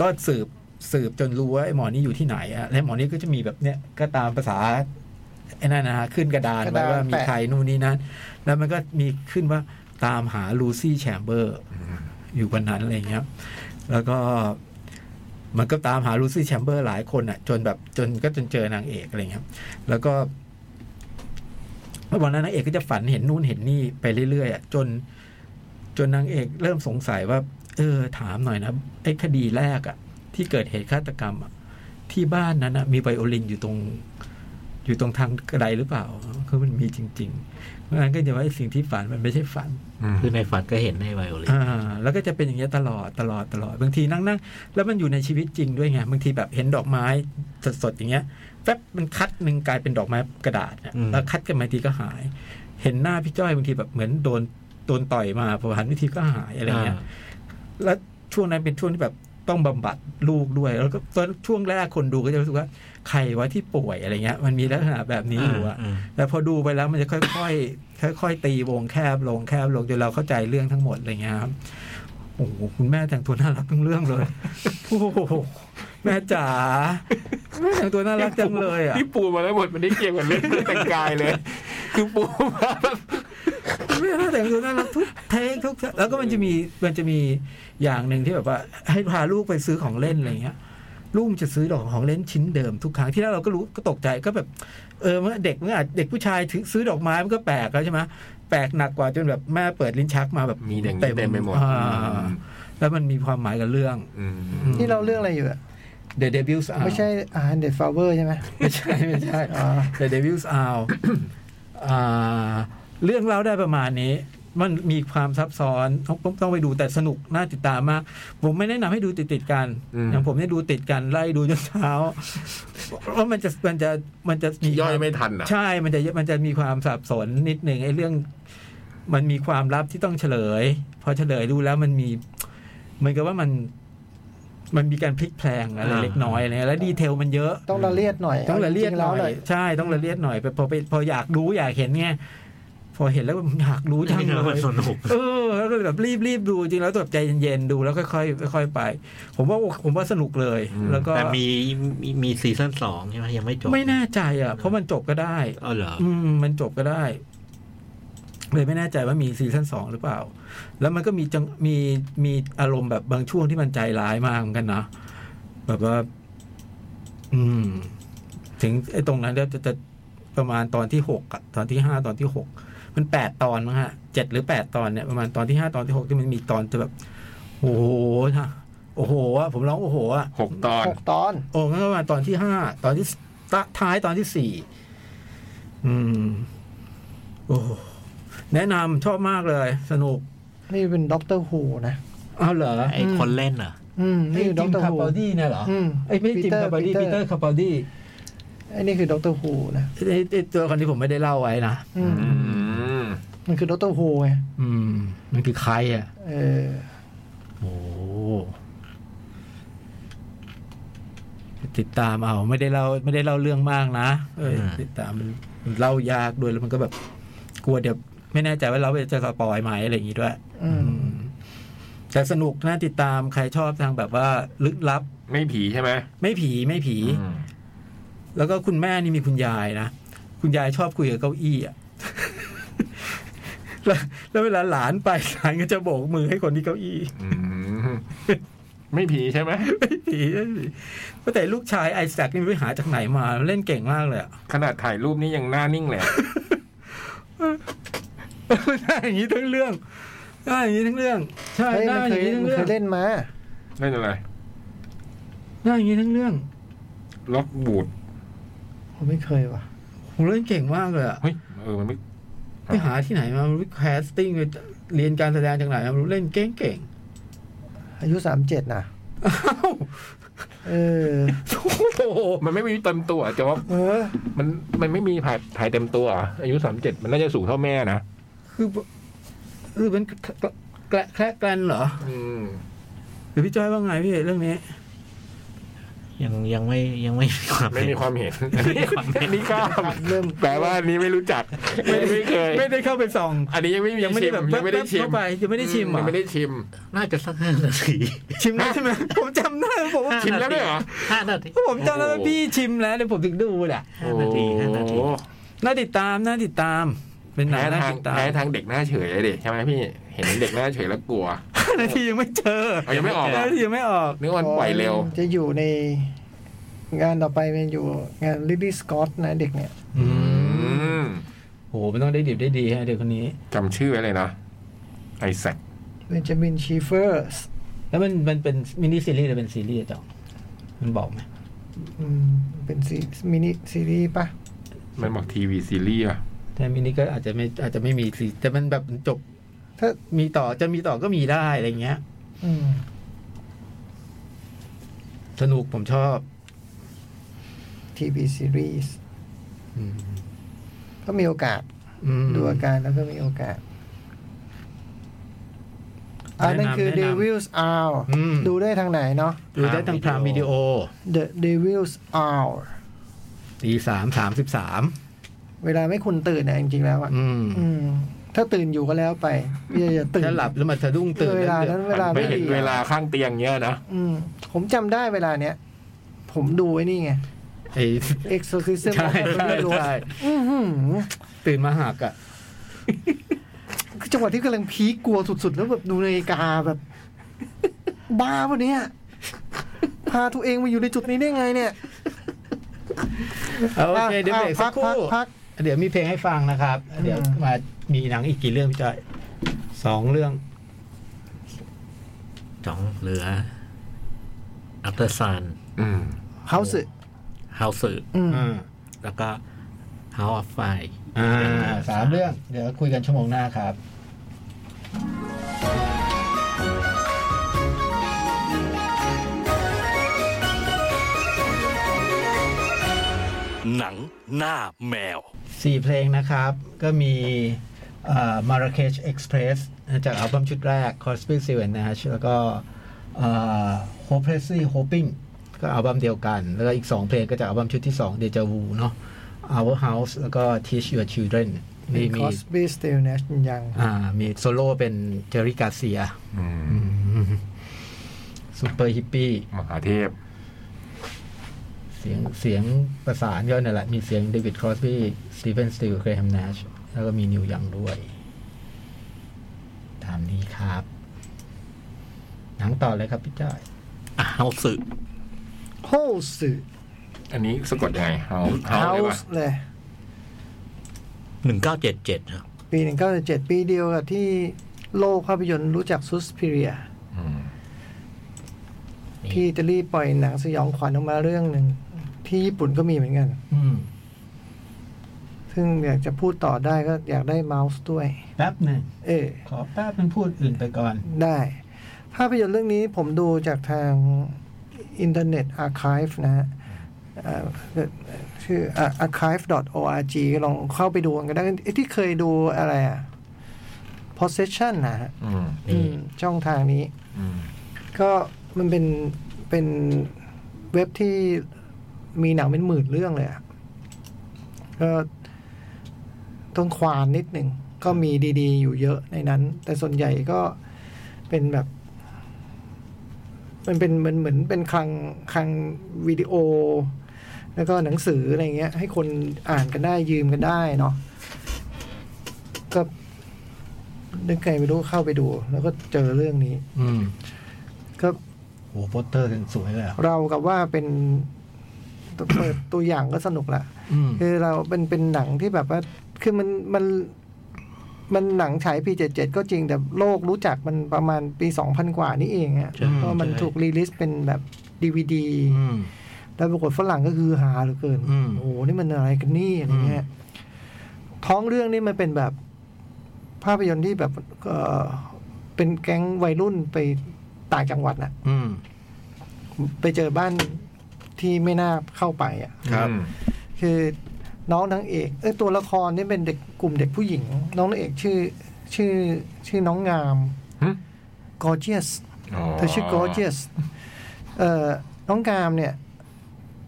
ก็สืบสืบจนรู้ว่าไอ้หมอนี่อยู่ที่ไหนอะและหมอนี่ก็จะมีแบบเนี้ยก็ตามภาษาไอ้นั่นนะฮะขึ้นกระดาน
กระดาน
ไว้ว่ามี
แปะ
ใครนู่นนี่นั่นแล้วมันก็มีขึ้นว่าตามหาลูซี่แชมเบอร์ อยู่วันนั้นอะไรเงี้ย แล้วก็มันก็ตามหาลูซี่แชมเบอร์หลายคนอ่ะ จนแบบจนก็จนเจอนางเอกอะไรเงี้ย แล้วก็วันนั้นนางเอกก็จะฝันเห็นนู่นเห็นนี่ไปเรื่อยๆอ่ะจน จนนางเอกเริ่มสงสัยว่า เออ ถามหน่อยนะไอ้คดีแรกอ่ะ ที่เกิดเหตุฆาตกรรมอ่ะที่บ้านนั้นอ่ะ มีไวโอลินอยู่ตรง อยู่ตรงทางกระไดหรือเปล่าคือมันมีจริงๆเพราะฉะนั้นก็จะว่าไอ้สิ่งที่ฝันมันไม่ใช่ฝัน
คือในฝันก็เห็นในไวโอลิน
อ่าแล้วก็จะเป็นอย่างเงี้ยตลอดตลอดตลอดบางทีนั่งนั่งแล้วมันอยู่ในชีวิตจริงด้วยไงบางทีแบบเห็นดอกไม้สดๆอย่างเงี้ยแป๊บมันคัดหนึ่งกลายเป็นดอกไม้กระดาษเนี่ย
อืม
แล้วคัดกันมาทีก็หาย เห็นหน้าพี่จ้อยบางทีแบบเหมือนโดนโดนต่อยมาพอหันวิธีก็หายอะไรเงี้ย แล้วช่วงนั้นเป็นช่วงที่แบบต้องบำบัดลูกด้วย แล้วก็ตอนช่วงแรกคนดูก็จะรู้สึกว่าใครวะที่ป่วยอะไรเงี้ย มันมีลักษณะแบบนี้อยู่อะ
ม
แต่พอดูไปแล้วมันจะค่อยๆ ค่อยๆ ตีวงแคบลงแคบลงจนเราเข้าใจเรื่องทั้งหมดอะไรเงี้ยครับ โอ้โหคุณแม่แต่งตัวน่ารักทั้งเรื่องเลย โอ้โหแม่จ๋าแม่แต่งตัวน่ารักจังเลยอ่ะ
ที่ปูมาแล้วหมดมันได้เกี่ยวกับเรื่องแต่งกายเลย คือปูมาแบบ
แม่แต่งตัวน่ารักทุกเทคทุกแล้วก็มันจะมีมันจะมีอย่างหนึ่งที่แบบว่า ให้พาลูกไปซื้อของเล่นอะไรเงี้ย ลูกมันจะซื้อดอกของเล่นชิ้นเดิมทุกครั้งที่แรกเราก็รู้ก็ตกใจก็แบบ เออเมื่อเด็กเมื่ออาจเด็กผู้ชายถือซื้อดอกไม้มันก็แปลกแล้วใช่ไหมแปลกหนักกว่าจนแบบแม่เปิดลิ้นชักมาแบบ
มีอย่างนี้เต็มไปหมด
อ่าแล้วมันมีความหมายกับเรื่อง
อืม
ที่เราเรื่องอะไรอยู่อะ
The Devil's Hour
ไม่ใช่อาหารเด็ดฟลาเวอร์ใช่ไหม
ไม่ใช่ ไม่ใช่
อ่า
The Devil's Hour อ่าเรื่องเล่าได้ประมาณนี้ มันมีความซับซ้อนต้องต้องต้องไปดูแต่สนุกน่าติดตามมาก ผมไม่แนะนำให้ดูติดติดๆกัน อย่างผมเนี่ยดูติดกันไล่ดูจนเช้าเพราะมันจะมันจะมันจะมี
ย่อยไม่ทันอ่ะ
ใช่ มันจะมันจะมีความสับสนนิดหนึ่งไอ้เรื่อง มันมีความลับที่ต้องเฉลย พอเฉลยดูแล้วมันมีเหมือนกับว่ามัน มันมีการพลิกแพลงอะไร
อ่า
เล็กน้อยอะไรเงี้ยแล้วดีเทลมันเยอะ
ต้องละเลียดหน่อย
ต้องละเลียด
จริๆ
ห
แว
น่อยใช่ต้องละเลียดหน่อยไปพอไปพออยากรู้อยากเห็นไงพอเห็นแล้วมันอยากรู้จัง
นี่
เล
มัน
ย
สนุก
เออแล้วก็แบบรีบรีบดูจริงแล้วแบบใจเย็นๆดูแล้วค่อยๆค่อยๆไป ผมว่าผมว่าสนุกเลย แล้วก็
แต่มีมีมีซีซั่นสองใช่ไหมยังไม่จบ
ไม่แน่ใจอ่ะเพราะมันจบก็ได้
เออเหรอ
อืมมันจบก็ได้เลยไม่แน่ใจว่ามีซีซั่นสองหรือเปล่า แล้วมันก็มีจังมีมีอารมณ์แบบบางช่วงที่มันใจร้ายมากเหมือนกันนะแบบว่า อืม ถึงไอ้ตรงนั้นแล้วจะจะประมาณตอนที่หกอะตอนที่ห้าตอนที่หกมันแปดตอนมั้งฮะเจ็ดหรือแปดตอนเนี่ยประมาณตอนที่ห้าตอนที่หกที่มันมีตอนจะแบบ โอ้โหนะโอ้โหอะผมร้องโอ้โหอะ
หกตอน
หกตอน
โอ้งั้นก็มาตอนที่ห้าตอนที่สตะท้ายตอนที่สี่อืม โอ้แนะนำชอบมากเลย สนุก
นี่เป็นด็อกเตอร์ฮูนะ
อ้าวเหรอ
ไอคนเล่นเหรอ
อืม นี่
นี่
คือ
จิ
ด็อกเตอร์
มคา
ฮู
ปาดี้เนี่ยเหรอ
อืม
ไอ้ยไม่ใช่จิมคาปาดี้ปีเตอร์คาปาดี้
ไอ้นี่คือด็อกเตอร์ฮูนะ
ไอ้ไอ้ตัวคนนี้ผมไม่ได้เล่าไว้นะ
อืม
อืม
มันคือด็อกเตอร์ฮูไง
อืม มันคือใครอ่ะ
เออ
โอ้ติดตามเอาไม่ได้เล่าไม่ได้เล่าเรื่องมากนะเออ
อ่า
ติดตามมันมันเล่ายากด้วยแล้วมันก็แบบ กลัวเดี๋ยวไม่แน่ใจว่าเราจะสปอยไหมอะไรอย่างงี้ด้วย
อืม
อืมแต่สนุกนะติดตามใครชอบทางแบบว่า ลึกลับ
ไม่ผีใช่ไหม
ไม่ผีไม่ผี
อืม
แล้วก็ คุณแม่นี่มีคุณยายนะ คุณยายชอบคุยกับเก้าอี้อ่ะ แล้วแล้วเวลาหลานไปหลานก็จะโบกมือให้คนที่เก้าอี้
อืมไม่ผีใช่ไหม
ไม่ผีไม่ผีแต่ลูกชายไอแซคนี่ไม่รู้หาจากไหนมาเล่นเก่งมากเลยอะ
ขนาดถ่ายรูปนี้ยังหน้านิ่งเลย
หน้าอย่างนี้ทั้งเรื่องหน้าอย่างนี้ทั้งเรื่อง ใช่
เฮ้ย
ห
มั
น้านอ
เค
ย่าง
ย
นี้ทั้ง
มัน
เรื่
เค
อง
ยเล่นมา
นั่นอะไร
หน้าอย่างนี้ทั้งเรื่อง
ล็อกบูด
ผมไม่เคยว่ะ
ผมเล่นเก่งมากเลยอะ
เฮ้ยเออมันไม่
ไปหาที่ไหนมาไม่รู้แคสติ้งไปเรียนการแสดงจากไหนมาไม่รู้เล่นเก่งเก่ง
อายุสามเจ็ดนะ
ๆอ้าว
เอ อ
โอ้โห
มันไม่มีเต็มตัวจอบ
เออ
มันมันไม่มีถ่ายถ่ายเต็มตัวเหรออายุสามเจ็ดมันน่าจะสูงเท่าแม่นะ
คือคือเป็นแกละแคละแกลนเหรอ
อืม
หรือพี่จ้อยว่าไงพี่เรื่องนี้
ยังยังไม่ยังไม่มีความ
ไม่มีความเห็นอันนี้อันนี้ข้าม
เริ่ม
แปลว่าอันนี้ไม่รู้จัก ไม่ไม่เคย
ไม่ได้เข้าไปส่อง
อันนี้ยังไม่มี
ยังไม่ได้
ชิ
แบบ
ยังไม่ได้
แว๊บๆ
ชิม
เข้าไปยังไม่ได้ชิมเหรอ
ยังไม่ได้ชิม
น่าจะสักห้านาที
ชิมแล้วใช่ไหมผมจำได้ผมว่า
ชิมแล้วด้วยเหรอ
ห้านาที
ผมจำได้ว่าพี่ชิมแล้วเดี๋ยวผมถึงดูแหละ
ห้านาทีห้านาที
โอ้โห
น่าติดตามน่าติดตาม เป็นหนัง
แพ้
น่า
ทาง
ติดตาม
แพ้ทางเด็กหน้าเฉยเลยดิใช่ไหมพี่ เห็นเด็กหน้าเฉยแล้วกลัว
ห้านาทียังไม่เจอ
เอายังไม่ออกเหรอ
ห้านาทียังไม่ออก
นึกว่าปล่อยเร็ว
จะอยู่ในงานต่อไปมันอยู่งานลิลลี่สกอตนะเด็กเนี่ย
อื
อื
ม
ม
โหมันต้องได้ดิบได้ดีฮะเด็กคนนี้
จำชื่อไว้เลยนะไอแซค
เบนจามินชีเฟอร์ส
แล้วมันมันเป็นมินิซีรีส์หรือเป็นซีรีส์อะจ๊ะมันบอกไหม
อืมเป็นซีมินิซีรีส์ปะ
มันบอกทีวีซีรีส์อ่ะ
แต่มินิก็อาจจะไม่อาจจะไม่มีซีแต่มันแบบจบ
ถ้า
มีต่อจะมีต่อก็มีได้อะไรเงี้ย
อืม
สนุกผมชอบ
ทีวีซีรีส์
อืม
ก็มีโอกาส
อืม
ดูอาการแล้วก็มีโอกาส อัน
แนะนำ
นั้นคือ
แนะนำ
Devil's Hour
อืม
ดูได้ทางไหนเนาะ
ดูได้ทางพรามวิดีโอ
The Devil's Hour
ตีสามสามสิบสาม
เวลาไม่คุณตื่นเนี่ยจริงๆแล้วอ่ะ
อืม
อืม ถ้าตื่นอยู่ก็แล้วไปอย่าอย่าตื่น
ถ้าหลับแล้วมันสะดุ้งตื่น
เวลานั้นเวลา
ไม่เห็นเวลาข้างเตียงเงี้ยนะ
อืม ผมจำได้เวลาเนี้ย ผมดูไอ้นี่ไง
ไอ้
Exorcism
ใช่
of
ใช่
Emily Rose
ใช่
อื้อหือ
ตื่นมาหักอ่ะ
คือจังหวะที่กำลังพีคกลัวสุดๆ แล้วแบบดูนาฬิกาแบบ บ้าปะเนี่ย พาตัวเองมาอยู่ในจุดนี้ได้ไงเนี่ย
เอาโอเคเดี๋ยวเบรกสักครู่
อ่ะพัก
เดี๋ยวมีเพลงให้ฟังนะครับ เดี๋ยว
อืม
มามีหนังอีกกี่เรื่องพี่จอยสองเรื่อง
จ้องเหลืออัลเตอร์ซาน
อืม
เฮาสึ
เฮาสึ
อืม
อ่า
แล้วก็เฮาออฟไฟ
อ่าสามเรื่อง เดี๋ยวคุยกันชั่วโมงหน้าครับ
หนังหน้าแมว
สี่เพลงนะครับ ก็มีมาราเคชเอ็กซ์เพรสจากอัลบั้มชุดแรก Crosby s t i l l Nash แล้วก็เอ่อ Hopelessly Hoping ก็อัลบั้มเดียวกัน แล้วก็อีก 2 เพลงก็จากอัลบั้มชุดที่ 2 Deja Vu เนาะ Our House แล้วก็ Teach Your Children
มี
นี่
ค
มี
อสบีสเตลเนชยัง
อ่ามีโซโล่เป็นเจอริกาเซีย
อืม
ซูเปอร์ฮิปปี้
มหาเทพ
เสียงเสียงประสานก็นั่นแหละ มีเสียงเดวิดครอสบี้สตีเฟนสตีลเกรแฮมแนชแล้วก็มีนิวยังด้วย ตามนี้ครับ หนังต่อเลยครับพี่จ้อย
อ่ะเฮาสึ
โฮสึ
อันนี้สะกดยังไงเฮาเฮา
เฮา
เลยวะ
ส์เลย
หนึ่งเก้าเจ็ดเจ็ดครับ
ปี 1977 ปีเดียวกับที่โลกภาพยนตร์รู้จักซุสพิเรีย
อืม
นี่
ที่อิตาลีปล่อยหนังสยองขวัญออกมาเรื่องหนึ่ง ที่ญี่ปุ่นก็มีเหมือนกัน
อืม
ซึ่งอยากจะพูดต่อได้ก็อยากได้เมาส์ด้วย
แป๊บหนึ่ง
เออ
ขอแป๊บเป็นงพูดอื่นไปก่อน
ได้ ภาพยนตร์เรื่องนี้ผมดูจากทางอินเทอร์เน็ตอาร์คีฟนะฮะเอ่อชื่อ archive.org ก็ลองเข้าไปดูกันก็ได้เอ้ยที่เคยดูอะไรอะ possession นะฮะ
อืม
นี่
อืมช่องทางนี้
อืม
ก็มันเป็นเป็นเว็บที่มีหนังเป็นหมื่นเรื่องเลยอะก็ต้องควานนิดหนึ่ง ก็มีดีๆ อยู่เยอะในนั้น แต่ส่วนใหญ่ก็เป็นแบบ มันเป็นเหมือนเหมือนเป็นคลังคลังวิดีโอ แล้วก็หนังสืออะไรเงี้ย ให้คนอ่านกันได้ยืมกันได้เนาะก็ นึกใครไม่รู้เข้าไปดู แล้วก็เจอเรื่องนี้
อืม
ก็
โอ้โหโปสเตอร์กันสวยเลยอะ
เรากับว่าเป็นเปิดตัวอย่างก็สนุกละ
อืม
คือเราเป็นเป็นหนังที่แบบว่า คือมันมันมันหนังฉายปีเจ็ดเจ็ดก็จริงแต่โลกรู้จักมันประมาณปีสองพันกว่านี่เองอะ
ใช่
เพราะมัน
ใช่
ถูกรีลิสเป็นแบบดีวดี
อืม
แล้วปรากฏฝรั่งก็คือหาเหลือเกิน
อืม
โอ้โห นี่มันอะไรกันนี่อะไรเงี้ย ท้องเรื่องนี่มันเป็นแบบภาพยนตร์ที่แบบเอ่อเป็นแก๊งวัยรุ่นไปต่างจังหวัดน่ะ
อืม
ไปเจอบ้านที่ไม่น่าเข้าไปอ่ะ
ครับ
อืม
คือน้องนางเอกเอ้ยตัวละครนี่เป็นเด็กกลุ่มเด็กผู้หญิง น้องนางเอกชื่อ ชื่อชื่อน้องงาม
หึ
gorgeous
อ๋อ
เธอชื่อ gorgeous เอ่อน้องงามเนี่ย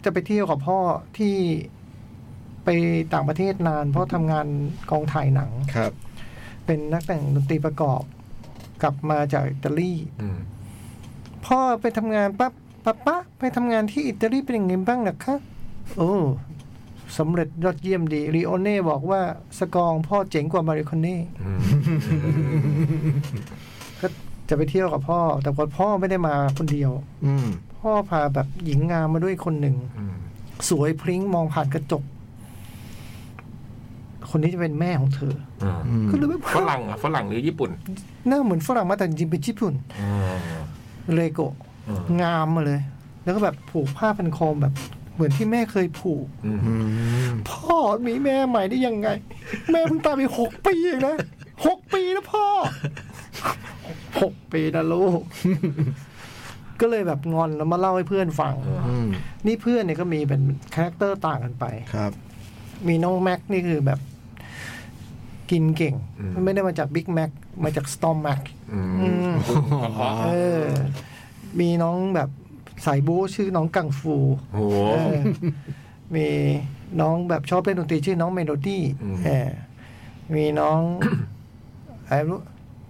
จะไปเที่ยวกับพ่อที่ไปต่างประเทศนาน เพราะทำงานกองถ่ายหนัง
ครับ
เป็นนักแต่งดนตรีประกอบ กลับมาจากอิตาลี
อืม
พ่อไปทำงานปั๊บป๊าป๊าไปทำงานที่อิตาลีเป็นยังไงบ้างนะคะโอ้สำเร็จยอดเยี่ยมดีรีโอเน่บอกว่าสกองพ่อเจ๋งกว่ามาริโคเน่
อืม
ก็จะไปเที่ยวกับพ่อ แต่ว่าพ่อไม่ได้มาคนเดียว
อืม
พ่อพาแบบหญิงงามมาด้วยคนหนึ่ง
อืม
สวยพริ้งมองผ่านกระจก คนนี้จะเป็นแม่ของเธอ
อืม
อืม
ก็เลยแบบ
ฝรั่งอ่ะฝรั่งหรือญี่ปุ่น
หน้าเหมือนฝรั่งมาแต่จริงๆเป็นญี่ปุ่น
อืม
เลโกะ
อืม
งามมาเลย แล้วก็แบบผูกผ้าพันคอแบบ เหมือนที่แม่เคยผูก
อืม
อืม
พ่อมีแม่ใหม่ได้ยังไง แม่เพิ่งตายไปหกปีเองนะหกปีนะพ่อหกปีนะลูก ก็เลยแบบงอนแล้วมาเล่าให้เพื่อนฟัง
อืม
นี่เพื่อนเนี่ยก็มีเป็นคาแรคเตอร์ต่างกันไป
ครับ
มีน้องแม็กนี่คือแบบ กินเก่ง
อืม
ไม่ได้มาจากบิ๊กแม็กมาจากสตอมแม็ก
อืม
อืม
เพราะ
เออ มีน้องแบบสายบู๊ชื่อน้องกังฟู
โอ้โห
เออมีน้องแบบชอบเล่นดนตรีชื่อน้องเมโลดี้
อืม
เออมีน้อง อะไรไม่รู้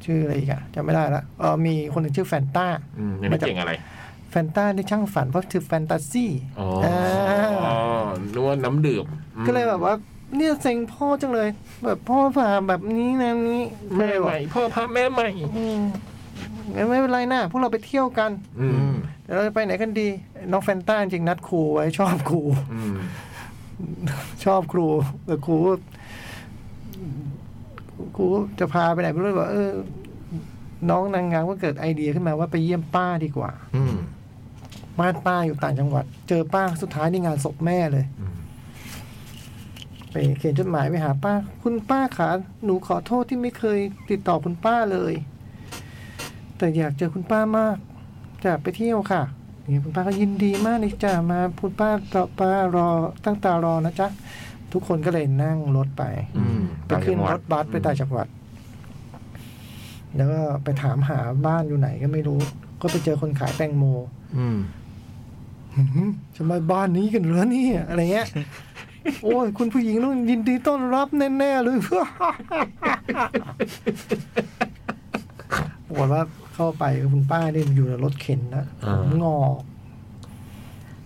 ชื่ออะไรอีกอะจำไม่ได้ละเออมีคนหนึ่งชื่อแฟนตา
อืมยังไม่เก่งอะไร
แฟนตานี่ช่างฝันเพราะคือแฟนตาซี
อ๋อ
อ่า
อ๋อนึกว่าน้ำดื่มอืม
ก็เลยแบบว่า เนี่ยเซ็งพ่อจังเลย แบบพ่อพาแบบนี้นะนี้
แม่ใหม่ พ่อพาแม่ใหม่
อืมงั้นไม่เป็นไรนะพวกเราไปเที่ยวกัน
อืม
เดี๋ยวเราจะไปไหนกันดี น้องแฟนตาจริงนัดครูไว้ชอบครู
อืม
ชอบครูแต่ครูก็ครูก็จะพาไปไหนไม่รู้ว่าเออ น้องนางงามก็เกิดไอเดียขึ้นมาว่าไปเยี่ยมป้าดีกว่า
อืม
บ้านป้าอยู่ต่างจังหวัด เจอป้าสุดท้ายในงานศพแม่เลย
อืม
ไปเขียนจดหมายไปหาป้า คุณป้าขาหนูขอโทษที่ไม่เคยติดต่อคุณป้าเลย แต่อยากเจอคุณป้ามากจะไปเที่ยวค่ะอย่างเงี้ยคุณป้าก็ยินดีมากเลยจ้ะมาคุณป้าต่อป้ารอตั้งตารอนะจ๊ะทุกคนก็เลยนั่งรถไป
อืม
ไปขึ้นรถบัสไปต่างจังหวัด แล้วก็ไปถามหาบ้านอยู่ไหนก็ไม่รู้ ก็ไปเจอคนขายแตงโม
อืม
หืมจะมาบ้านนี้กันเหรือเนี่ยอะไรเงี้ย โอ้ยคุณผู้หญิงต้องยินดีต้อนรับแน่ ๆ เลยเพื่อ ปรากฏว่าเข้าไปคุณป้าเนี่ยอยู่ในรถเข็นนะ
อ่าง
อก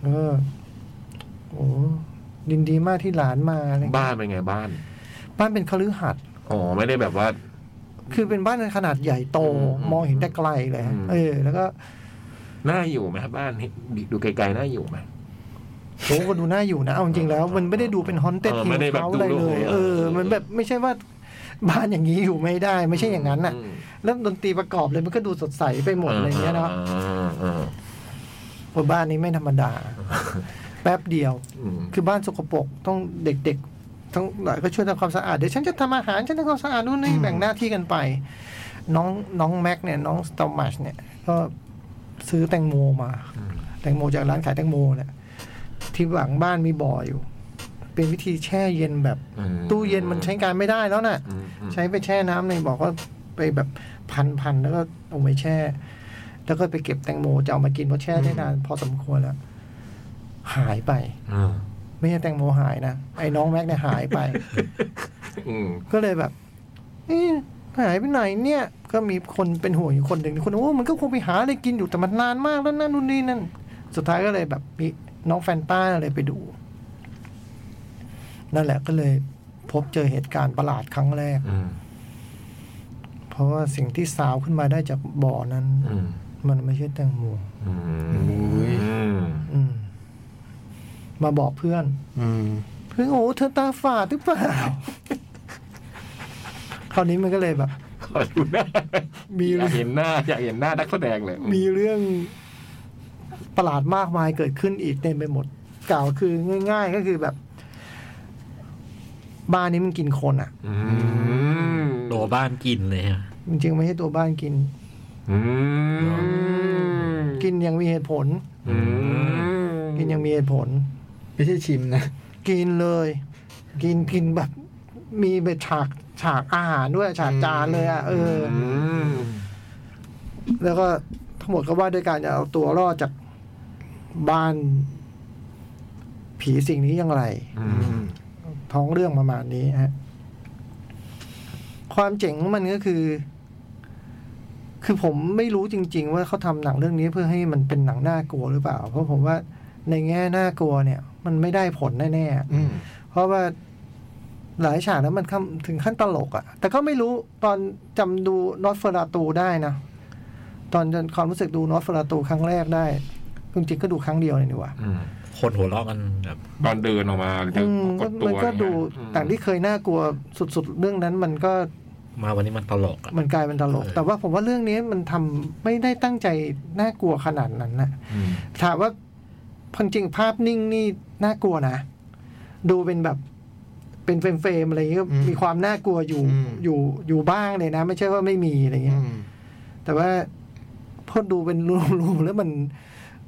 เออโอ้ยินดีมากที่หลานมาอะไรเงี้ย
บ้านเป็นไงบ้าน
บ้านเป็นคฤหัสถ์
อ๋อ ไม่ได้แบบว่า
คือเป็นบ้านขนาดใหญ่โต
อืมอืม
มองเห็นแต่ไกลเลย
อืม
เออ แล้วก็
น่าอยู่ไหมครับบ้านนี้ดูไกลๆน่าอยู่ไหม
โอ้ก็ดูน่าอยู่นะ เอาจริงๆแล้ว มันไม่ได้ดูเป็นฮอนเต็ด
เออ
ฮิ
ไม่
ล
ได้แบบ
เขา
ดู
อะไรเลย
โลก
เออ
เออ
มันแบบไม่ใช่ว่าบ้านอย่างนี้อยู่ไม่ได้ ไม่ใช่อย่างนั้นน่ะ
ม
แล้วดนตรีประกอบเลยมันก็ดูสดใสไปหมดอะไรเงี้ยเนาะ
อ่าอ่า
เพราะบ้านนี้ไม่ธรรมดา แป๊บเดียว
อืม
คือบ้านสกปรกต้องเด็กๆ ทั้งหลายก็ช่วยทำความสะอาด เดี๋ยวฉันจะทำอาหารฉันทำความสะอาดนู่นนี่แบ่งหน้าที่กันไป น้องน้องแม็กเนี่ย น้องสตอมมัชเนี่ย ก็ซื้อแตงโมมา แตงโมจากร้านขายแตงโมเนี่ยที่หลังบ้านมีบ่ออยู่ เป็นวิธีแช่เย็นแบบ
อืม
ตู้เย็นมันใช้การไม่ได้แล้วน่ะ
อืมอืม
ใช้ไปแช่น้ำในบ่อก็ไปแบบพันพันแล้วก็เอาไปแช่ แล้วก็ไปเก็บแตงโมจะเอามากินเพราะแช่ได้นานพอสมควรแล้ว หายไป
อ่า
ไม่ใช่แตงโมหายนะ ไอ้น้องแม็กเนี่ยหายไป
อืม
ก็เลยแบบเอ๊ะหายไปไหนเนี่ย ก็มีคนเป็นห่วงอยู่คนหนึ่งคนโอ้มันก็คงไปหาอะไรกินอยู่แต่มันนานมากแล้วนั่นนู่นนี่นั่น สุดท้ายก็เลยแบบมีน้องแฟนต้าอะไรไปดู นั่นแหละก็เลยพบเจอเหตุการณ์ประหลาดครั้งแรก
อืม
พ เพราะว่าสิ่งที่สาวขึ้นมาได้จากบ่อนั้น
อืม
มันไม่ใช่แตงโม
อื
ย
ม
อืม มาบอกเพื่อน
อืม
เพื่อนโอ้เธอตาฝาดหรือเปล่า คราวนี้มันก็เลยแบบ
ขอดูหน้า
มี
อยากเห็นหน้าอยากเห็นหน้านักแสดงเลย
มีเรื่องประหลาดมากมายเกิดขึ้นอีกเต็มไปหมด กล่าวคือง่าย ๆ ก็คือแบบ บ้านนี้มันกินคนอ่ะ
อืม
โดบ้านกินเลยฮะ
จริงๆไม่ใช่ตัวบ้านกิน
อืม
กินอยังมีเหตุผล
อืม
กินอยังมีเหตุผล
ไม่ใช่ชิมนะ
กินเลย กินกินแบบ มีแบบฉากฉากอาหารด้วยฉากจานเลยอ่ะเออ
อืม
แล้วก็ทั้งหมดก็ว่าด้วยการจะเอาตัวรอดจากบ้าน ผีสิ่งนี้อย่างไร
อืม
ท้องเรื่องประมาณนี้ฮะ ความเจ๋งของมันก็คือ คือผมไม่รู้จริง ๆ ว่าเขาทำหนังเรื่องนี้เพื่อให้มันเป็นหนังน่ากลัวหรือเปล่า เพราะผมว่าในแง่น่ากลัวเนี่ย มันไม่ได้ผลแน่
อืม
ๆ เพราะว่าหลายฉากแล้วมันเข้าถึงขั้นตลกอะแต่ก็ไม่รู้ตอนจำดูนอตเฟอราตูได้นะ ตอนจนความรู้สึกดูนอตเฟอราตูครั้งแรกได้ จริงๆก็ดูครั้งเดียวเลยนี่หว่า
อืม
คนหัวเราะกันแบบ
ตอนเดินออกมาหรือจะ
อืม
ก
ก็
ดตัว
มันก็ดู
อะไรเงี้ย
แต่างที่เคยน่ากลัวสุดๆ เรื่องนั้นมันก็
มาวันนี้มันตลกอะ
มันกลายเป็นตลก แต่ว่าผมว่าเรื่องนี้มันทำไม่ได้ตั้งใจน่ากลัวขนาดนั้นนะ
อืม
ถามว่าพังจริงๆภาพนิ่งนี่น่ากลัวนะ ดูเป็นแบบเป็นเฟรมๆอะไรอย่างเงี้ยก็
อืม
มีความน่ากลัวอยู่
อืม
อยู่อยู่บ้างเลยนะ ไม่ใช่ว่าไม่มีอะไร
อื
เงี้ย
ม
แต่ว่าพอดูเป็นรูปๆแล้วมัน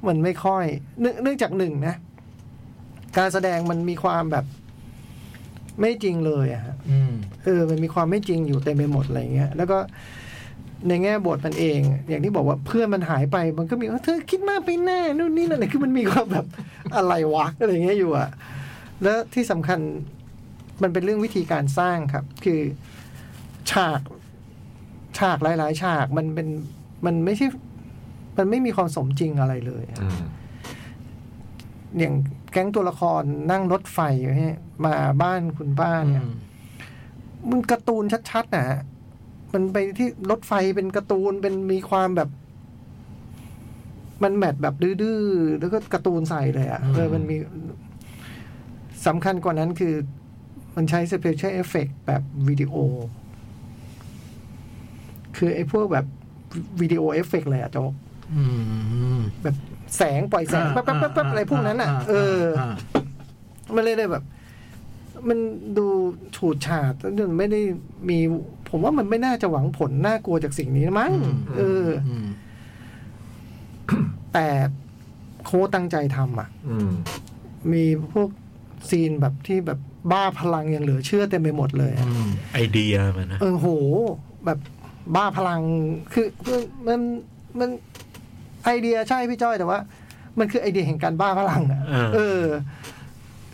มันไม่ค่อยเนื่องเนื่องจากหนึ่งนะ การแสดงมันมีความแบบไม่จริงเลยอะฮะ
อืม
เออ มันมีความไม่จริงอยู่เต็มไปหมดอะไรเงี้ย แล้วก็ในแง่บทมันเอง อย่างที่บอกว่าเพื่อนมันหายไป มันก็มีว่าเธอคิดมากไปแน่นู่นนี่นั่นอะไรคือมันมีความแบบ อะไรวะอะไรเงี้ยอยู่อะแล้วที่สำคัญมันเป็นเรื่องวิธีการสร้างครับ คือฉาก ฉากหลาย ๆ ฉากมันเป็นมันไม่ใช่ มันไม่มีความสมจริงอะไรเลยอะ
อืม
อย่างแก๊งตัวละครนั่งรถไฟเนี่ยมาบ้านคุณป้าเนี่ยมันการ์ตูนชัดๆนะฮะมันไปที่รถไฟเป็นการ์ตูนเป็นมีความแบบ มันแมทแบบดื้อๆแล้วก็การ์ตูนใส่เลยอะ่ะเออมันมีสำคัญกว่านั้นคือมันใช้สเปเชียลเอฟเฟกแบบวิดีโอ คือไอ้พวกแบบวิดีโอเอฟเฟกเลยอะ่ะโจ๊ก
อืม
แบบแสงปล่อยแสงแป๊บๆๆๆอะไรพวกนั้นอ่ะ เออ
า
มันเลยได้แบบ มันดูฉูดฉาดจนไม่ได้มี ผมว่ามันไม่น่าจะหวังผลน่ากลัวจากสิ่งนี้มั้งเออ
อืม
แต่โคดตั้งใจทำอ่ะ
อืม
มีพวกซีนแบบที่แบบบ้าพลังยังเหลือเชื่อเต็มไปหมดเลยอะ
อืม
ไอเดียมันนะ
เออโห แบบบ้าพลังคือคือมันมันไอเดียใช่พี่จ้อยแต่ว่า มันคือไอเดียแห่งการบ้าพลังอ่ะ
เออ
เออ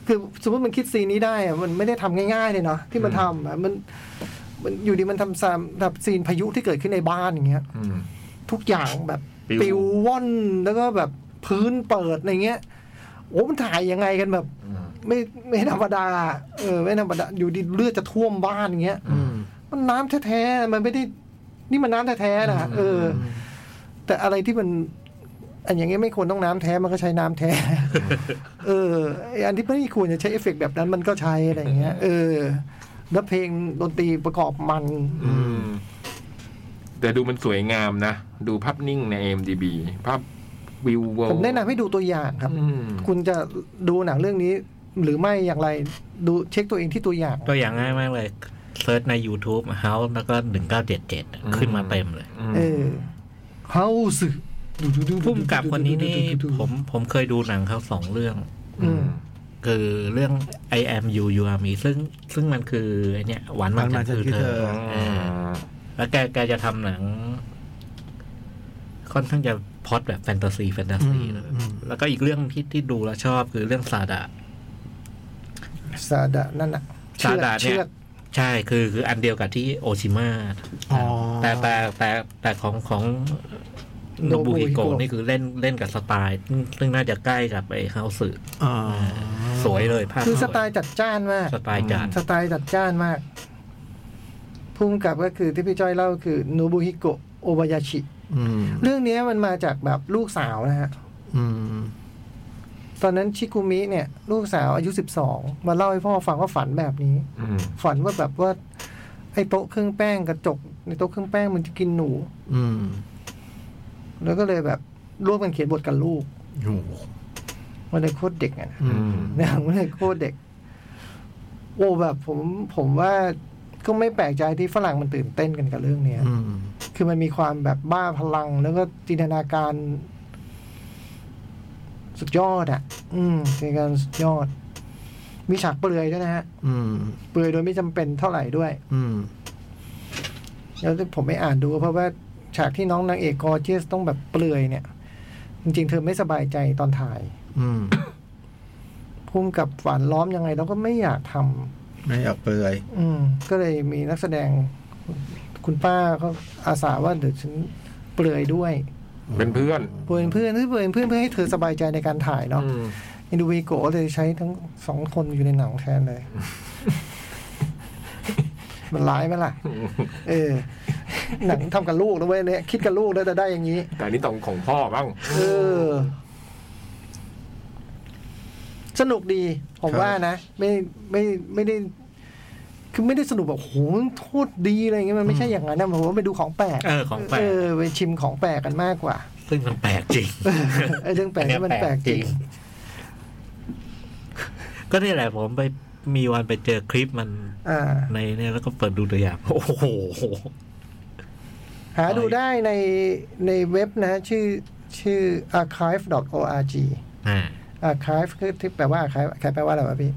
คือสมมติมันคิดซีนนี้ได้อะมันไม่ได้ทำง่ายๆเลยเนาะที่มันทำอะมัน มันอยู่ดีมันทำซ้ำแบบซีนพายุที่เกิดขึ้นในบ้านอย่างเงี้ย
อืม
ทุกอย่างแบบ
ปิว
ปิวว่อนแล้วก็แบบพื้นเปิดอะไรเงี้ยโอ้มันถ่ายยังไงกันแบบ
อืม
ไม่ไม่ธรรมดา เออ ไม่ธรรมดาอยู่ดีเลือดจะท่วมบ้านอย่างเงี้ย
อืม
มันน้ำแท้ๆ มันไม่ได้ นี่มันน้ำแท้ๆนะ เออ แต่อะไรที่มัน อันอย่างเงี้ยไม่ควรต้องน้ำแท้ มันก็ใช้ น้ำแท้ เออไอ้อันที่ไม่ควรจะใช้เอฟเฟกต์แบบนั้นมันก็ใช้อะไรอย่างเงี้ย เออ แล้วเพลงดนตรีประกอบมัน
อืม แต่ดูมันสวยงามนะ ดูภาพนิ่งใน IMDb ภาพวิวเวิลด์
ผมแนะนำให้ดูตัวอย่างครับ
อืม
คุณจะดูหนังเรื่องนี้ หรือไม่อย่างไร ดูเช็คตัวเองที่ตัวอย่าง
ตัวอย่างง่ายมากเลยเซิร์ชใน YouTube House แล้วก็หนึ่งเก้าเจ็ดเจ็ดขึ้นมาเต็มเลย
อืม
เออเฮาสึ
พุ่มกับคนนี้นี่ผมผมเคยดูหนังเขาสองเรื่อง
อืม
คือเรื่อง I am you you are me ซึ่งซึ่งมันคือไอเนี้ยหวานมันฉันคือเธอเอ
อื
อ
ม
แล้วแกแกจะทำหนัง ค่อนข้างจะพล็อดแบบแฟนตาซีแฟนตาซีเลยแล้วก็อีกเรื่องที่ที่ดูแล้วชอบคือเรื่องซาดะ
ซาดะนั่นน่ะ
ซาดะเนี่ย
ชือกชือก
ใช่คือคืออันเดียวกับที่โอชิมา
อ๋อ
แต่แต่แต่แต่ของของโนบุฮิโกะนี่คือเล่นเล่นกับสไตล์ซึ่งซึ่งน่าจะใกล้กับไอ้เฮาสึ
อ๋อ
สวยเลยภาพ
คือ
วย
สไตล์จัดจ้านมาก
สไตล์จาน
สไตล์จัดจ้านมาก ผู้กำกับก็คือที่พี่จ้อยเล่าคือนูบุฮิโกะโอบายาชิ
อืม
เรื่องเนี้ยมันมาจากแบบลูกสาวนะฮะ
อืม
ตอนนั้นชิคุมิเนี่ย ลูกสาวอายุ 12 มาเล่าให้พ่อฟังว่าฝันแบบนี้
อืม
ฝันว่าแบบว่า ไอ้โต๊ะเครื่องแป้งกระจก ในโต๊ะเครื่องแป้งมันจะกินหนู
อืม
แล้วก็เลยแบบร่วมกันเขียนบทกับลูก
โอ้โห
มันเลยโคตรเด็กอะนะ
อืม
เนี่ยผมเลยโคตรเด็ก โอ้แบบผมผมว่าก็ไม่แปลกใจที่ฝรั่งมันตื่นเต้นกันกับเรื่องเนี้ย
อืม
คือมันมีความแบบบ้าพลัง แล้วก็จินตนาการ สุดยอดอ่ะ อืมจินตนาการสุดยอด มีฉากเปลือยด้วยนะฮะ
อืม
เปลือยโดยไม่จำเป็นเท่าไหร่ด้วย
อืม
แล้วผมไม่อ่านดูเพราะว่าฉากที่น้องนางเอกกอร์เจยสต้องแบบเปลือยเนี่ย จริงๆ เธอไม่สบายใจตอนถ่าย
อืม
พุ่มกับฝันล้อมยังไงเราก็ไม่อยากทำ
ไม่อยากเปลือย
อืมก็เลยมีนักแสดงคุณป้าเขาอาสาว่าเดี๋ยวฉันเปลือยด้วย
เป็นเพื่อน
เปลือยเป็นเพื่อนเปลือยเป็นเพื่อนเพื่อให้เธอสบายใจในการถ่ายเนาะ
อืม
อินดูวีโกะเลยใช้ทั้งสองคนอยู่ในหนังแทนเลย มันร้ายไหมล่ะ เออ หนังทำกับลูกนะเว้ยเนี่ยคิดกับลูกแล้วจะได้อย่างนี้
แต่อันนี่ต้องของพ่อบ้าง
เออ สนุกดี ผม
ครับ
ว่านะ ไม่ไม่ไม่ได้ คือไม่ได้สนุกแบบโหโทษดีอะไรเงี้ยมันไม่ใช่อย่างนั้นนะผมว่าไปดูของแปลก
เออของแปลก
เออไปชิมของแปลกกันมากกว่า
ซึ่งมันแปลกจริง
ไอ้เรื่องแปลกนี่มันแปลกจริง
ก็นี่แหละผมไปมีวันไปเจอคลิปมัน
อ่า
ในเนี่ยแล้วก็เปิดดูตัวอย่าง โอ้โห
หาดูได้ในในเว็บนะ ชื่อชื่อ archive.org
อ่า
archive คือที่แปลว่า archive archive แปลว่าอะไรวะพี่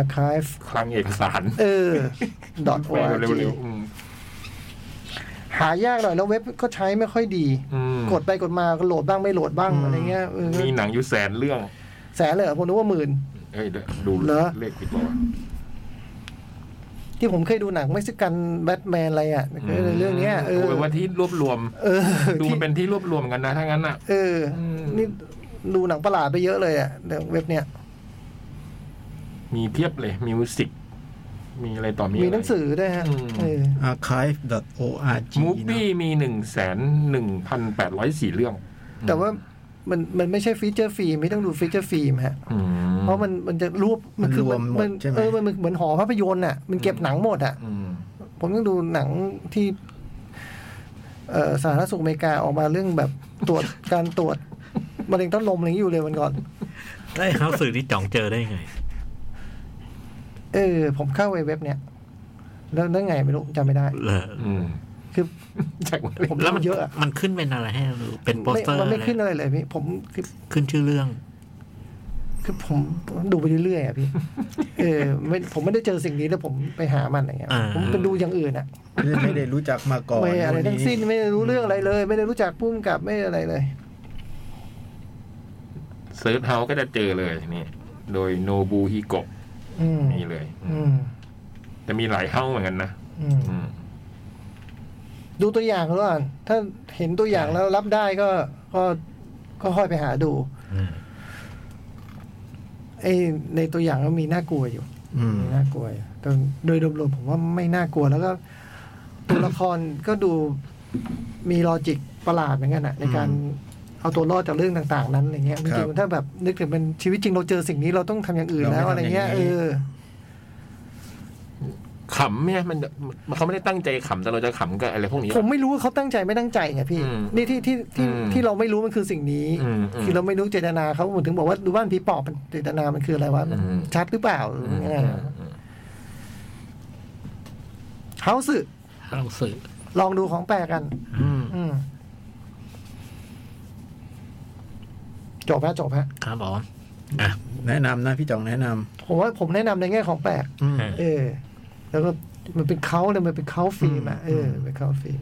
archive
คลังเอกสาร
เออ dot
ไป
.org
เร็วๆอืม
หายากหน่อยแล้วเว็บก็ใช้ไม่ค่อยดี
อืม
กดไปกดมาก็โหลดบ้างไม่โหลดบ้างอะไรเงี้ยเออ
มีหนังอยู่แสนเรื่อง
แสนเลยเหรอผมนึกว่าหมื่น
เอ้ยเดี๋ยวดู
เหรอ
เลขผิดบอกว่า
ที่ผมเคยดูหนังเม็กซิกันแบทแมนอะไรอ่ะก็เลยเรื่องเนี้ยเออ
โยว่าที่รวบรวม
เออ
ดูมั
ที่
นเป็นที่รวบรวมกันนะถ้างั้นอ่ะ
เอออ
ม
นี่ดูหนังประหลาดไปเยอะเลยอ่ะเดี๋ยวเว็บเนี้ย
มีเพียบเลยมิวสิกมีอะไรต่อมี
มี
อะไร
หนังสือด้วยฮะ
อืม
เออ
archive.org
มูฟวี่มีหนึ่งแสนหนึ่งพันแปดร้อยสี่เรื่อง
แต่ว่ามันมันไม่ใช่ฟีเจอร์ฟิล์มไม่ต้องดูฟีเจอร์ฟิล์มฮะ
อื
เพราะมันมันจะรวบมันคือ
มันรวมหมดใช่ไหม
เออมันเหมือนหอภาพยนตร์อ่ะมันเก็บหนังหมดอ่ะ
อืม
ผมต้องดูหนังที่ เอ่อสาธารณสุขอเมริกาออกมาเรื่องแบบตรวจ การตรวจมะเร็งเต้นลมอะไรอย่างนี้อยู่เลยวันก่อน
ได้เขาสื่อที่จ่องเจอได้ไง
เออ ผมเข้าเว็บเนี้ยแล้วแล้วไงไม่รู้จำไม่ได้
เหรอ
อืม
คือ
จากวัน
ผม
แล้วมัน
เยอะอะ
มันขึ้นเป็นอะไรให้เราดูเป็นโปสเตอร์
มันไม่
อะไร
ขึ้นอะไรเลยพี่ผมคือ
ขึ้นชื่อเรื่อง
คือผมดูไปเรื่อยๆอ่ะพี่ เออไม่ผมไม่ได้เจอสิ่งนี้แล้วผมไปหามันอะไรเงี้ย
อ่า
ผมไปดูอย่างอื่นอ่ะ
ไม่ได้รู้จักมาก่อน
ไม่อะไรทั้งสิ้น
วั
ไม่ได้รู้เรื่องอะไรเลย ไม่ได้รู้จักพุ่มกับไม่อะไรเลย
เซิร์ชเฮาก็จะเจอเลยนี่โดยโนบูฮิโกะ
อืม
นี่เลย
อืม
แต่มีหลายเฮาเหมือนกันนะ
อืม
อืม
ดูตัวอย่างก่อนถ้าเห็นตัวอย่างแล้วรับได้ก็ ก็ก็ค่อยไปหาดู
อืม
ไอ้ในตัวอย่างก็มีน่ากลัวอยู่
อืม
มีน่ากลัวอยู่แต่โดยรวมๆผมว่าไม่น่ากลัวแล้วก็ตัวละครก็ดูมีลอจิกประหลาดเหมือนกันอะในการเอาตัวรอดจากเรื่องต่าง ๆ นั้นอะไรเงี้ยจริงๆถ้าแบบนึกถึงเป็นชีวิตจริงเราเจอสิ่งนี้เราต้องทำอย่างอื่นแล้วอะไรเงี้ยเออ
ขำเนี่ยมันมันเขาไม่ได้ตั้งใจขำแต่เราจะขำกับอะไรพวกนี้
ผมไม่รู้ว่าเขาตั้งใจไม่ตั้งใจไงพี่
อืม
นี่ที่ที่ที่
อืม
ที่เราไม่รู้มันคือสิ่งนี้
อืมอืม
คือเราไม่รู้เจตนาเขาผมถึงบอกว่าดูบ้านผีปอบมันเจตนามันคืออะไรวะมัน
อืม
ชัดหรือเปล่าหรือ
อืม
ยังไง
อืมอืม
เฮาสึ
หนังสือ
ลองดูของแปลกกัน
อืม
อืมจบฮะจบฮะ
ครับผม
แนะนำนะพี่จ่องแนะน
ผมว่าผมแนะนำในแง่ของแปลก
ำอืม
เออ
เออ แล้วก็มันเป็นเขาเลยมันเป็นเขาฟิล์มอ่ะเออเป็นเขาฟิล์ม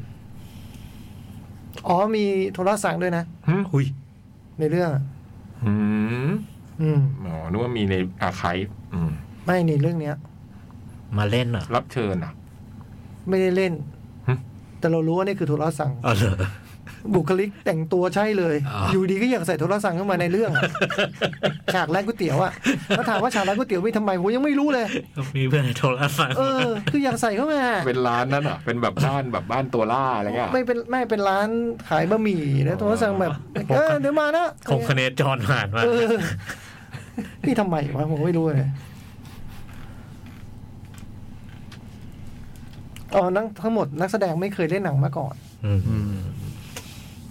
อ๋อมีโทรศัพท์ด้วยนะ
อุ้ย
ในเรื่องอะ
อืม
อืม
อ๋อนึกว่ามีในอาคายอืม
ไม่ในเรื่องเนี้ย
มาเล่นเหรอ
รับเชิญอ่ะ
ไม่ได้เล่น
หึ
แต่เรารู้ว่านี่คือโทรศัพท์
อ๋อเหรอ
บุคลิกแต่งตัวใช่เลย
อ๋อ
อ
อ
ยู่ดีก็อยากใส่โทรศัพท์เข้ามาในเรื่องอะ ฉากร้านก๋วยเตี๋ยวอ่ะแล้วถามว่าฉากร้านก๋วยเตี๋ยวมีทำไมผมยังไม่รู้เลย
มีเพื่อนในโทรศัพท์
เออ คืออยากใส่เข้ามา
เป็นร้านนั้นเหรอ่ะ เป็นแบบบ้านแบบบ้านตัวล่าอะไรเงี้ยเหรอ
ไม่เป็นไม่เป็นร้านขายบะหมี่นะโทรศัพท์แบบเออเดี๋ยวมานะ
คงคะเนจรผ่านมา
เออพี่ทำไมวะผมไม่รู้เลยอ๋อนักทั้งหมดนักแสดงไม่เคยเล่นหนังมาก่อน
ม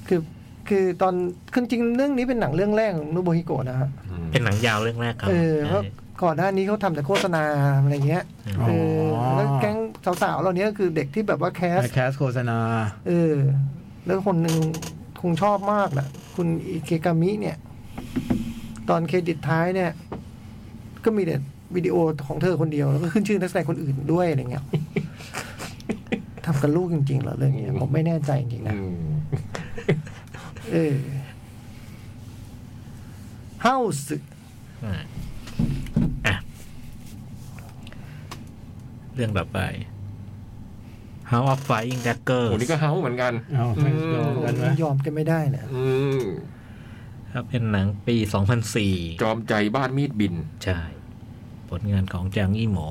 คือคือตอนคือจริงเรื่องนี้เป็นหนังเรื่องแรกของนุโบฮิโกะนะฮะ
เป็นหนังยาวเรื่องแรกครับ
เออเพราะ
ใช่
ก่อนหน้านี้เขาทำแต่โฆษณาอะไรเงี้ยเออ
อ๋อ
แล้วแก๊งสาวๆเหล่านี้ก็คือเด็กที่แบบว่าแคส
ไปแคสโฆษณา
เออ แล้วคนหนึ่งคงชอบมากแหละคุณอิเคกามิเนี่ย ตอนเครดิตท้ายเนี่ย ก็มีแต่วิดีโอของเธอคนเดียว แล้วก็ขึ้นชื่อนักแสดงคนอื่นด้วยอะไร เงี้ย ทำกันลูกจริงๆเหรอเรื่องเนี้ย ผมไม่แน่ใจจริงๆนะ เออเฮ้าสึก
อ่ะอ่ะเรื่องต่อไป House of Flying
โอ้
Daggers
โหนี่ก็เฮาเหมือนกัน
เอาไปลองกันไหม
ยอมกันไม่ได้เนี่ย
อืม
ครับเป็นหนังปี
จอมใจบ้านมีดบิน
2004 ใช่ ผลงานของจางอี้หมู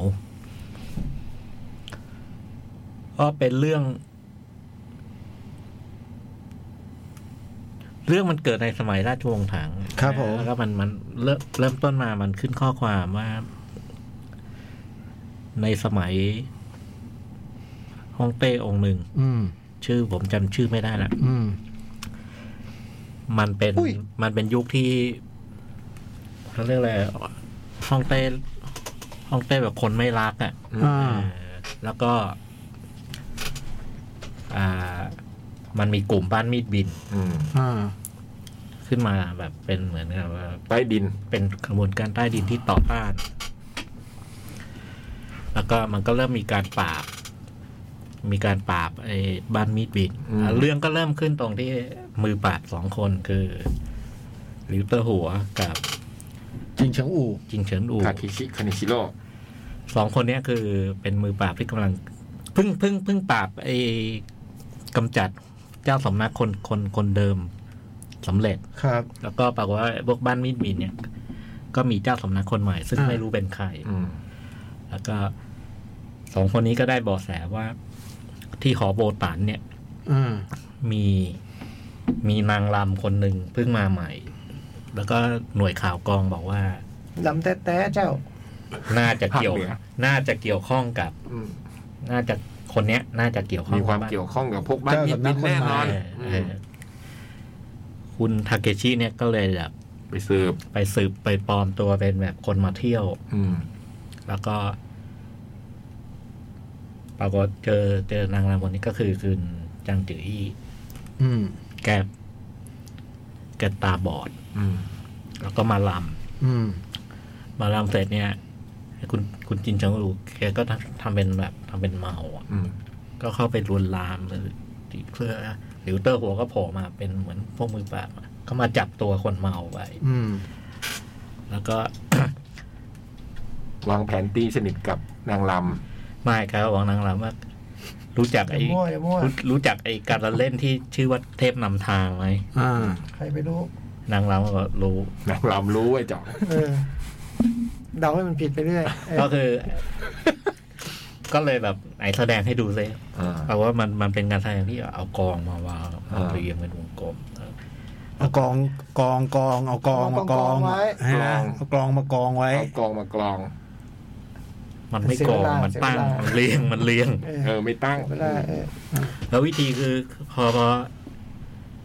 ก็เป็นเรื่อง เรื่องมันเกิดในสมัยราชวงศ์ถัง
ครับผม
แล้วก็มันมันเริ่มเริ่มต้นมามันขึ้นข้อความว่า ในสมัยฮ่องเต้องค์หนึ่ง
อืม
ชื่อผมจำชื่อไม่ได้ละ
อืม
มันเป็นมันเป็นยุคที่เขาเรียกอะไรฮ่องเต้ฮ่องเต้แบบคนไม่รักอะ
อ่า
เออแล้วก็ อ่า มันมีกลุ่มบ้านมีดบิน
อืม
อ่า
ขึ้นมาแบบเป็นเหมือนกับว่า
ใต้ดิน
เป็นขบวนการใต้ดินที่ต่อต้าน แล้วก็มันก็เริ่มมีการปราบ มีการปราบไอ้บ้านมีดบิน
อืม
อ่ะเรื่องก็เริ่มขึ้นตรงที่มือปราบสองคนคือลิวเตอร์หัวกับ
จริงเฉิงอู่
จิงเฉินอู
คาคิชิคานิชิโร่
สองคนเนี้ยคือเป็นมือปราบที่กำลังเพึ่งเพึ่งเพึ่งปราบไอ้กำจัดเจ้าสำนักคนคนคนเดิมสำเร็จ
ครับ
แล้วก็ปรากฏว่าพวกบ้านมิดมินเนี่ย ก็มีเจ้าสำนักคนใหม่ ซึ่ง
อ่า
ไม่รู้เป็นใคร
อืม
แล้วก็สองคนนี้ก็ได้เบาะแสว่า ที่หอโบตันเนี่ย
อ่า
มีมีนางรำคนหนึ่งเพิ่งมาใหม่ แล้วก็หน่วยข่าวกองบอกว่า
ลำแต๊ะๆเจ้า
น่าจะเกี่ยว น่าจะเกี่ยวข้องกับ
อืม
น่าจะคนเนี้ย น่าจะเกี่ยวข้อง
มีความเกี่ยวข้องกับพวกบ้านมีดบินแน่นอน
เออเอ
อื
อ
ม
คุณทาเกชิเนี่ยก็เลยแบบ
ไปสืบ
ไปสืบไปปลอมตัวเป็นแบบคนมาเที่ยว
อืม
แล้วก็ ปรากฏเจอเจอนางรำคนนี้ก็คือคุณจังจืออี้
อืม
แกแกตาบอด
อืม
แล้วก็มาลำ
อืม
มาลำเสร็จเนี่ยคุณคุณจินจังรูแกก็ทำทำเป็นแบบทำเป็นเมาอะ
อืม
ก็เข้าไปลวนลามเลยเพื่อหลิวเตอร์หัวก็โผล่มาเป็นเหมือนพวกมือปราบอะก็มาจับตัวคนเมาไว้
อืม
แล้วก็
วางแผนตีสนิทกับนางล
ไม่ครับหวังนางลำว่า รู้จักไอ้
อย่ามั่วอย่ามั่ว
รู้รู้จักไอ้การละเล่นที่ชื่อว่าเทพนำทางไหม
อ่า
ใครไปรู้
นางลำก็รู้
ำนางลำรู้ไอ้เจ่อ
เออ เดาให้มันผิดไปเรื่อยเออ
ก็ คือ ก็เลยแบบไหนแสดงให้ดูซิ
อ่า
เอาว่ามันมันเป็นการแสดงที่เอากองมาวาง
อ่า
เรียงเป็นวงกลม
เอากองกองกอง เอากองมากองฮะเอากองมากองไว้
เอากองมากรอง
มันไม่กองมันตั้งมันเรียงมันเรียง
เอ
เอ
อ
อ ไม่ตั้ง
เวลาเออ
แล้ววิธีคือพอพอ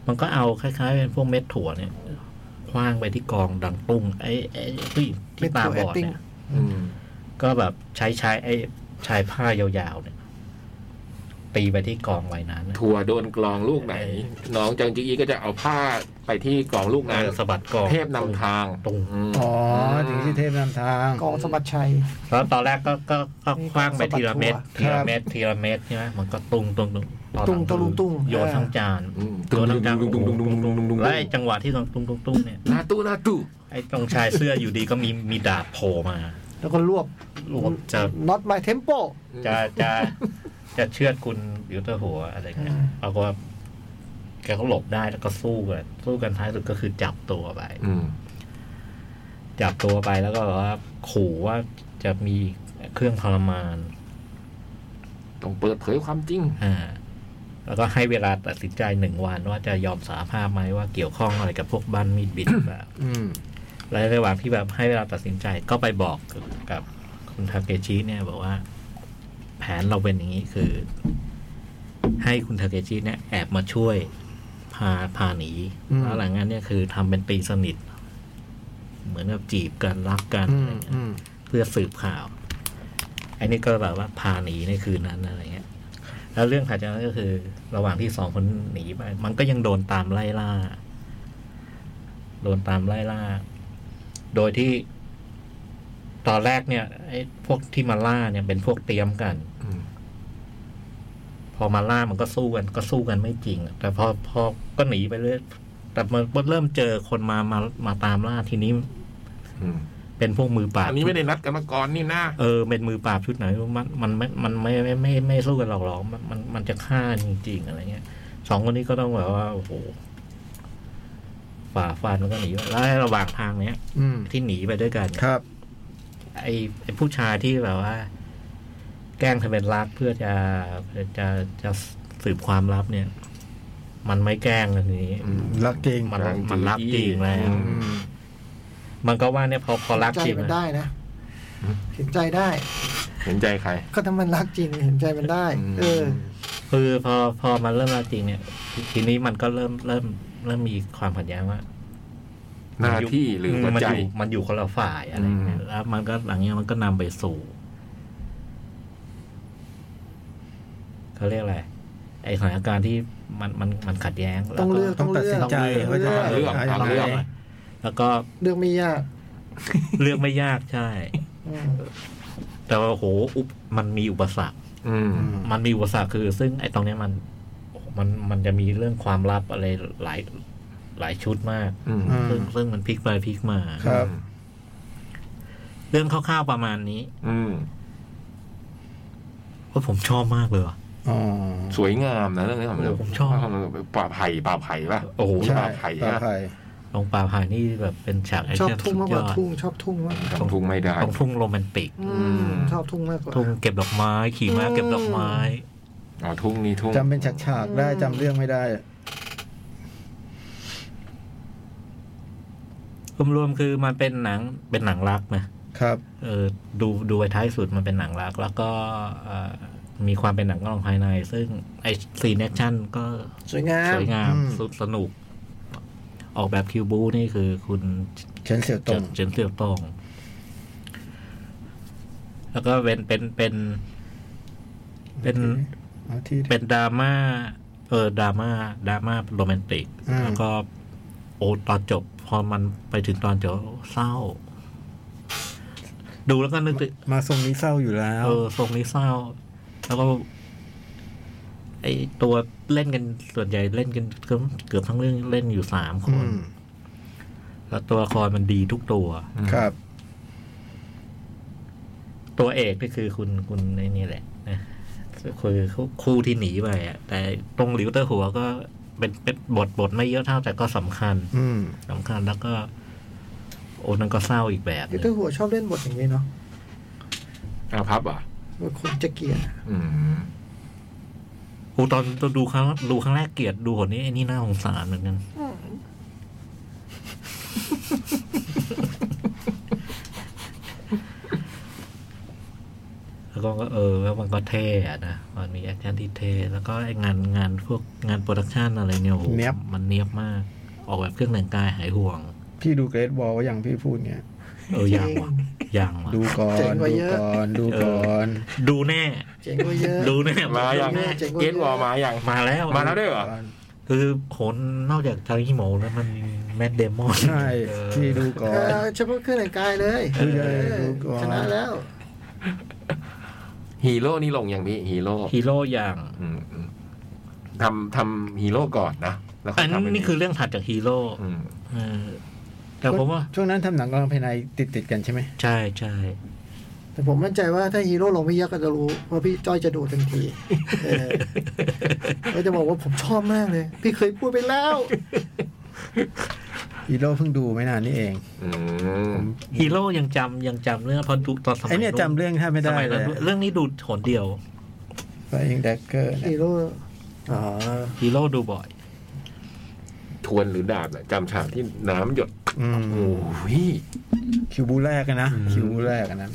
มันก็เอาคล้ายๆเป็นพวกเม็ดถั่วเนี่ยคว้างไปที่กองดังตุ้งไอ้ไอ้ผู้หญิงที่ตาบอด
เม็ดถั่ว acting
เนี่ย
อืม
ก็แบบใช้ใช้ไอ้ชายผ้ายาวๆเนี่ย ตีไปที่กองไว้นั้น
ถั่วโดนกลองลูกไหน น้องจังจีอีก็จะเอาผ้าไปที่กลองลูก
เอ
นั้น
อสะบัดกอง
เทพนำทาง
ตุ้ง
อืม
อ๋อ ถึงที่เทพนำทาง
กองสมบัติชัย
แล้วตอนแรกก็ก็ก็คว้างไปทีละเม็ด
ค
ที
รั
ละ
บ
เม็ดทีละเม็ดใช่ไหมมันก็ตุ้งตุ้งตุ้งตอนห
ตุ้
ลั
งตะลุงตุ้ง
โยนทั้งจาน
อืมตุ้งตุ้งตุ้งตุ้งตุ้งตุ้งตุ้งตุ้งตุ้ง
และไอ้จังหวะที่ตรงตุ้งตุ้งตุ้งเนี่ย
ลาตู้ลาตู้
ไอ้ตรงชายเสื้ออยู่ดีก็มีมีดาบโผล่มา
แล้วก็รวบ
รวมจะ
not my tempo
จะจะจะเชือดคุณอยู่เตอร์หัวอะไรเงี้ย
อืม
ปรากฏว่า แกก็หลบได้แล้วก็สู้กันสู้กันท้ายสุดก็คือจับตัวไป
อืม
จับตัวไปแล้วก็แบบว่าขู่ว่าจะมีเครื่องทรมาน
ต้องเปิดเผยความจริง
อ่า แล้วก็ให้เวลาตัดสินใจหนึ่งวันว่าจะยอมสารภาพไหมว่าเกี่ยวข้องอะไรกับพวกบ้านมีด บิด หรือเปล่า
อืม
และระหว่างที่แบบให้เวลาตัดสินใจก็ไปบอกกับคุณทาเกชิเนี่ยบอกว่า แผนเราเป็นอย่างนี้คือ ให้คุณทาเกชิเนี่ยแอบมาช่วยพาพาหนี
อืม
แล้วหลังนั้นเนี่ยคือทำเป็นตีสนิท เหมือนกับจีบกันรักกัน
อื
อะไร
ม
อย่างเงี้ย
อืม
เพื่อสืบข่าวไอ้นี่ก็แบบว่าพาหนีในคืนนั้นอะไรเงี้ย แล้วเรื่องถัดจากนั้นก็คือ ระหว่างที่สองคนหนีไป มันก็ยังโดนตามไล่ล่า โดนตามไล่ล่า โดยที่ ตอนแรกเนี่ยไอ้พวกที่มาล่าเนี่ยเป็นพวกเตรียมกัน
อืม
พอมาล่ามันก็สู้กันก็สู้กันไม่จริง แต่พอพอก็หนีไปเรื่อยแต่มันเริ่มเจอคนมามามาตามล่าทีนี้
อืม
เป็นพวกมือปราบ
อันนี้ไม่ได้นัดกันมาก่อนนี่นะ
เออเป็นมือปราบชุดไหนมันมันไม่มันไม่ไม่ไม่ไม่สู้กันหรอกหรอกมันมันมันจะฆ่าจริงๆอะไรเงี้ยสองคนนี้ก็ต้องแบบว่าโอ้โหฝ่าฟันแล้วก็หนีแล้วระหว่างทางเนี้ย
อืม
ที่หนีไปด้วยกันเนี่ย
ครับ
ไอไอผู้ชายที่แบบว่า แกล้งทำเป็นรักเพื่อจะจะจะสืบความลับเนี่ย มันไม่แกล้งเลยทีนี้
รักจริง
มันมันรักจริงแล้ว
อืม
มันก็ว่าเนี่ยพอพอรัก
ใจ
จริง
มัน
นะ
ได้นะเห็นใจได้
เห็นใจใคร
ก็ถ้ามันรักจริงเห็นใจมันได้ เออ
คือพอพอมันเริ่มรักจริงเนี่ย ทีนี้มันก็เริ่มเริ่มเริ่มมีความขัดแย้งว่า
หน้าที่หรือหัว
มัน
ใจ
อยู่มันอยู่คนละฝ่ายอะไรอย่างเงี้ย
อืม
แล้วมันก็หลังเนี้ยมันก็นำไปสู่เขาเรียกอะไรไอสถานการณ์ที่มันมันมันขัดแย้งแว
ต้องเลือก
ต้องตัดสินใจว่าจะ
เลือก
ะไร
ต้
ยัไง
ต้องงเลือกแล้วก็
เรื่องไม่ยาก
เลือกไม่ยากใช่
อืม
แต่ว่าโหอุปมันมีอุปสรรค
อืม
อืม
มันมีอุปสรรคคือซึ่งไอ้ตรงเนี้ยมันโอ้โหมันมันจะมีเรื่องความลับอะไรหลายหลายชุดมาก
อืม
อืม
ซึ่งซึ่งมันพลิกไปพลิกมา
ครับ
เรื่องคร่าวๆประมาณนี้
อืม
ว่าผมชอบมากเลยว่ะ
อ๋อ
สวยงามนะเรื่องนี้ผม
โอ้ผมชอบ
ป่าไผ่ป่าไผ่ป่ะ
โอ้โห
ใช่
ป่าไผ่
ปลา
นะ
ไผ่
ลงป่าผ่านี่แบบเป็นฉากแอค
ชอบ
ชั่นสุ
ทุ่
ด
งมาก
ยอ
ก
ด
ว่าทุ่ง ชอบทุ่งมากกว่า
ตรงทุ่งไม่ได้
ตรงทุ่งโรแมนติก
อืมชอบทุ่งมากกว่า
ทุ่งเก็บดอกไม้ขี่ม้า
อืม
เก็บดอกไม้
อ๋อทุ่งนี้ทุ่ง
จำเป็นฉากฉากๆได้จำเรื่องไม่ได้
รวมๆคือมันเป็นหนังเป็นหนังรักนะครับ เออดูดูไปท้ายสุดมันเป็นหนังรัก แล้วก็เอ่อมีความเป็นหนังกลองภายใน ซึ่งไอซีนแอคชั่นก็
สวยงา
ส
ม
วยงาม
อืม
สุดสนุก ออกแบบคิวบูนี่คือคุณ
เฉินเสี่ยวตง
เจนเสี่ยวตงแล้วก็เป็นเป็นเป็น เป็น
เอาที่
เป็นดราม่าเออดราม่าดราม่าโรแมนติก
อ่า
แล้วก็โอ้ตอนจบ พอมันไปถึงตอนจบเศร้า ดูแล้วก็นึกถึง
มาทรงนี้เศร้าอยู่แล้ว
เออทรงนี้เศร้า แล้วก็ไอตัวเล่นกันส่วนใหญ่เล่นกันเกือบเกือบทั้งเรื่องเล่นอยู่สามค
อื
น
ม
แล้วตัวละครมันดีทุกตัว
ครับ
ตัวเอกนี่คือคุณคุณในนี่แหละนะคือคู่คู่ที่หนีไปอะแต่ตรงหลิวเตอร์หัวก็เป็นเป็นบทบทไม่เยอะเท่าแต่ก็สำคัญ
อืม
สำคัญแล้วก็ โอ้นั่นก็เศร้าอีกแบบห
ยู
นึ่ง
ทูบหัวชอบเล่นบทอย่างนี้เนาะ
อ่ะพับอ่ะ
บทคนจะเกลียดอะ
อืม
โอ้ตอนตอนดูครั้งดูครั้งแรกเกลียดดูหนนี้ไอ้นี่น่าสงสารเหมือนกัน แล้วก็เออแล้วมันก็เท่อะนะ มันมีแอคชั่นที่เท่ แล้วก็ไองานงานพวกงานโปรดักชันอะไรเนี่ยโอ้โห
เนี๊ยบ
มันเนียบมาก ออกแบบเครื่องแต่งกายหายห่วง
พี่ดูเกรดบอลว่าอย่างพี่พูดเงี้ย
เออยังว่ะยังว่ะ
ดูก่อน
เจ๋
ดู
งกว่าเยอะ
ก่อน ดูก่อน
ดูแน่
เจ๋งกว่าเยอะ
ดูแน่
มาอย่าง
ดูแน่
เจ๋งกว่า
เกตวอลมาอย่าง
มาแล้ว
มาแล้วด้วยเหรอ
คือขนนอกจากทาริโมแล้วมันมีแมดเดมอน
ใช่
เออ
พี่ดูก่อน
เออเฉพาะเครื่องแต่งกายเลย
เออดูก่อน
ชนะแล้ว
ฮีโร่นี่ลงอย่างพี่ฮีโร่
ฮีโร่อย่าง
อืมอืมทำทำฮีโร่ก่อนนะแล้วค่
อั
ย
น
ทำเป็
นี้คือเรื่องถัดจากฮีโร่
อืม
เออแต่ผมว่า
ช่วงนั้นทำหนังกลางภายในติดติดๆกันใช่ไหม
ใช่ใช่
แต่ผมมั่นใจว่าถ้าฮีโร่ลงพี่ยักษ์ก็จะรู้ว่าพี่จ้อยจะดูทันทีเออแล้วจะบอกว่าผมชอบมากเลย พี่เคยพูดไปแล้ว
ฮีโร่เพิ่งดูไม่นานนี่เอง
อืม
ฮีโร่ยังจำยังจำเรื่องพอดูตอนสมัย
ไอเนี่ยจำเรื่องแทบไม่
ส
ได้
มัย
เล
นั้น
ย
เรื่องนี้ดูหนเดียว
ไฟยิงแดกเกอร์
ฮีโร่
อ๋อ
ฮีโร่ดูบ่อย
ทวนหรือดาบน่ะจำฉากที่น้ำหยด
อืม
โอ้ย
คิวบูแรกอะนะคิวบูแรกอะนะ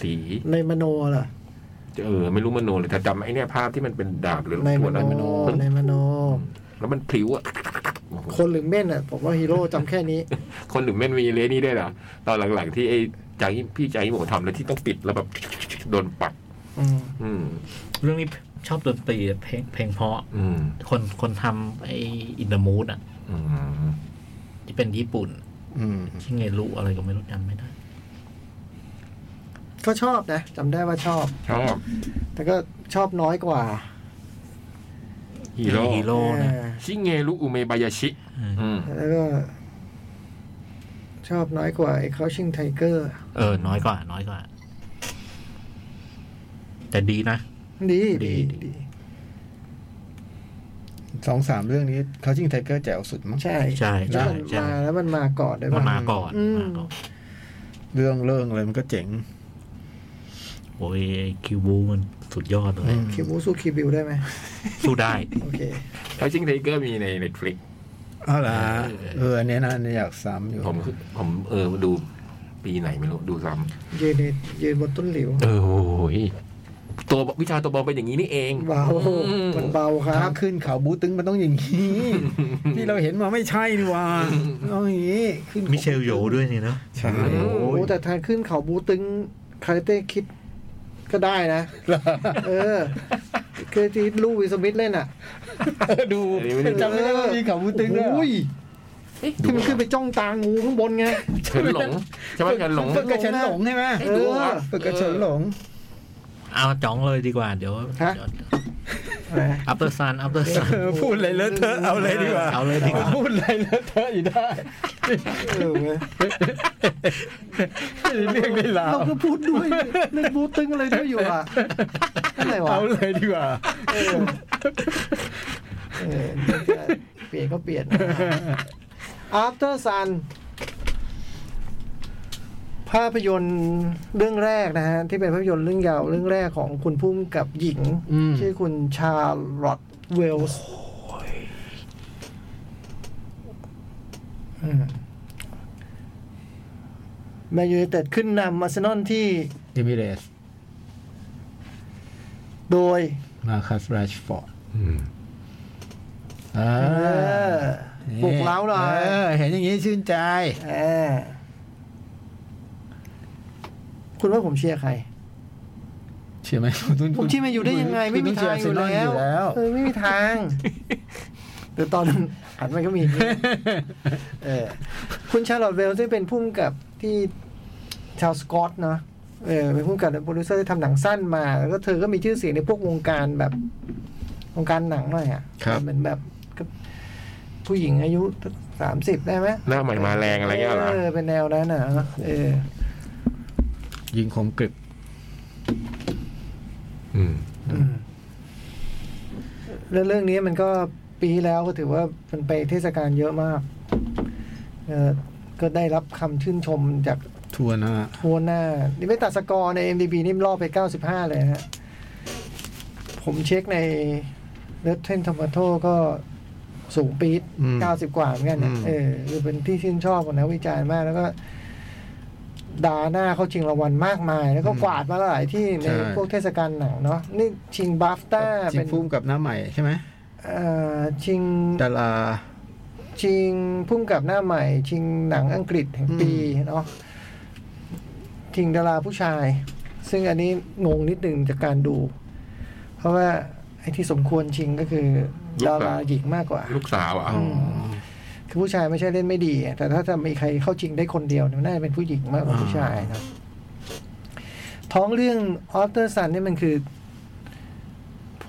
สี
ในมโนล่ะ
เออไม่รู้มโนเลยแต่จำไอ้เนี่ยภาพที่มันเป็นดาบหรือ
ใน
ท
ม
วน
โน
แล้วมัน
ในมโน
แล้วมันพลิ้วอะ
คนหรือเม่นอ่ะ ผมว่าฮีโร่จำแค่นี้
คนหรือแม่นมีเลนี่ได้วยเหรอตอนหลังๆที่ไอ้ใจายพี่ใจายหมูทำแล้วที่ต้องปิดแล้วแบบโดนปัก
อืม
อืม
เรื่องนี้ชอบดนตรีเพลงเพลงเพราะ
อืม
คนคนทำไออินเดมูดอ่ะ
อืม
ที่เป็นญี่ปุ่น
อืม
ชิเงรุอะไรก็ไม่รู้จำไม่ได้
ก็ชอบนะจำได้ว่าชอบ
ชอบ
แต่ก็ชอบน้อยกว่า
ฮีโร่
ฮีโร่นะ
เออ
ชิเงรุอุเมบายาชิ อืม
แล้วก็ ชอบน้อยกว่าไอ้คาชิงไทเกอร์
เออ น้อยกว่า น้อยกว่า แต่ดีนะ
ดี
ดี
ดีดี
สองสามเรื่องนี้เขาชิงไทเกอร์แจ๋วสุดมั้ง
ใช่
ใช่
แล้
ใช่
วมัน
ใช่
มาแล้วมันมาก่อนด้วย
มัน
ว่ะ
มาก่อน
อืม
มาก่อน
เรื่องเรื่องอะไรมันก็เจ๋ง
โอ้ยคิวบูมันสุดยอดเลย
คิวบูสู้คิวบิวได้ไหม
สู้ได้
โอเค
ไทชิงไทเกอร์มีใน Netflix
เอ๋อเหรอเอออันเนี้ยนะอันเนี้ยอยากซ้ำอยู่
ผมผมเออดูปีไหนไม่รู้ ดูซ้
ยืนในยืนบนต้นหลิว
ำเออโอ้ยตัววิชาตัวบอลเป็นอย่างนี้นี่เอง
เบา
อืม
มันเบาครั
ถ้า
บ
ขึ้นเขาบูตึงมันต้องอย่างนี้ ที่เราเห็นมาไม่ใช่นี่หว่าเอาอย่างนี้ขึ้น
มิเชลโยด้วยนี่เนาะ
ใช่
โอ้
โอ้ย
แต่ทางขึ้นเขาบูตึงคาราเต้คิดก็ได้นะ เออคือที่ลูวิลสมิธเล่นอ่ะ
ดู
อันนี้ไม่ได้ดู
จำไม่ได้ว่ามีเขาบูตึงด้วยเหรอ
โอ้ยที่มันขึ้นไปจ้องตางูข้างบนไง
เฉินหลงใช่ไหมเฉินหลง
ฝึกกระเฉินหลงใช่ไหม
เออ
ฝึกกระเฉินหลง
เอาจ้องเลยดีกว่า เดี๋ยว
ฮะ
อัปเตอร์ซันอัปเตอร์ซัน
พูดอะไรเลอะเทอะเอาเลยดีกว่า
เอาเลยดีกว่า
พูดอะไรเลอะเทอะอยู่ได้
เออเว้ย
เรียกได้ลา
เราก็พูดด้วยเรื่องบูตึงอะไรด้วยอยู่อ่ะอะไรวะ
เอาเลยดีกว่า
เออเออเปลี่ยนก็เปลี่ยนอาร์เตอร์ซันภาพยนตร์เรื่องแรกนะฮะ ที่เป็นภาพยนตร์เรื่องยาวเรื่องแรกของคุณพุ่มกับหญิง
อืม
ชื่อคุณชาร์ลอตเวลส์แมนยูไนเต็ดขึ้นนำอาร์เซนอลที่
ดิมิเรส
โดย
มาคัสแรชฟอร์ด
เออปลุกเล้าหน่อย
เห็นอย่างนี้ชื่นใจ
เออคุณว่าผมเชียร์ใคร
เชื่อไหม
ผมเชียร์แมนยูได้ยังไง ไม่มีทางอยู่แล้วเออไม่มีทาง หรือตอนหันไปก็มีอย่างนี้เออคุณชาร์ลอตเวลซึ่งเป็นผู้กำกับที่ชาวสกอตเนาะเออเป็นผู้กำกับและโปรดิวเซอร์ที่ทำหนังสั้นมา แล้วก็เธอก็มีชื่อเสียงในพวกวงการแบบ วงการหนังหน่อยอ่ะ
ครับ
เหมือนแบบก็ผู้หญิงอายุสามสิบได้ไหม
หน้าใหม่มาแรงอะไรเงี้ยเหรอ
เออเป็นแนวนั้นนะเออ
ยิงคมกริบ
อืม
แล้วเรื่องนี้มันก็ปีที่แล้วก็ถือว่ามันไปเทศกาลเยอะมากเอ่อก็ได้รับคำชื่นชมจาก
ทัวร์หนะ
ทัวหน้า นี่ไม่ตัดสกอร์ใน MDB นี่รอบไป 95 เลยฮะ ผมเช็คในเ e ดเทนทอม a โตก็สูงปี๊ด90 กว่าเหมือนกันนะเออคือเป็นที่ชื่นชอบของนักวิจารณ์มาก แล้วก็ดาหน้าเขาชิงรางวัลมากมาย แล้วก็กวาดมาหลายที่ในพวกเทศกาลหนังเนาะนี่ชิงบัฟต้า
จิ
เป็
ง
น
พุ่มกับหน้าใหม่ใช่ไหม
เอ่อชิง
ดารา
ชิงพุ่มกับหน้าใหม่ ชิงหนังอังกฤษแห่งปีเนาะชิงดาราผู้ชาย ซึ่งอันนี้งงนิดหนึ่งจากการดู เพราะว่าไอ้ที่สมควรชิงก็คือ
ลูกสา
ดาว ราหญิงมากกว่า
ลูกสาวอ่ะ
คือผู้ชายไม่ใช่เล่นไม่ดีอะแต่ถ้าจะมีใครเข้าชิงได้คนเดียวเนี่ยน่าจะเป็นผู้หญิงมากกว่าผู้ชายนะท้องเรื่องออสเตอร์สันนี่มันคือ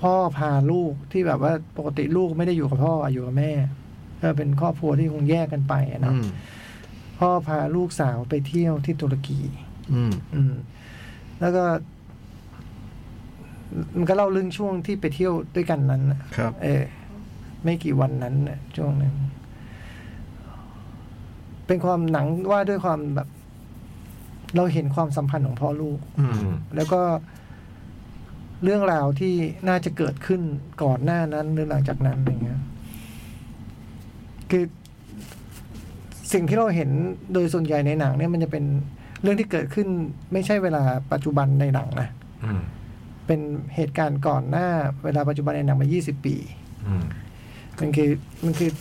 พ่อพาลูกที่แบบว่าปกติลูกไม่ได้อยู่กับพ่ออยู่กับแม่ก็เป็นครอบครัวที่คงแยกกันไปอะเนาะพ่อพาลูกสาวไปเที่ยวที่ตุรกี
อืม
อืม แล้วก็ มันก็เล่าเรื่องช่วงที่ไปเที่ยวด้วยกันนั้นน่ะ
ครับ
เออไม่กี่วันนั้นน่ะช่วงนั้น เป็นความหนังว่าด้วยความแบบ เราเห็นความสัมพันธ์ของพ่อลูก
อืม
อืม
แล้วก็เรื่องราวที่น่าจะเกิดขึ้นก่อนหน้านั้นหรือหลังจากนั้นอย่างเงี้ยคือสิ่งที่เราเห็นโดยส่วนใหญ่ในหนังเนี่ยมันจะเป็นเรื่องที่เกิดขึ้น ไม่ใช่เวลาปัจจุบันในหนังนะ
อืม
เป็นเหตุการณ์ก่อนหน้า เวลาปัจจุบันในหนังมา 20 ปี
อืม
มันคือมันคือ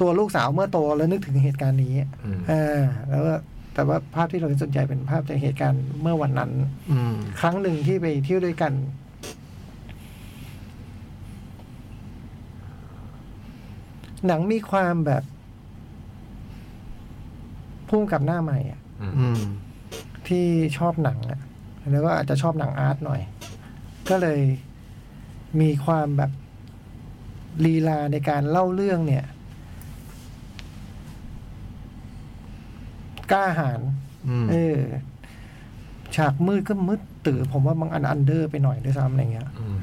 ตัวลูกสาวเมื่อโตแล้วนึกถึงเหตุการณ์นี้
อืม
อ่าแล้วก็แต่ว่าภาพที่เราเห็นส่วนใหญ่เป็นภาพจากเหตุการณ์เมื่อวันนั้น
อืม
ครั้งหนึ่งที่ไปเที่ยวด้วยกัน หนังมีความแบบพุ่งกับหน้าใหม่อะ
อื
อื
ม
ม
ที่ชอบหนังอะแล้วก็อาจจะชอบหนังอาร์ตหน่อย ก็เลยมีความแบบลีลาในการเล่าเรื่องเนี่ยกล้าหาญ
อืม
เออ ฉากมืดก็มืดตื่นผมว่าบางอันอันเดอร์ไปหน่อยด้วยซ้ำอะไรเงี้ย
อืม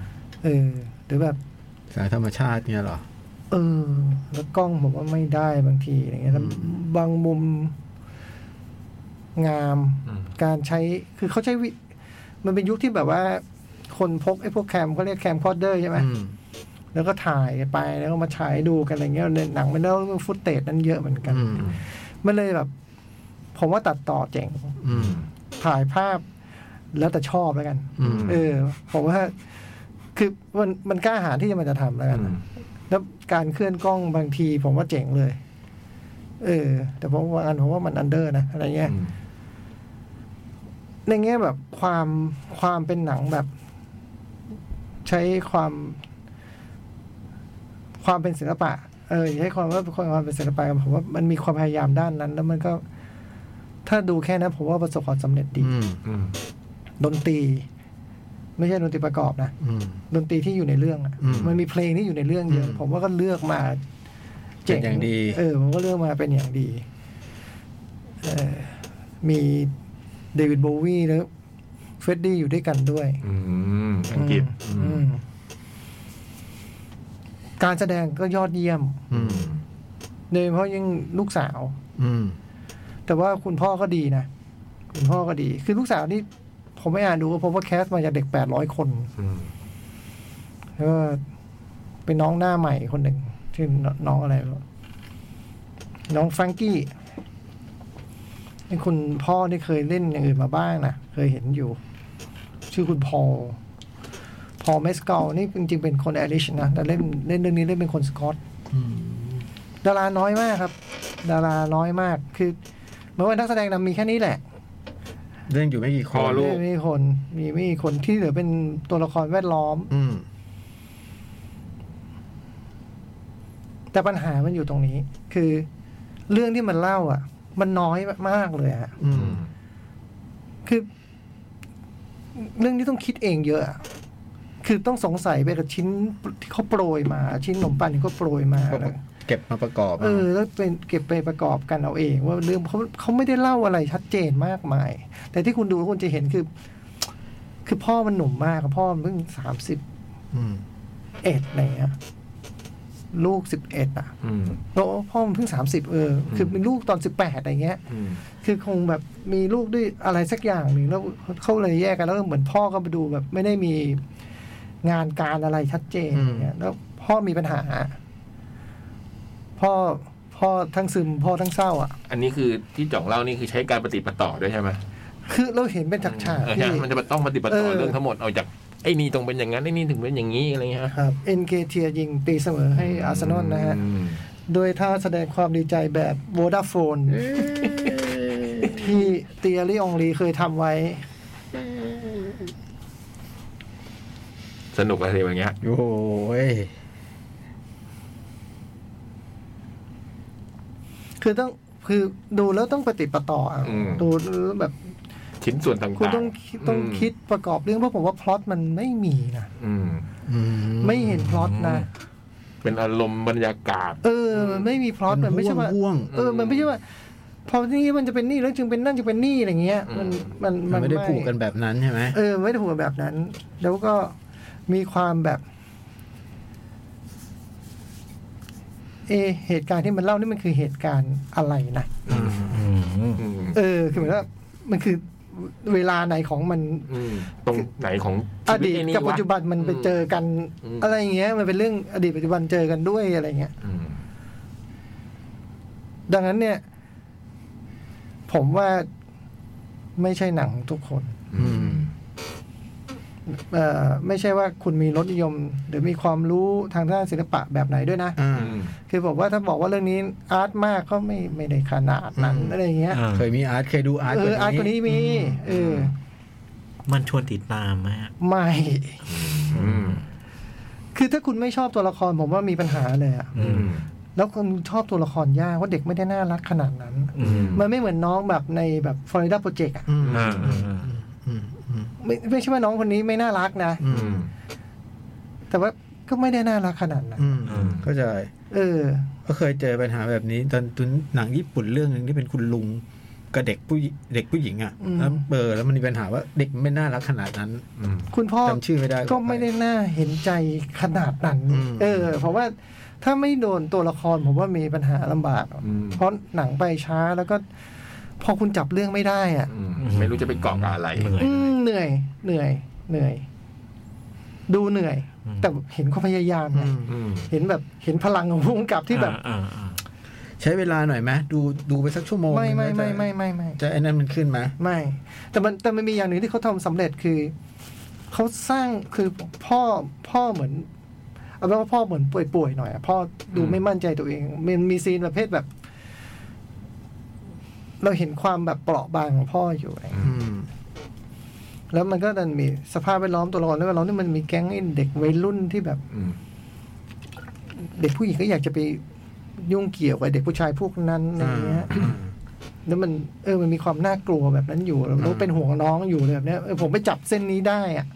เออ หรือแบบ
สายธรรมชาติเนี่ยเหรอ
เออ แล้วกล้องผมว่าไม่ได้บางทีอะไรเงี้ยแล้วบางมุมงาม
อืม
การใช้ คือเขาใช้วิ มันเป็นยุคที่แบบว่า คนพกไอ้พวกแคมเขาเรียกแคมคอร์เดอร์ใช่ไหม
อืม
แล้วก็ถ่ายไปแล้วก็มาฉายดูกันอะไรเงี้ยในหนังมันเล่าเรื่องฟุตเตจนั้นเยอะเหมือนกัน
อืม
มันเลยแบบ ผมว่าตัดต่อเจ๋ง
อืม
ถ่ายภาพแล้วแต่ชอบแล้วกัน
อืม
เออ ผมว่า คือมันมันกล้าหาญที่จะมันจะทำแล้ว
อื
กัน
ม
แล้วการเคลื่อนกล้องบางที ผมว่าเจ๋งเลย เออ แต่ผมว่าอันผมว่ามันอันเดอร์นะอะไรเงี้ย
อืม
ในแง่แบบความความเป็นหนังแบบ ใช้ความ ความเป็นศิลปะ เออใช้ความว่าความเป็นศิลปะผมว่ามันมีความพยายามด้านนั้น แล้วมันก็ ถ้าดูแค่นั้นผมว่าประสบความสำเร็จดี
อืม
อืม
ดนตรี ไม่ใช่ดนตรีประกอบนะ
อืม
ดนตรีที่อยู่ในเรื่องอะ
อืม
มันมีเพลงที่อยู่ในเรื่องเยอะ
อืม
ผมว่าก็เลือกมา
เป็นอย่างดี
เออผมก็เลือกมาเป็นอย่างดีเออมีเดวิดโบวีแล้วเฟรดดี้อยู่ด้วยกันด้วย
อืมอังกฤษ
อืมอืมการแสดงก็ยอดเยี่ยม
อืม
โดยเฉพาะยิ่งลูกสาว
อืม
แต่ว่าคุณพ่อก็ดีนะ คุณพ่อก็ดี คือลูกสาวนี่ผมไม่อ่านดูก็พบว่าแคสต์มาจากเด็กแปดร้อยคน
อืม
แล้วก็เป็นน้องหน้าใหม่คนหนึ่งชื่อน้องอะไรไม่รู้น้องแฟรงกี้นี่คุณพ่อนี่เคยเล่นอย่างอื่นมาบ้างนะเคยเห็นอยู่ ชื่อคุณพอลพอลเมสกอลนี่จริงๆเป็นคนแอริชนะ แต่เล่นเล่นเรื่องนี้เล่นเป็นคนสกอตดาราน้อยมากครับ ดาราน้อยมากคือเหมื่อนว่านักแสดงนำมีแค่นี้แหละ
เรื่องอยู่ไม่กี่ค
พ่อนลูก
ไม่มีคน มีไม่มีคนที่เหลือเป็นตัวละครแวดล้อม
อืม
แต่ปัญหามันอยู่ตรงนี้ คือเรื่องที่มันเล่า อ่ะ มันน้อยมากเลยอะ
อืม
คือ เรื่องที่ต้องคิดเองเยอะอะคือต้องสงสัยไปกับชิ้นที่เขาโปรยมา ชิ้นขนมปังที่เขาโปรยมา
ก็
แล้ว
เก็บมาประกอบ
เออ แล้วเป็นเก็บไปประกอบกันเอาเอง ว่าเรื่องเขาเขาไม่ได้เล่าอะไรชัดเจนมากมาย แต่ที่คุณดูแล้วคุณจะเห็นคือ คือพ่อมันหนุ่มมากอะพ่อมันเพิ่งสามสิบ
อืม
เอ็ดอะไรเงี้ยลูกสิบเอ็ดอ่ะ
อืม
โอ้พ่อมันเพิ่งสามสิบเออ คือมีลูกตอนสิบแปดอะไรเงี้ย
อืม
คือคงแบบมีลูกด้วยอะไรสักอย่างหนึ่งแล้วเขาเลยแยกกันแล้วก็เหมือนพ่อก็ไปดูแบบไม่ได้มีงานการอะไรชัดเจน
อืม
อย่างเงี้ยแล้วพ่อมีปัญหา พ่อพ่อทั้งซึมพ่อทั้งเศร้า อ่ะ
อันนี้คือที่จ่องเล่านี่คือใช้การปฏิปต่อด้วยใช่ไหม
คือเราเห็นเป็นฉาก
เออ
ๆ
ใช่
ที่
มันจะต้องปฏิปต่อ
เออ
เรื่องทั้งหมดเอาจากไอ้นี่ตรงเป็นอย่างนั้นไอ้นี่ถึงเป็นอย่างนี้อะไรเงี้ย
ครับเอ็นเกเทียยิงตีเสมอให้อาร์เซนอลนะฮะ
อืม
โดยท่าแสดงความดีใจแบบโวดาโฟน ที่เตียรี่องรีเคยทำไว้
สนุกอะไรอย่างเงี้ย
โอ้ย
คือต้องคือดูแล้วต้องปฏิดประต่ออ่ะ
อืม
ดูแล้วแบบ
ชิ้นส่วนต่างๆ
คุณต้องคิดต้อง
ม
คิดประกอบเรื่องเพราะผมว่าพล็อตมันไม่มีนะ
อืม
อืม
ไม่เห็นพล็อตนะ
เป็นอารมณ์บรรยากาศ
เออมันไม่มีพล็อต
มั
มัน
น
ไม่ใช่ว่า
ห่วง
เออ มันไม่ใช่ว่า พอนี่มันจะเป็นหนี้แล้วจึงเป็นนั่นจึงเป็นหนี้อะไรเงี้ย มันมัน
มันไม่ได้ผูกกันแบบนั้นใช่ไหม
เออไม่ได้ผูกกันแบบนั้น แล้วก็มีความแบบ เอะเหตุการณ์ที่มันเล่านี่มันคือเหตุการณ์อะไรนะ
อืม
อืม
เออ คือเหมือนว่ามันคือเวลาไหนของมัน
อืมตรงไหนของ
อ
ชีวิต
ดีต
ไ
กับปัจจุบันมันไปเจอ
วะ
กัน
อืม
อะไรอย่างเงี้ย มันเป็นเรื่องอดีตปัจจุบันเจอกันด้วยอะไรเงี้ย
อืม
ดังนั้นเนี่ย ผมว่าไม่ใช่หนังทุกคน
อืม
เอ่อไม่ใช่ว่าคุณมีรสนิยม หรือมีความรู้ทางด้านศิลปะแบบไหนด้วยนะ
อ่า
อืม
คือบอกว่าถ้าบอกว่าเรื่องนี้อาร์ตมากก็ไม่ไม่ได้ขนาดนั้น
อืม
อะไรอย่างเงี้ย
อ่า
เคยมีอาร์ตเคยดูอาร์ต
เอออาร์ตคนนี้มีเออ
มันชวนติดตามไหมฮะ
ไม่
อืม
คือถ้าคุณไม่ชอบตัวละครผมว่ามีปัญหาเลยอะ
อืม
แล้วคุณชอบตัวละครยากว่าะเด็กไม่ได้น่ารักขนาดนั้น
อืม
มันไม่เหมือนน้องแบบในแบบฟลอริดาโปรเจกต์อะ
อืม
อ่าอ่าอ่า
อืมอืม
ไม่ไม่ใช่ว่าน้องคนนี้ไม่น่ารักนะ
อื
อื
ม
ม
แต่ว่าก็ไม่ได้น่ารักขนาดนั้น
อืมเข้าใจ
เออ
ก็เคยเจอปัญหาแบบนี้ ตอนตุนหนังญี่ปุ่นเรื่องหนึ่งที่เป็นคุณลุงกับเด็กผู้หญิงเด็กผู้หญิงอ่ะ
อืม
แล้วเบอร์แล้วมันมีปัญหาว่าเด็กไม่น่ารักขนาดนั้น
อืม
คุณพ่อ
จำชื่อไม่ได้
ก็ไม่ได้น่าเห็นใจขนาดนั้น
อืม
เออ เพราะว่าถ้าไม่โดนตัวละครผมว่ามีปัญหาลำบาก
อืม
เพราะหนังไปช้าแล้วก็ พอคุณจับเรื่องไม่ได้อ่ะ
อืมไม่รู้จะไปเกาะกับอะไร
เหนื่อย
อืมเหนื่อย เหนื่อย เหนื่อย ดูเหนื่อย
อืม
แต่เห็นเขาพยายามไง
อืม
อืม
เห็นแบบเห็นพลังของผู้กำกับที่แบบ
อ่าอ่า
ใช้เวลาหน่อยไหมดูดูไปสักชั่วโมง
ไม่
หนึ่ง
ไม่ไม่
แล้วจะ
ไม่ไม่ไม่
จะไอ้นั่นมันขึ้นไหม
ไม่ แต่มันแต่มันมีอย่างหนึ่งที่เขาทำสำเร็จคือเขาสร้างคือพ่อพ่อเหมือนเอาเป็นว่าพ่อเหมือนป่วยๆหน่อยอะพ่อดูไม่มั่นใจตัวเอง มันมีซีนประเภทแบบ เราเห็นความแบบเปราะบางของพ่ออยู่อะไรอย่างเงี้ย
อืม
แล้วมันก็ดันมีสภาพแวดล้อมตัวละครด้วยเรานี่มันมีแก๊งไอ้เด็กวัยรุ่นที่แบบ
อืม
เด็กผู้หญิงก็อยากจะไปยุ่งเกี่ยวกับเด็กผู้ชายพวกนั้นอะไรเงี้ย
อ่า
แล้วมันเออมันมีความน่ากลัวแบบนั้นอยู่เราเป็นห่วงน้องอยู่เลยแบบเนี้ยเออผมไปจับเส้นนี้ได้อะ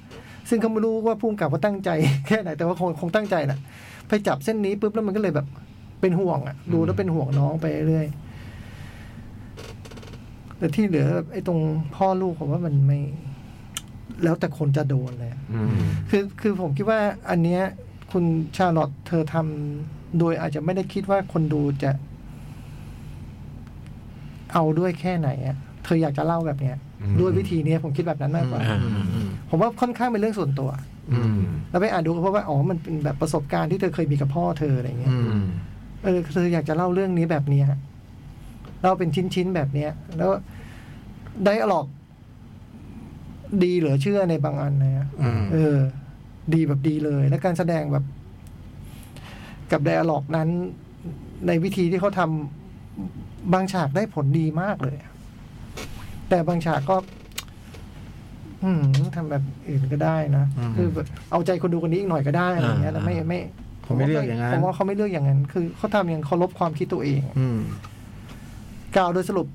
ซึ่งเขาไม่รู้ว่าผู้กำกับเขาตั้งใจ แค่ไหนแต่ว่าคงคงตั้งใจแหละไปจับเส้นนี้ปุ๊บแล้วมันก็เลยแบบ เป็นห่วงอ่ะดูแล้วเป็นห่วงน้องไปเรื่อยแต่ที่เหลือแบบไอ้ตรงพ่อลูกผมว่ามันไม่ แล้วแต่คนจะโดนเลยอะ
อืม
คือคือผมคิดว่าอันเนี้ยคุณชาลอตเธอทำโดยอาจจะไม่ได้คิดว่าคนดูจะ เอาด้วยแค่ไหนอะเธออยากจะเล่าแบบเนี้ย ด้วยวิธีเนี้ยผมคิดแบบนั้นมากกว่า
อ่าอ่าอ่า
ผมว่าค่อนข้างเป็นเรื่องส่วนตัว
อืม
แล้วไปอ่านดูก็พบว่าอ๋อมันเป็นแบบประสบการณ์ที่เธอเคยมีกับพ่อเธออะไรเงี้ย
อื
อื
ม
ม
เออเธออยากจะเล่าเรื่องนี้แบบเนี้ยเล่าเป็นชิ้นๆแบบเนี้ย แล้วไดอะล็อกดีเหลือเชื่อในบางอันนะฮะ
อืม
เออ ดีแบบดีเลย และการแสดงแบบ กับไดอะล็อกนั้น ในวิธีที่เขาทำบางฉากได้ผลดีมากเลยอะแต่บางฉากก็ อืมทำแบบอื่นก็ได้นะคือแบบเอาใจคนดูคนนี้อีกหน่อยก็ได้อะไรอย่างเงี้ยแต่ไม่ไม่
ผมไม่เลือกอย่างนั้น
ผมว่าเขาไม่เลือกอย่างนั้น คือเขาทำอย่างเคารพความคิดตัวเอง
อืม
กล่าวโดยสรุป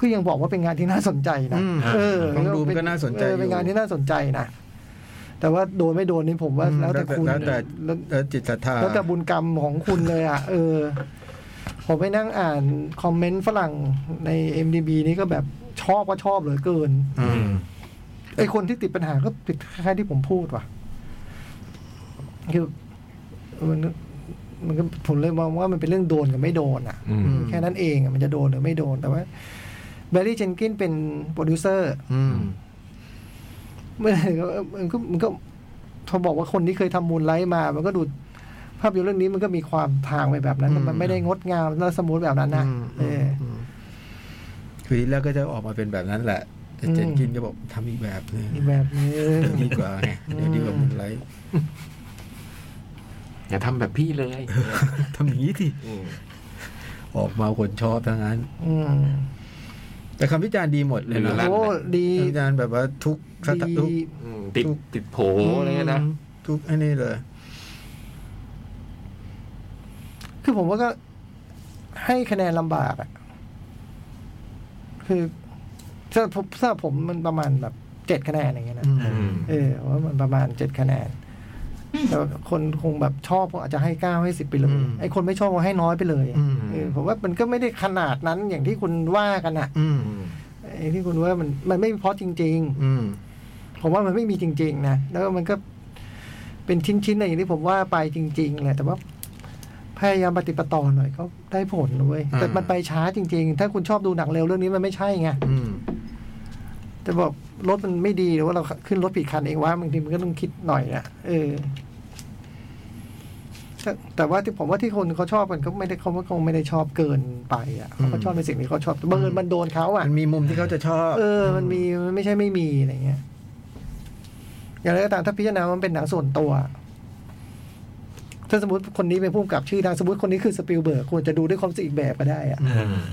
ก็ยังบอกว่าเป็นงานที่น่าสนใจนะ
อืม
เออ
ลองดูมันก็น่าสนใจ
เออเป็น
อยู่
งานที่น่าสนใจนะ แต่ว่าโดนไม่โดนนี่ผมว่า แล้วแต่คุณ
แล้วแต่
แล้ว
แล้วจิตศรัทธา
แล้วแต่บุญกรรมของคุณเลยอ่ะ เออ ผมไปนั่งอ่านคอมเมนต์ฝรั่งใน MDB นี่ก็แบบชอบก็ชอบเหลือเกิน
อืม
ไอคนที่ติดปัญหาก็ติดคล้ายๆที่ผมพูดว่ะคือมันก็มันก็ผมเลยมองว่ามันเป็นเรื่องโดนกับไม่โดนอ่ะ
อืม
แค่นั้นเองอะมันจะโดนหรือไม่โดน แต่ว่าแบร์รี่เจนกินเป็นโปรดิวเซอร์
อืม
ไม่ได้ก็มันก็มันก็เขาบอกว่าคนที่เคยทำมูลไลท์มา มันก็ดูภาพยนตร์เรื่องนี้มันก็มีความทางไปแบบนั้นแต่มันไม่ได้งดงามและสมูทแบบนั้นนะเอออ
มคือทีแรกก็จะออกมาเป็นแบบนั้นแหละแต่เจน
อืม
กินก็บอกทำอีกแบบหนึง
อีกแบบนึง
เดี๋ยวดีกว่าไงเดี๋ยวดีกว่ามึงไร
อย่าทำแบบพี่เลย
ทำอย่างนี้ที่
อืม
ออกมาคนชอบทั้งนั้น
อืม
แต่คำวิจารณ์ดีหมดเลยนะ
โอ้ดี
คำวิจารณ์แบบว่าทุกสถาทุก
ดี
อืมติดติดโผอะไรเงี้ยนะ
ทุกไอ้นี่เลย
คือผมว่าก็ให้คะแนนลำบากอะคือสำหรับผมสำหรับผมมันประมาณแบบเจ็ดคะแนนอย่างเงี้ยนะ
อืม
อืม
เออว่ามันประมาณเจ็ดคะแนน แต่ว่าคนคงแบบชอบก็อาจจะให้เก้าให้สิบไปเล
อื
ย
ม
ไอ้คนไม่ชอบก็ให้น้อยไปเลย
อืม
เออผมว่ามันก็ไม่ได้ขนาดนั้นอย่างที่คุณว่ากันอ่ะ
อืม
ไอ้ที่คุณว่ามันมันไม่เพราะจริง ๆ
อืม
ผมว่ามันไม่มีจริง ๆ นะ แล้วมันก็เป็นชิ้นๆอย่างที่ผมว่าไปจริง ๆ แหละ แต่ว่าพยายามปฏิปต่อหน่อยก็ได้ผลนะเว้ย
อ่า
แต่มันไปช้าจริง ๆ ถ้าคุณชอบดูหนังเร็วเรื่องนี้มันไม่ใช่ไง
อืม
แต่บอกรถมันไม่ดีหรือว่าเราขึ้นรถผิดคันเองว่าบางทีมันก็ต้องคิดหน่อยนะเออแต่แต่ว่าที่ผมว่าที่คนเขาชอบมันก็ไม่ได้เขาก็คงไม่ได้ชอบเกินไปอ่ะเขาก็ชอบในสิ่งที่เขาชอบแต่บังเอิญมันโดนเขาอ่ะ
มันมีมุมที่เขาจะชอบ
เออ มันมี มันไม่ใช่ไม่มีอะไรเงี้ย อย่างไรก็ตามถ้าพิจารณามันเป็นหนังส่วนตัว ถ้าสมมติคนนี้เป็นผู้กำกับชื่อดังสมมติคนนี้คือสปิลเบิร์กควรจะดูด้วยความรู้สึกอีกแบบก็ได้อะ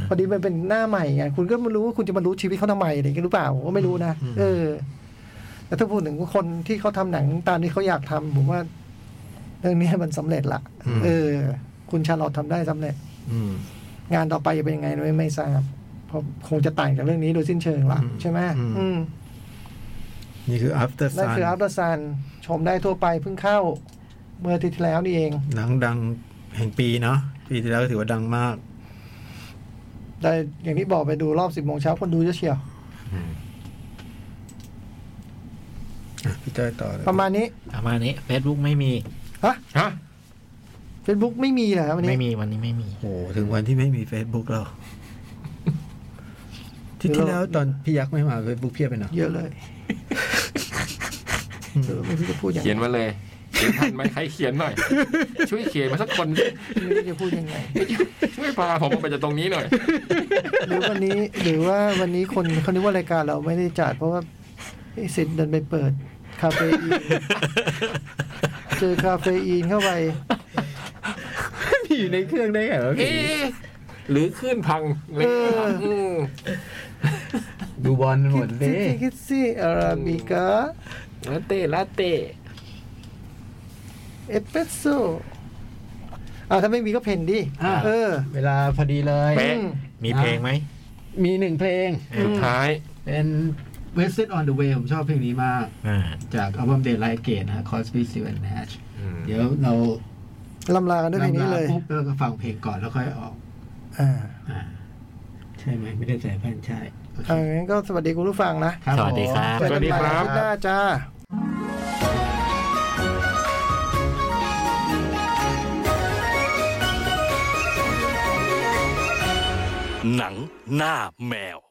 พอดีมันเป็นหน้าใหม่ไงคุณก็ไม่รู้ว่าคุณจะมารู้ชีวิตเขาทำไมอะไรเงี้ยหรือเปล่าผมก็ไม่รู้นะ เออ แต่ถ้าพูดถึงคนที่เขาทำหนังตามที่เขาอยากทำผมว่า เรื่องนี้มันสำเร็จละเออ คุณชาลอตทำได้สำเร็จ
อืม
งานต่อไปจะเป็นยังไงไม่ไม่ทราบเพราะคงจะต่างจากเรื่องนี้โดยสิ้นเชิงละ
อืม
ใช่ไหม
อืม
อืม
นี่คือ after
นั่น
sun
คืออัพเดอร์ซันชมได้ทั่วไปเพิ่งเข้า เมื่ออาทิตย์ที่แล้วนี่เอง
หนังดังแห่งปีเนาะปีที่แล้วก็ถือว่าดังมาก
ได้อย่างที่บอกไปดูรอบสิบโมงเช้าคนดูเยอะเชียว
อ่ะพี่จ้อยต่อเลย
ประมาณนี้
ประมาณนี้ Facebook ไม่มี
ฮะ
เฟซบุ๊กไม่มีเหรอครับวัน
ไม่
นี้
มีวันนี้ไม่มี
โอ้โหถึงวันที่ไม่มี Facebook แล้วที่ที่แล้วตอนพี่ยักษ์ไม่มา Facebook เพียบไปเนาะ
เยอะเลยเออไม่รู้จะพูดยังไง
เขียนมาเลยเขียนทันไหมใครเขียนหน่อย ช่วยเขียนมาสักคนสิ
ไม่รู้จะพูดยังไง
ช่วยพาผมออกไปจากตรงนี้หน่อย
หรือวันนี้ หรือว่าวันนี้คนเขานึกว่ารายการเราไม่ได้จัดเพราะว่าไอ้สิทธิ์เดินไปเปิด คาเฟอีน เจอคาเฟอีนเข้าไป
พี่อยู่ในเครื่องได้ไงวะพี่
เอ๊ะหรือขึ้นพังเลยอืม
ดูบอลหมดเล
คิด
ย
ซี่คิดซี่อาราบิก้า
ลาเต้ลาเต้
เอสเปรสโซ่อ่าถ้าไม่มีก็เพนดิ
อ่ะ
เออ
เวลาพอดีเลย
อืม
มีเพลงไหม
มีหนึ่งเพลง
สุดท้าย
เป็น
Wasted on the Way ผมชอบเพลงนี้มาก
อ่า
จากอัลบั้ม Daylight Gate นะฮะ Cosby, Steel and Nash
อืม
เดี๋ยวเรา
ลำลากันด้วยเพลงนี้
ลำลา
เลย
ปุ๊บแล้วก็ฟังเพลงก่อนแล้วค่อยออก
อ่า
อ่า ใช่ไหมไม่ได้ใส่แผ่นใช่โอเค
อ่างั้นก็สวัสดีคุณผู้ฟังนะ
รับ
สวัสดีครับ
สวัสดีครับ
เจอกันใหม่อาทิตย์หน้าจ้า
หนังหน้าแมว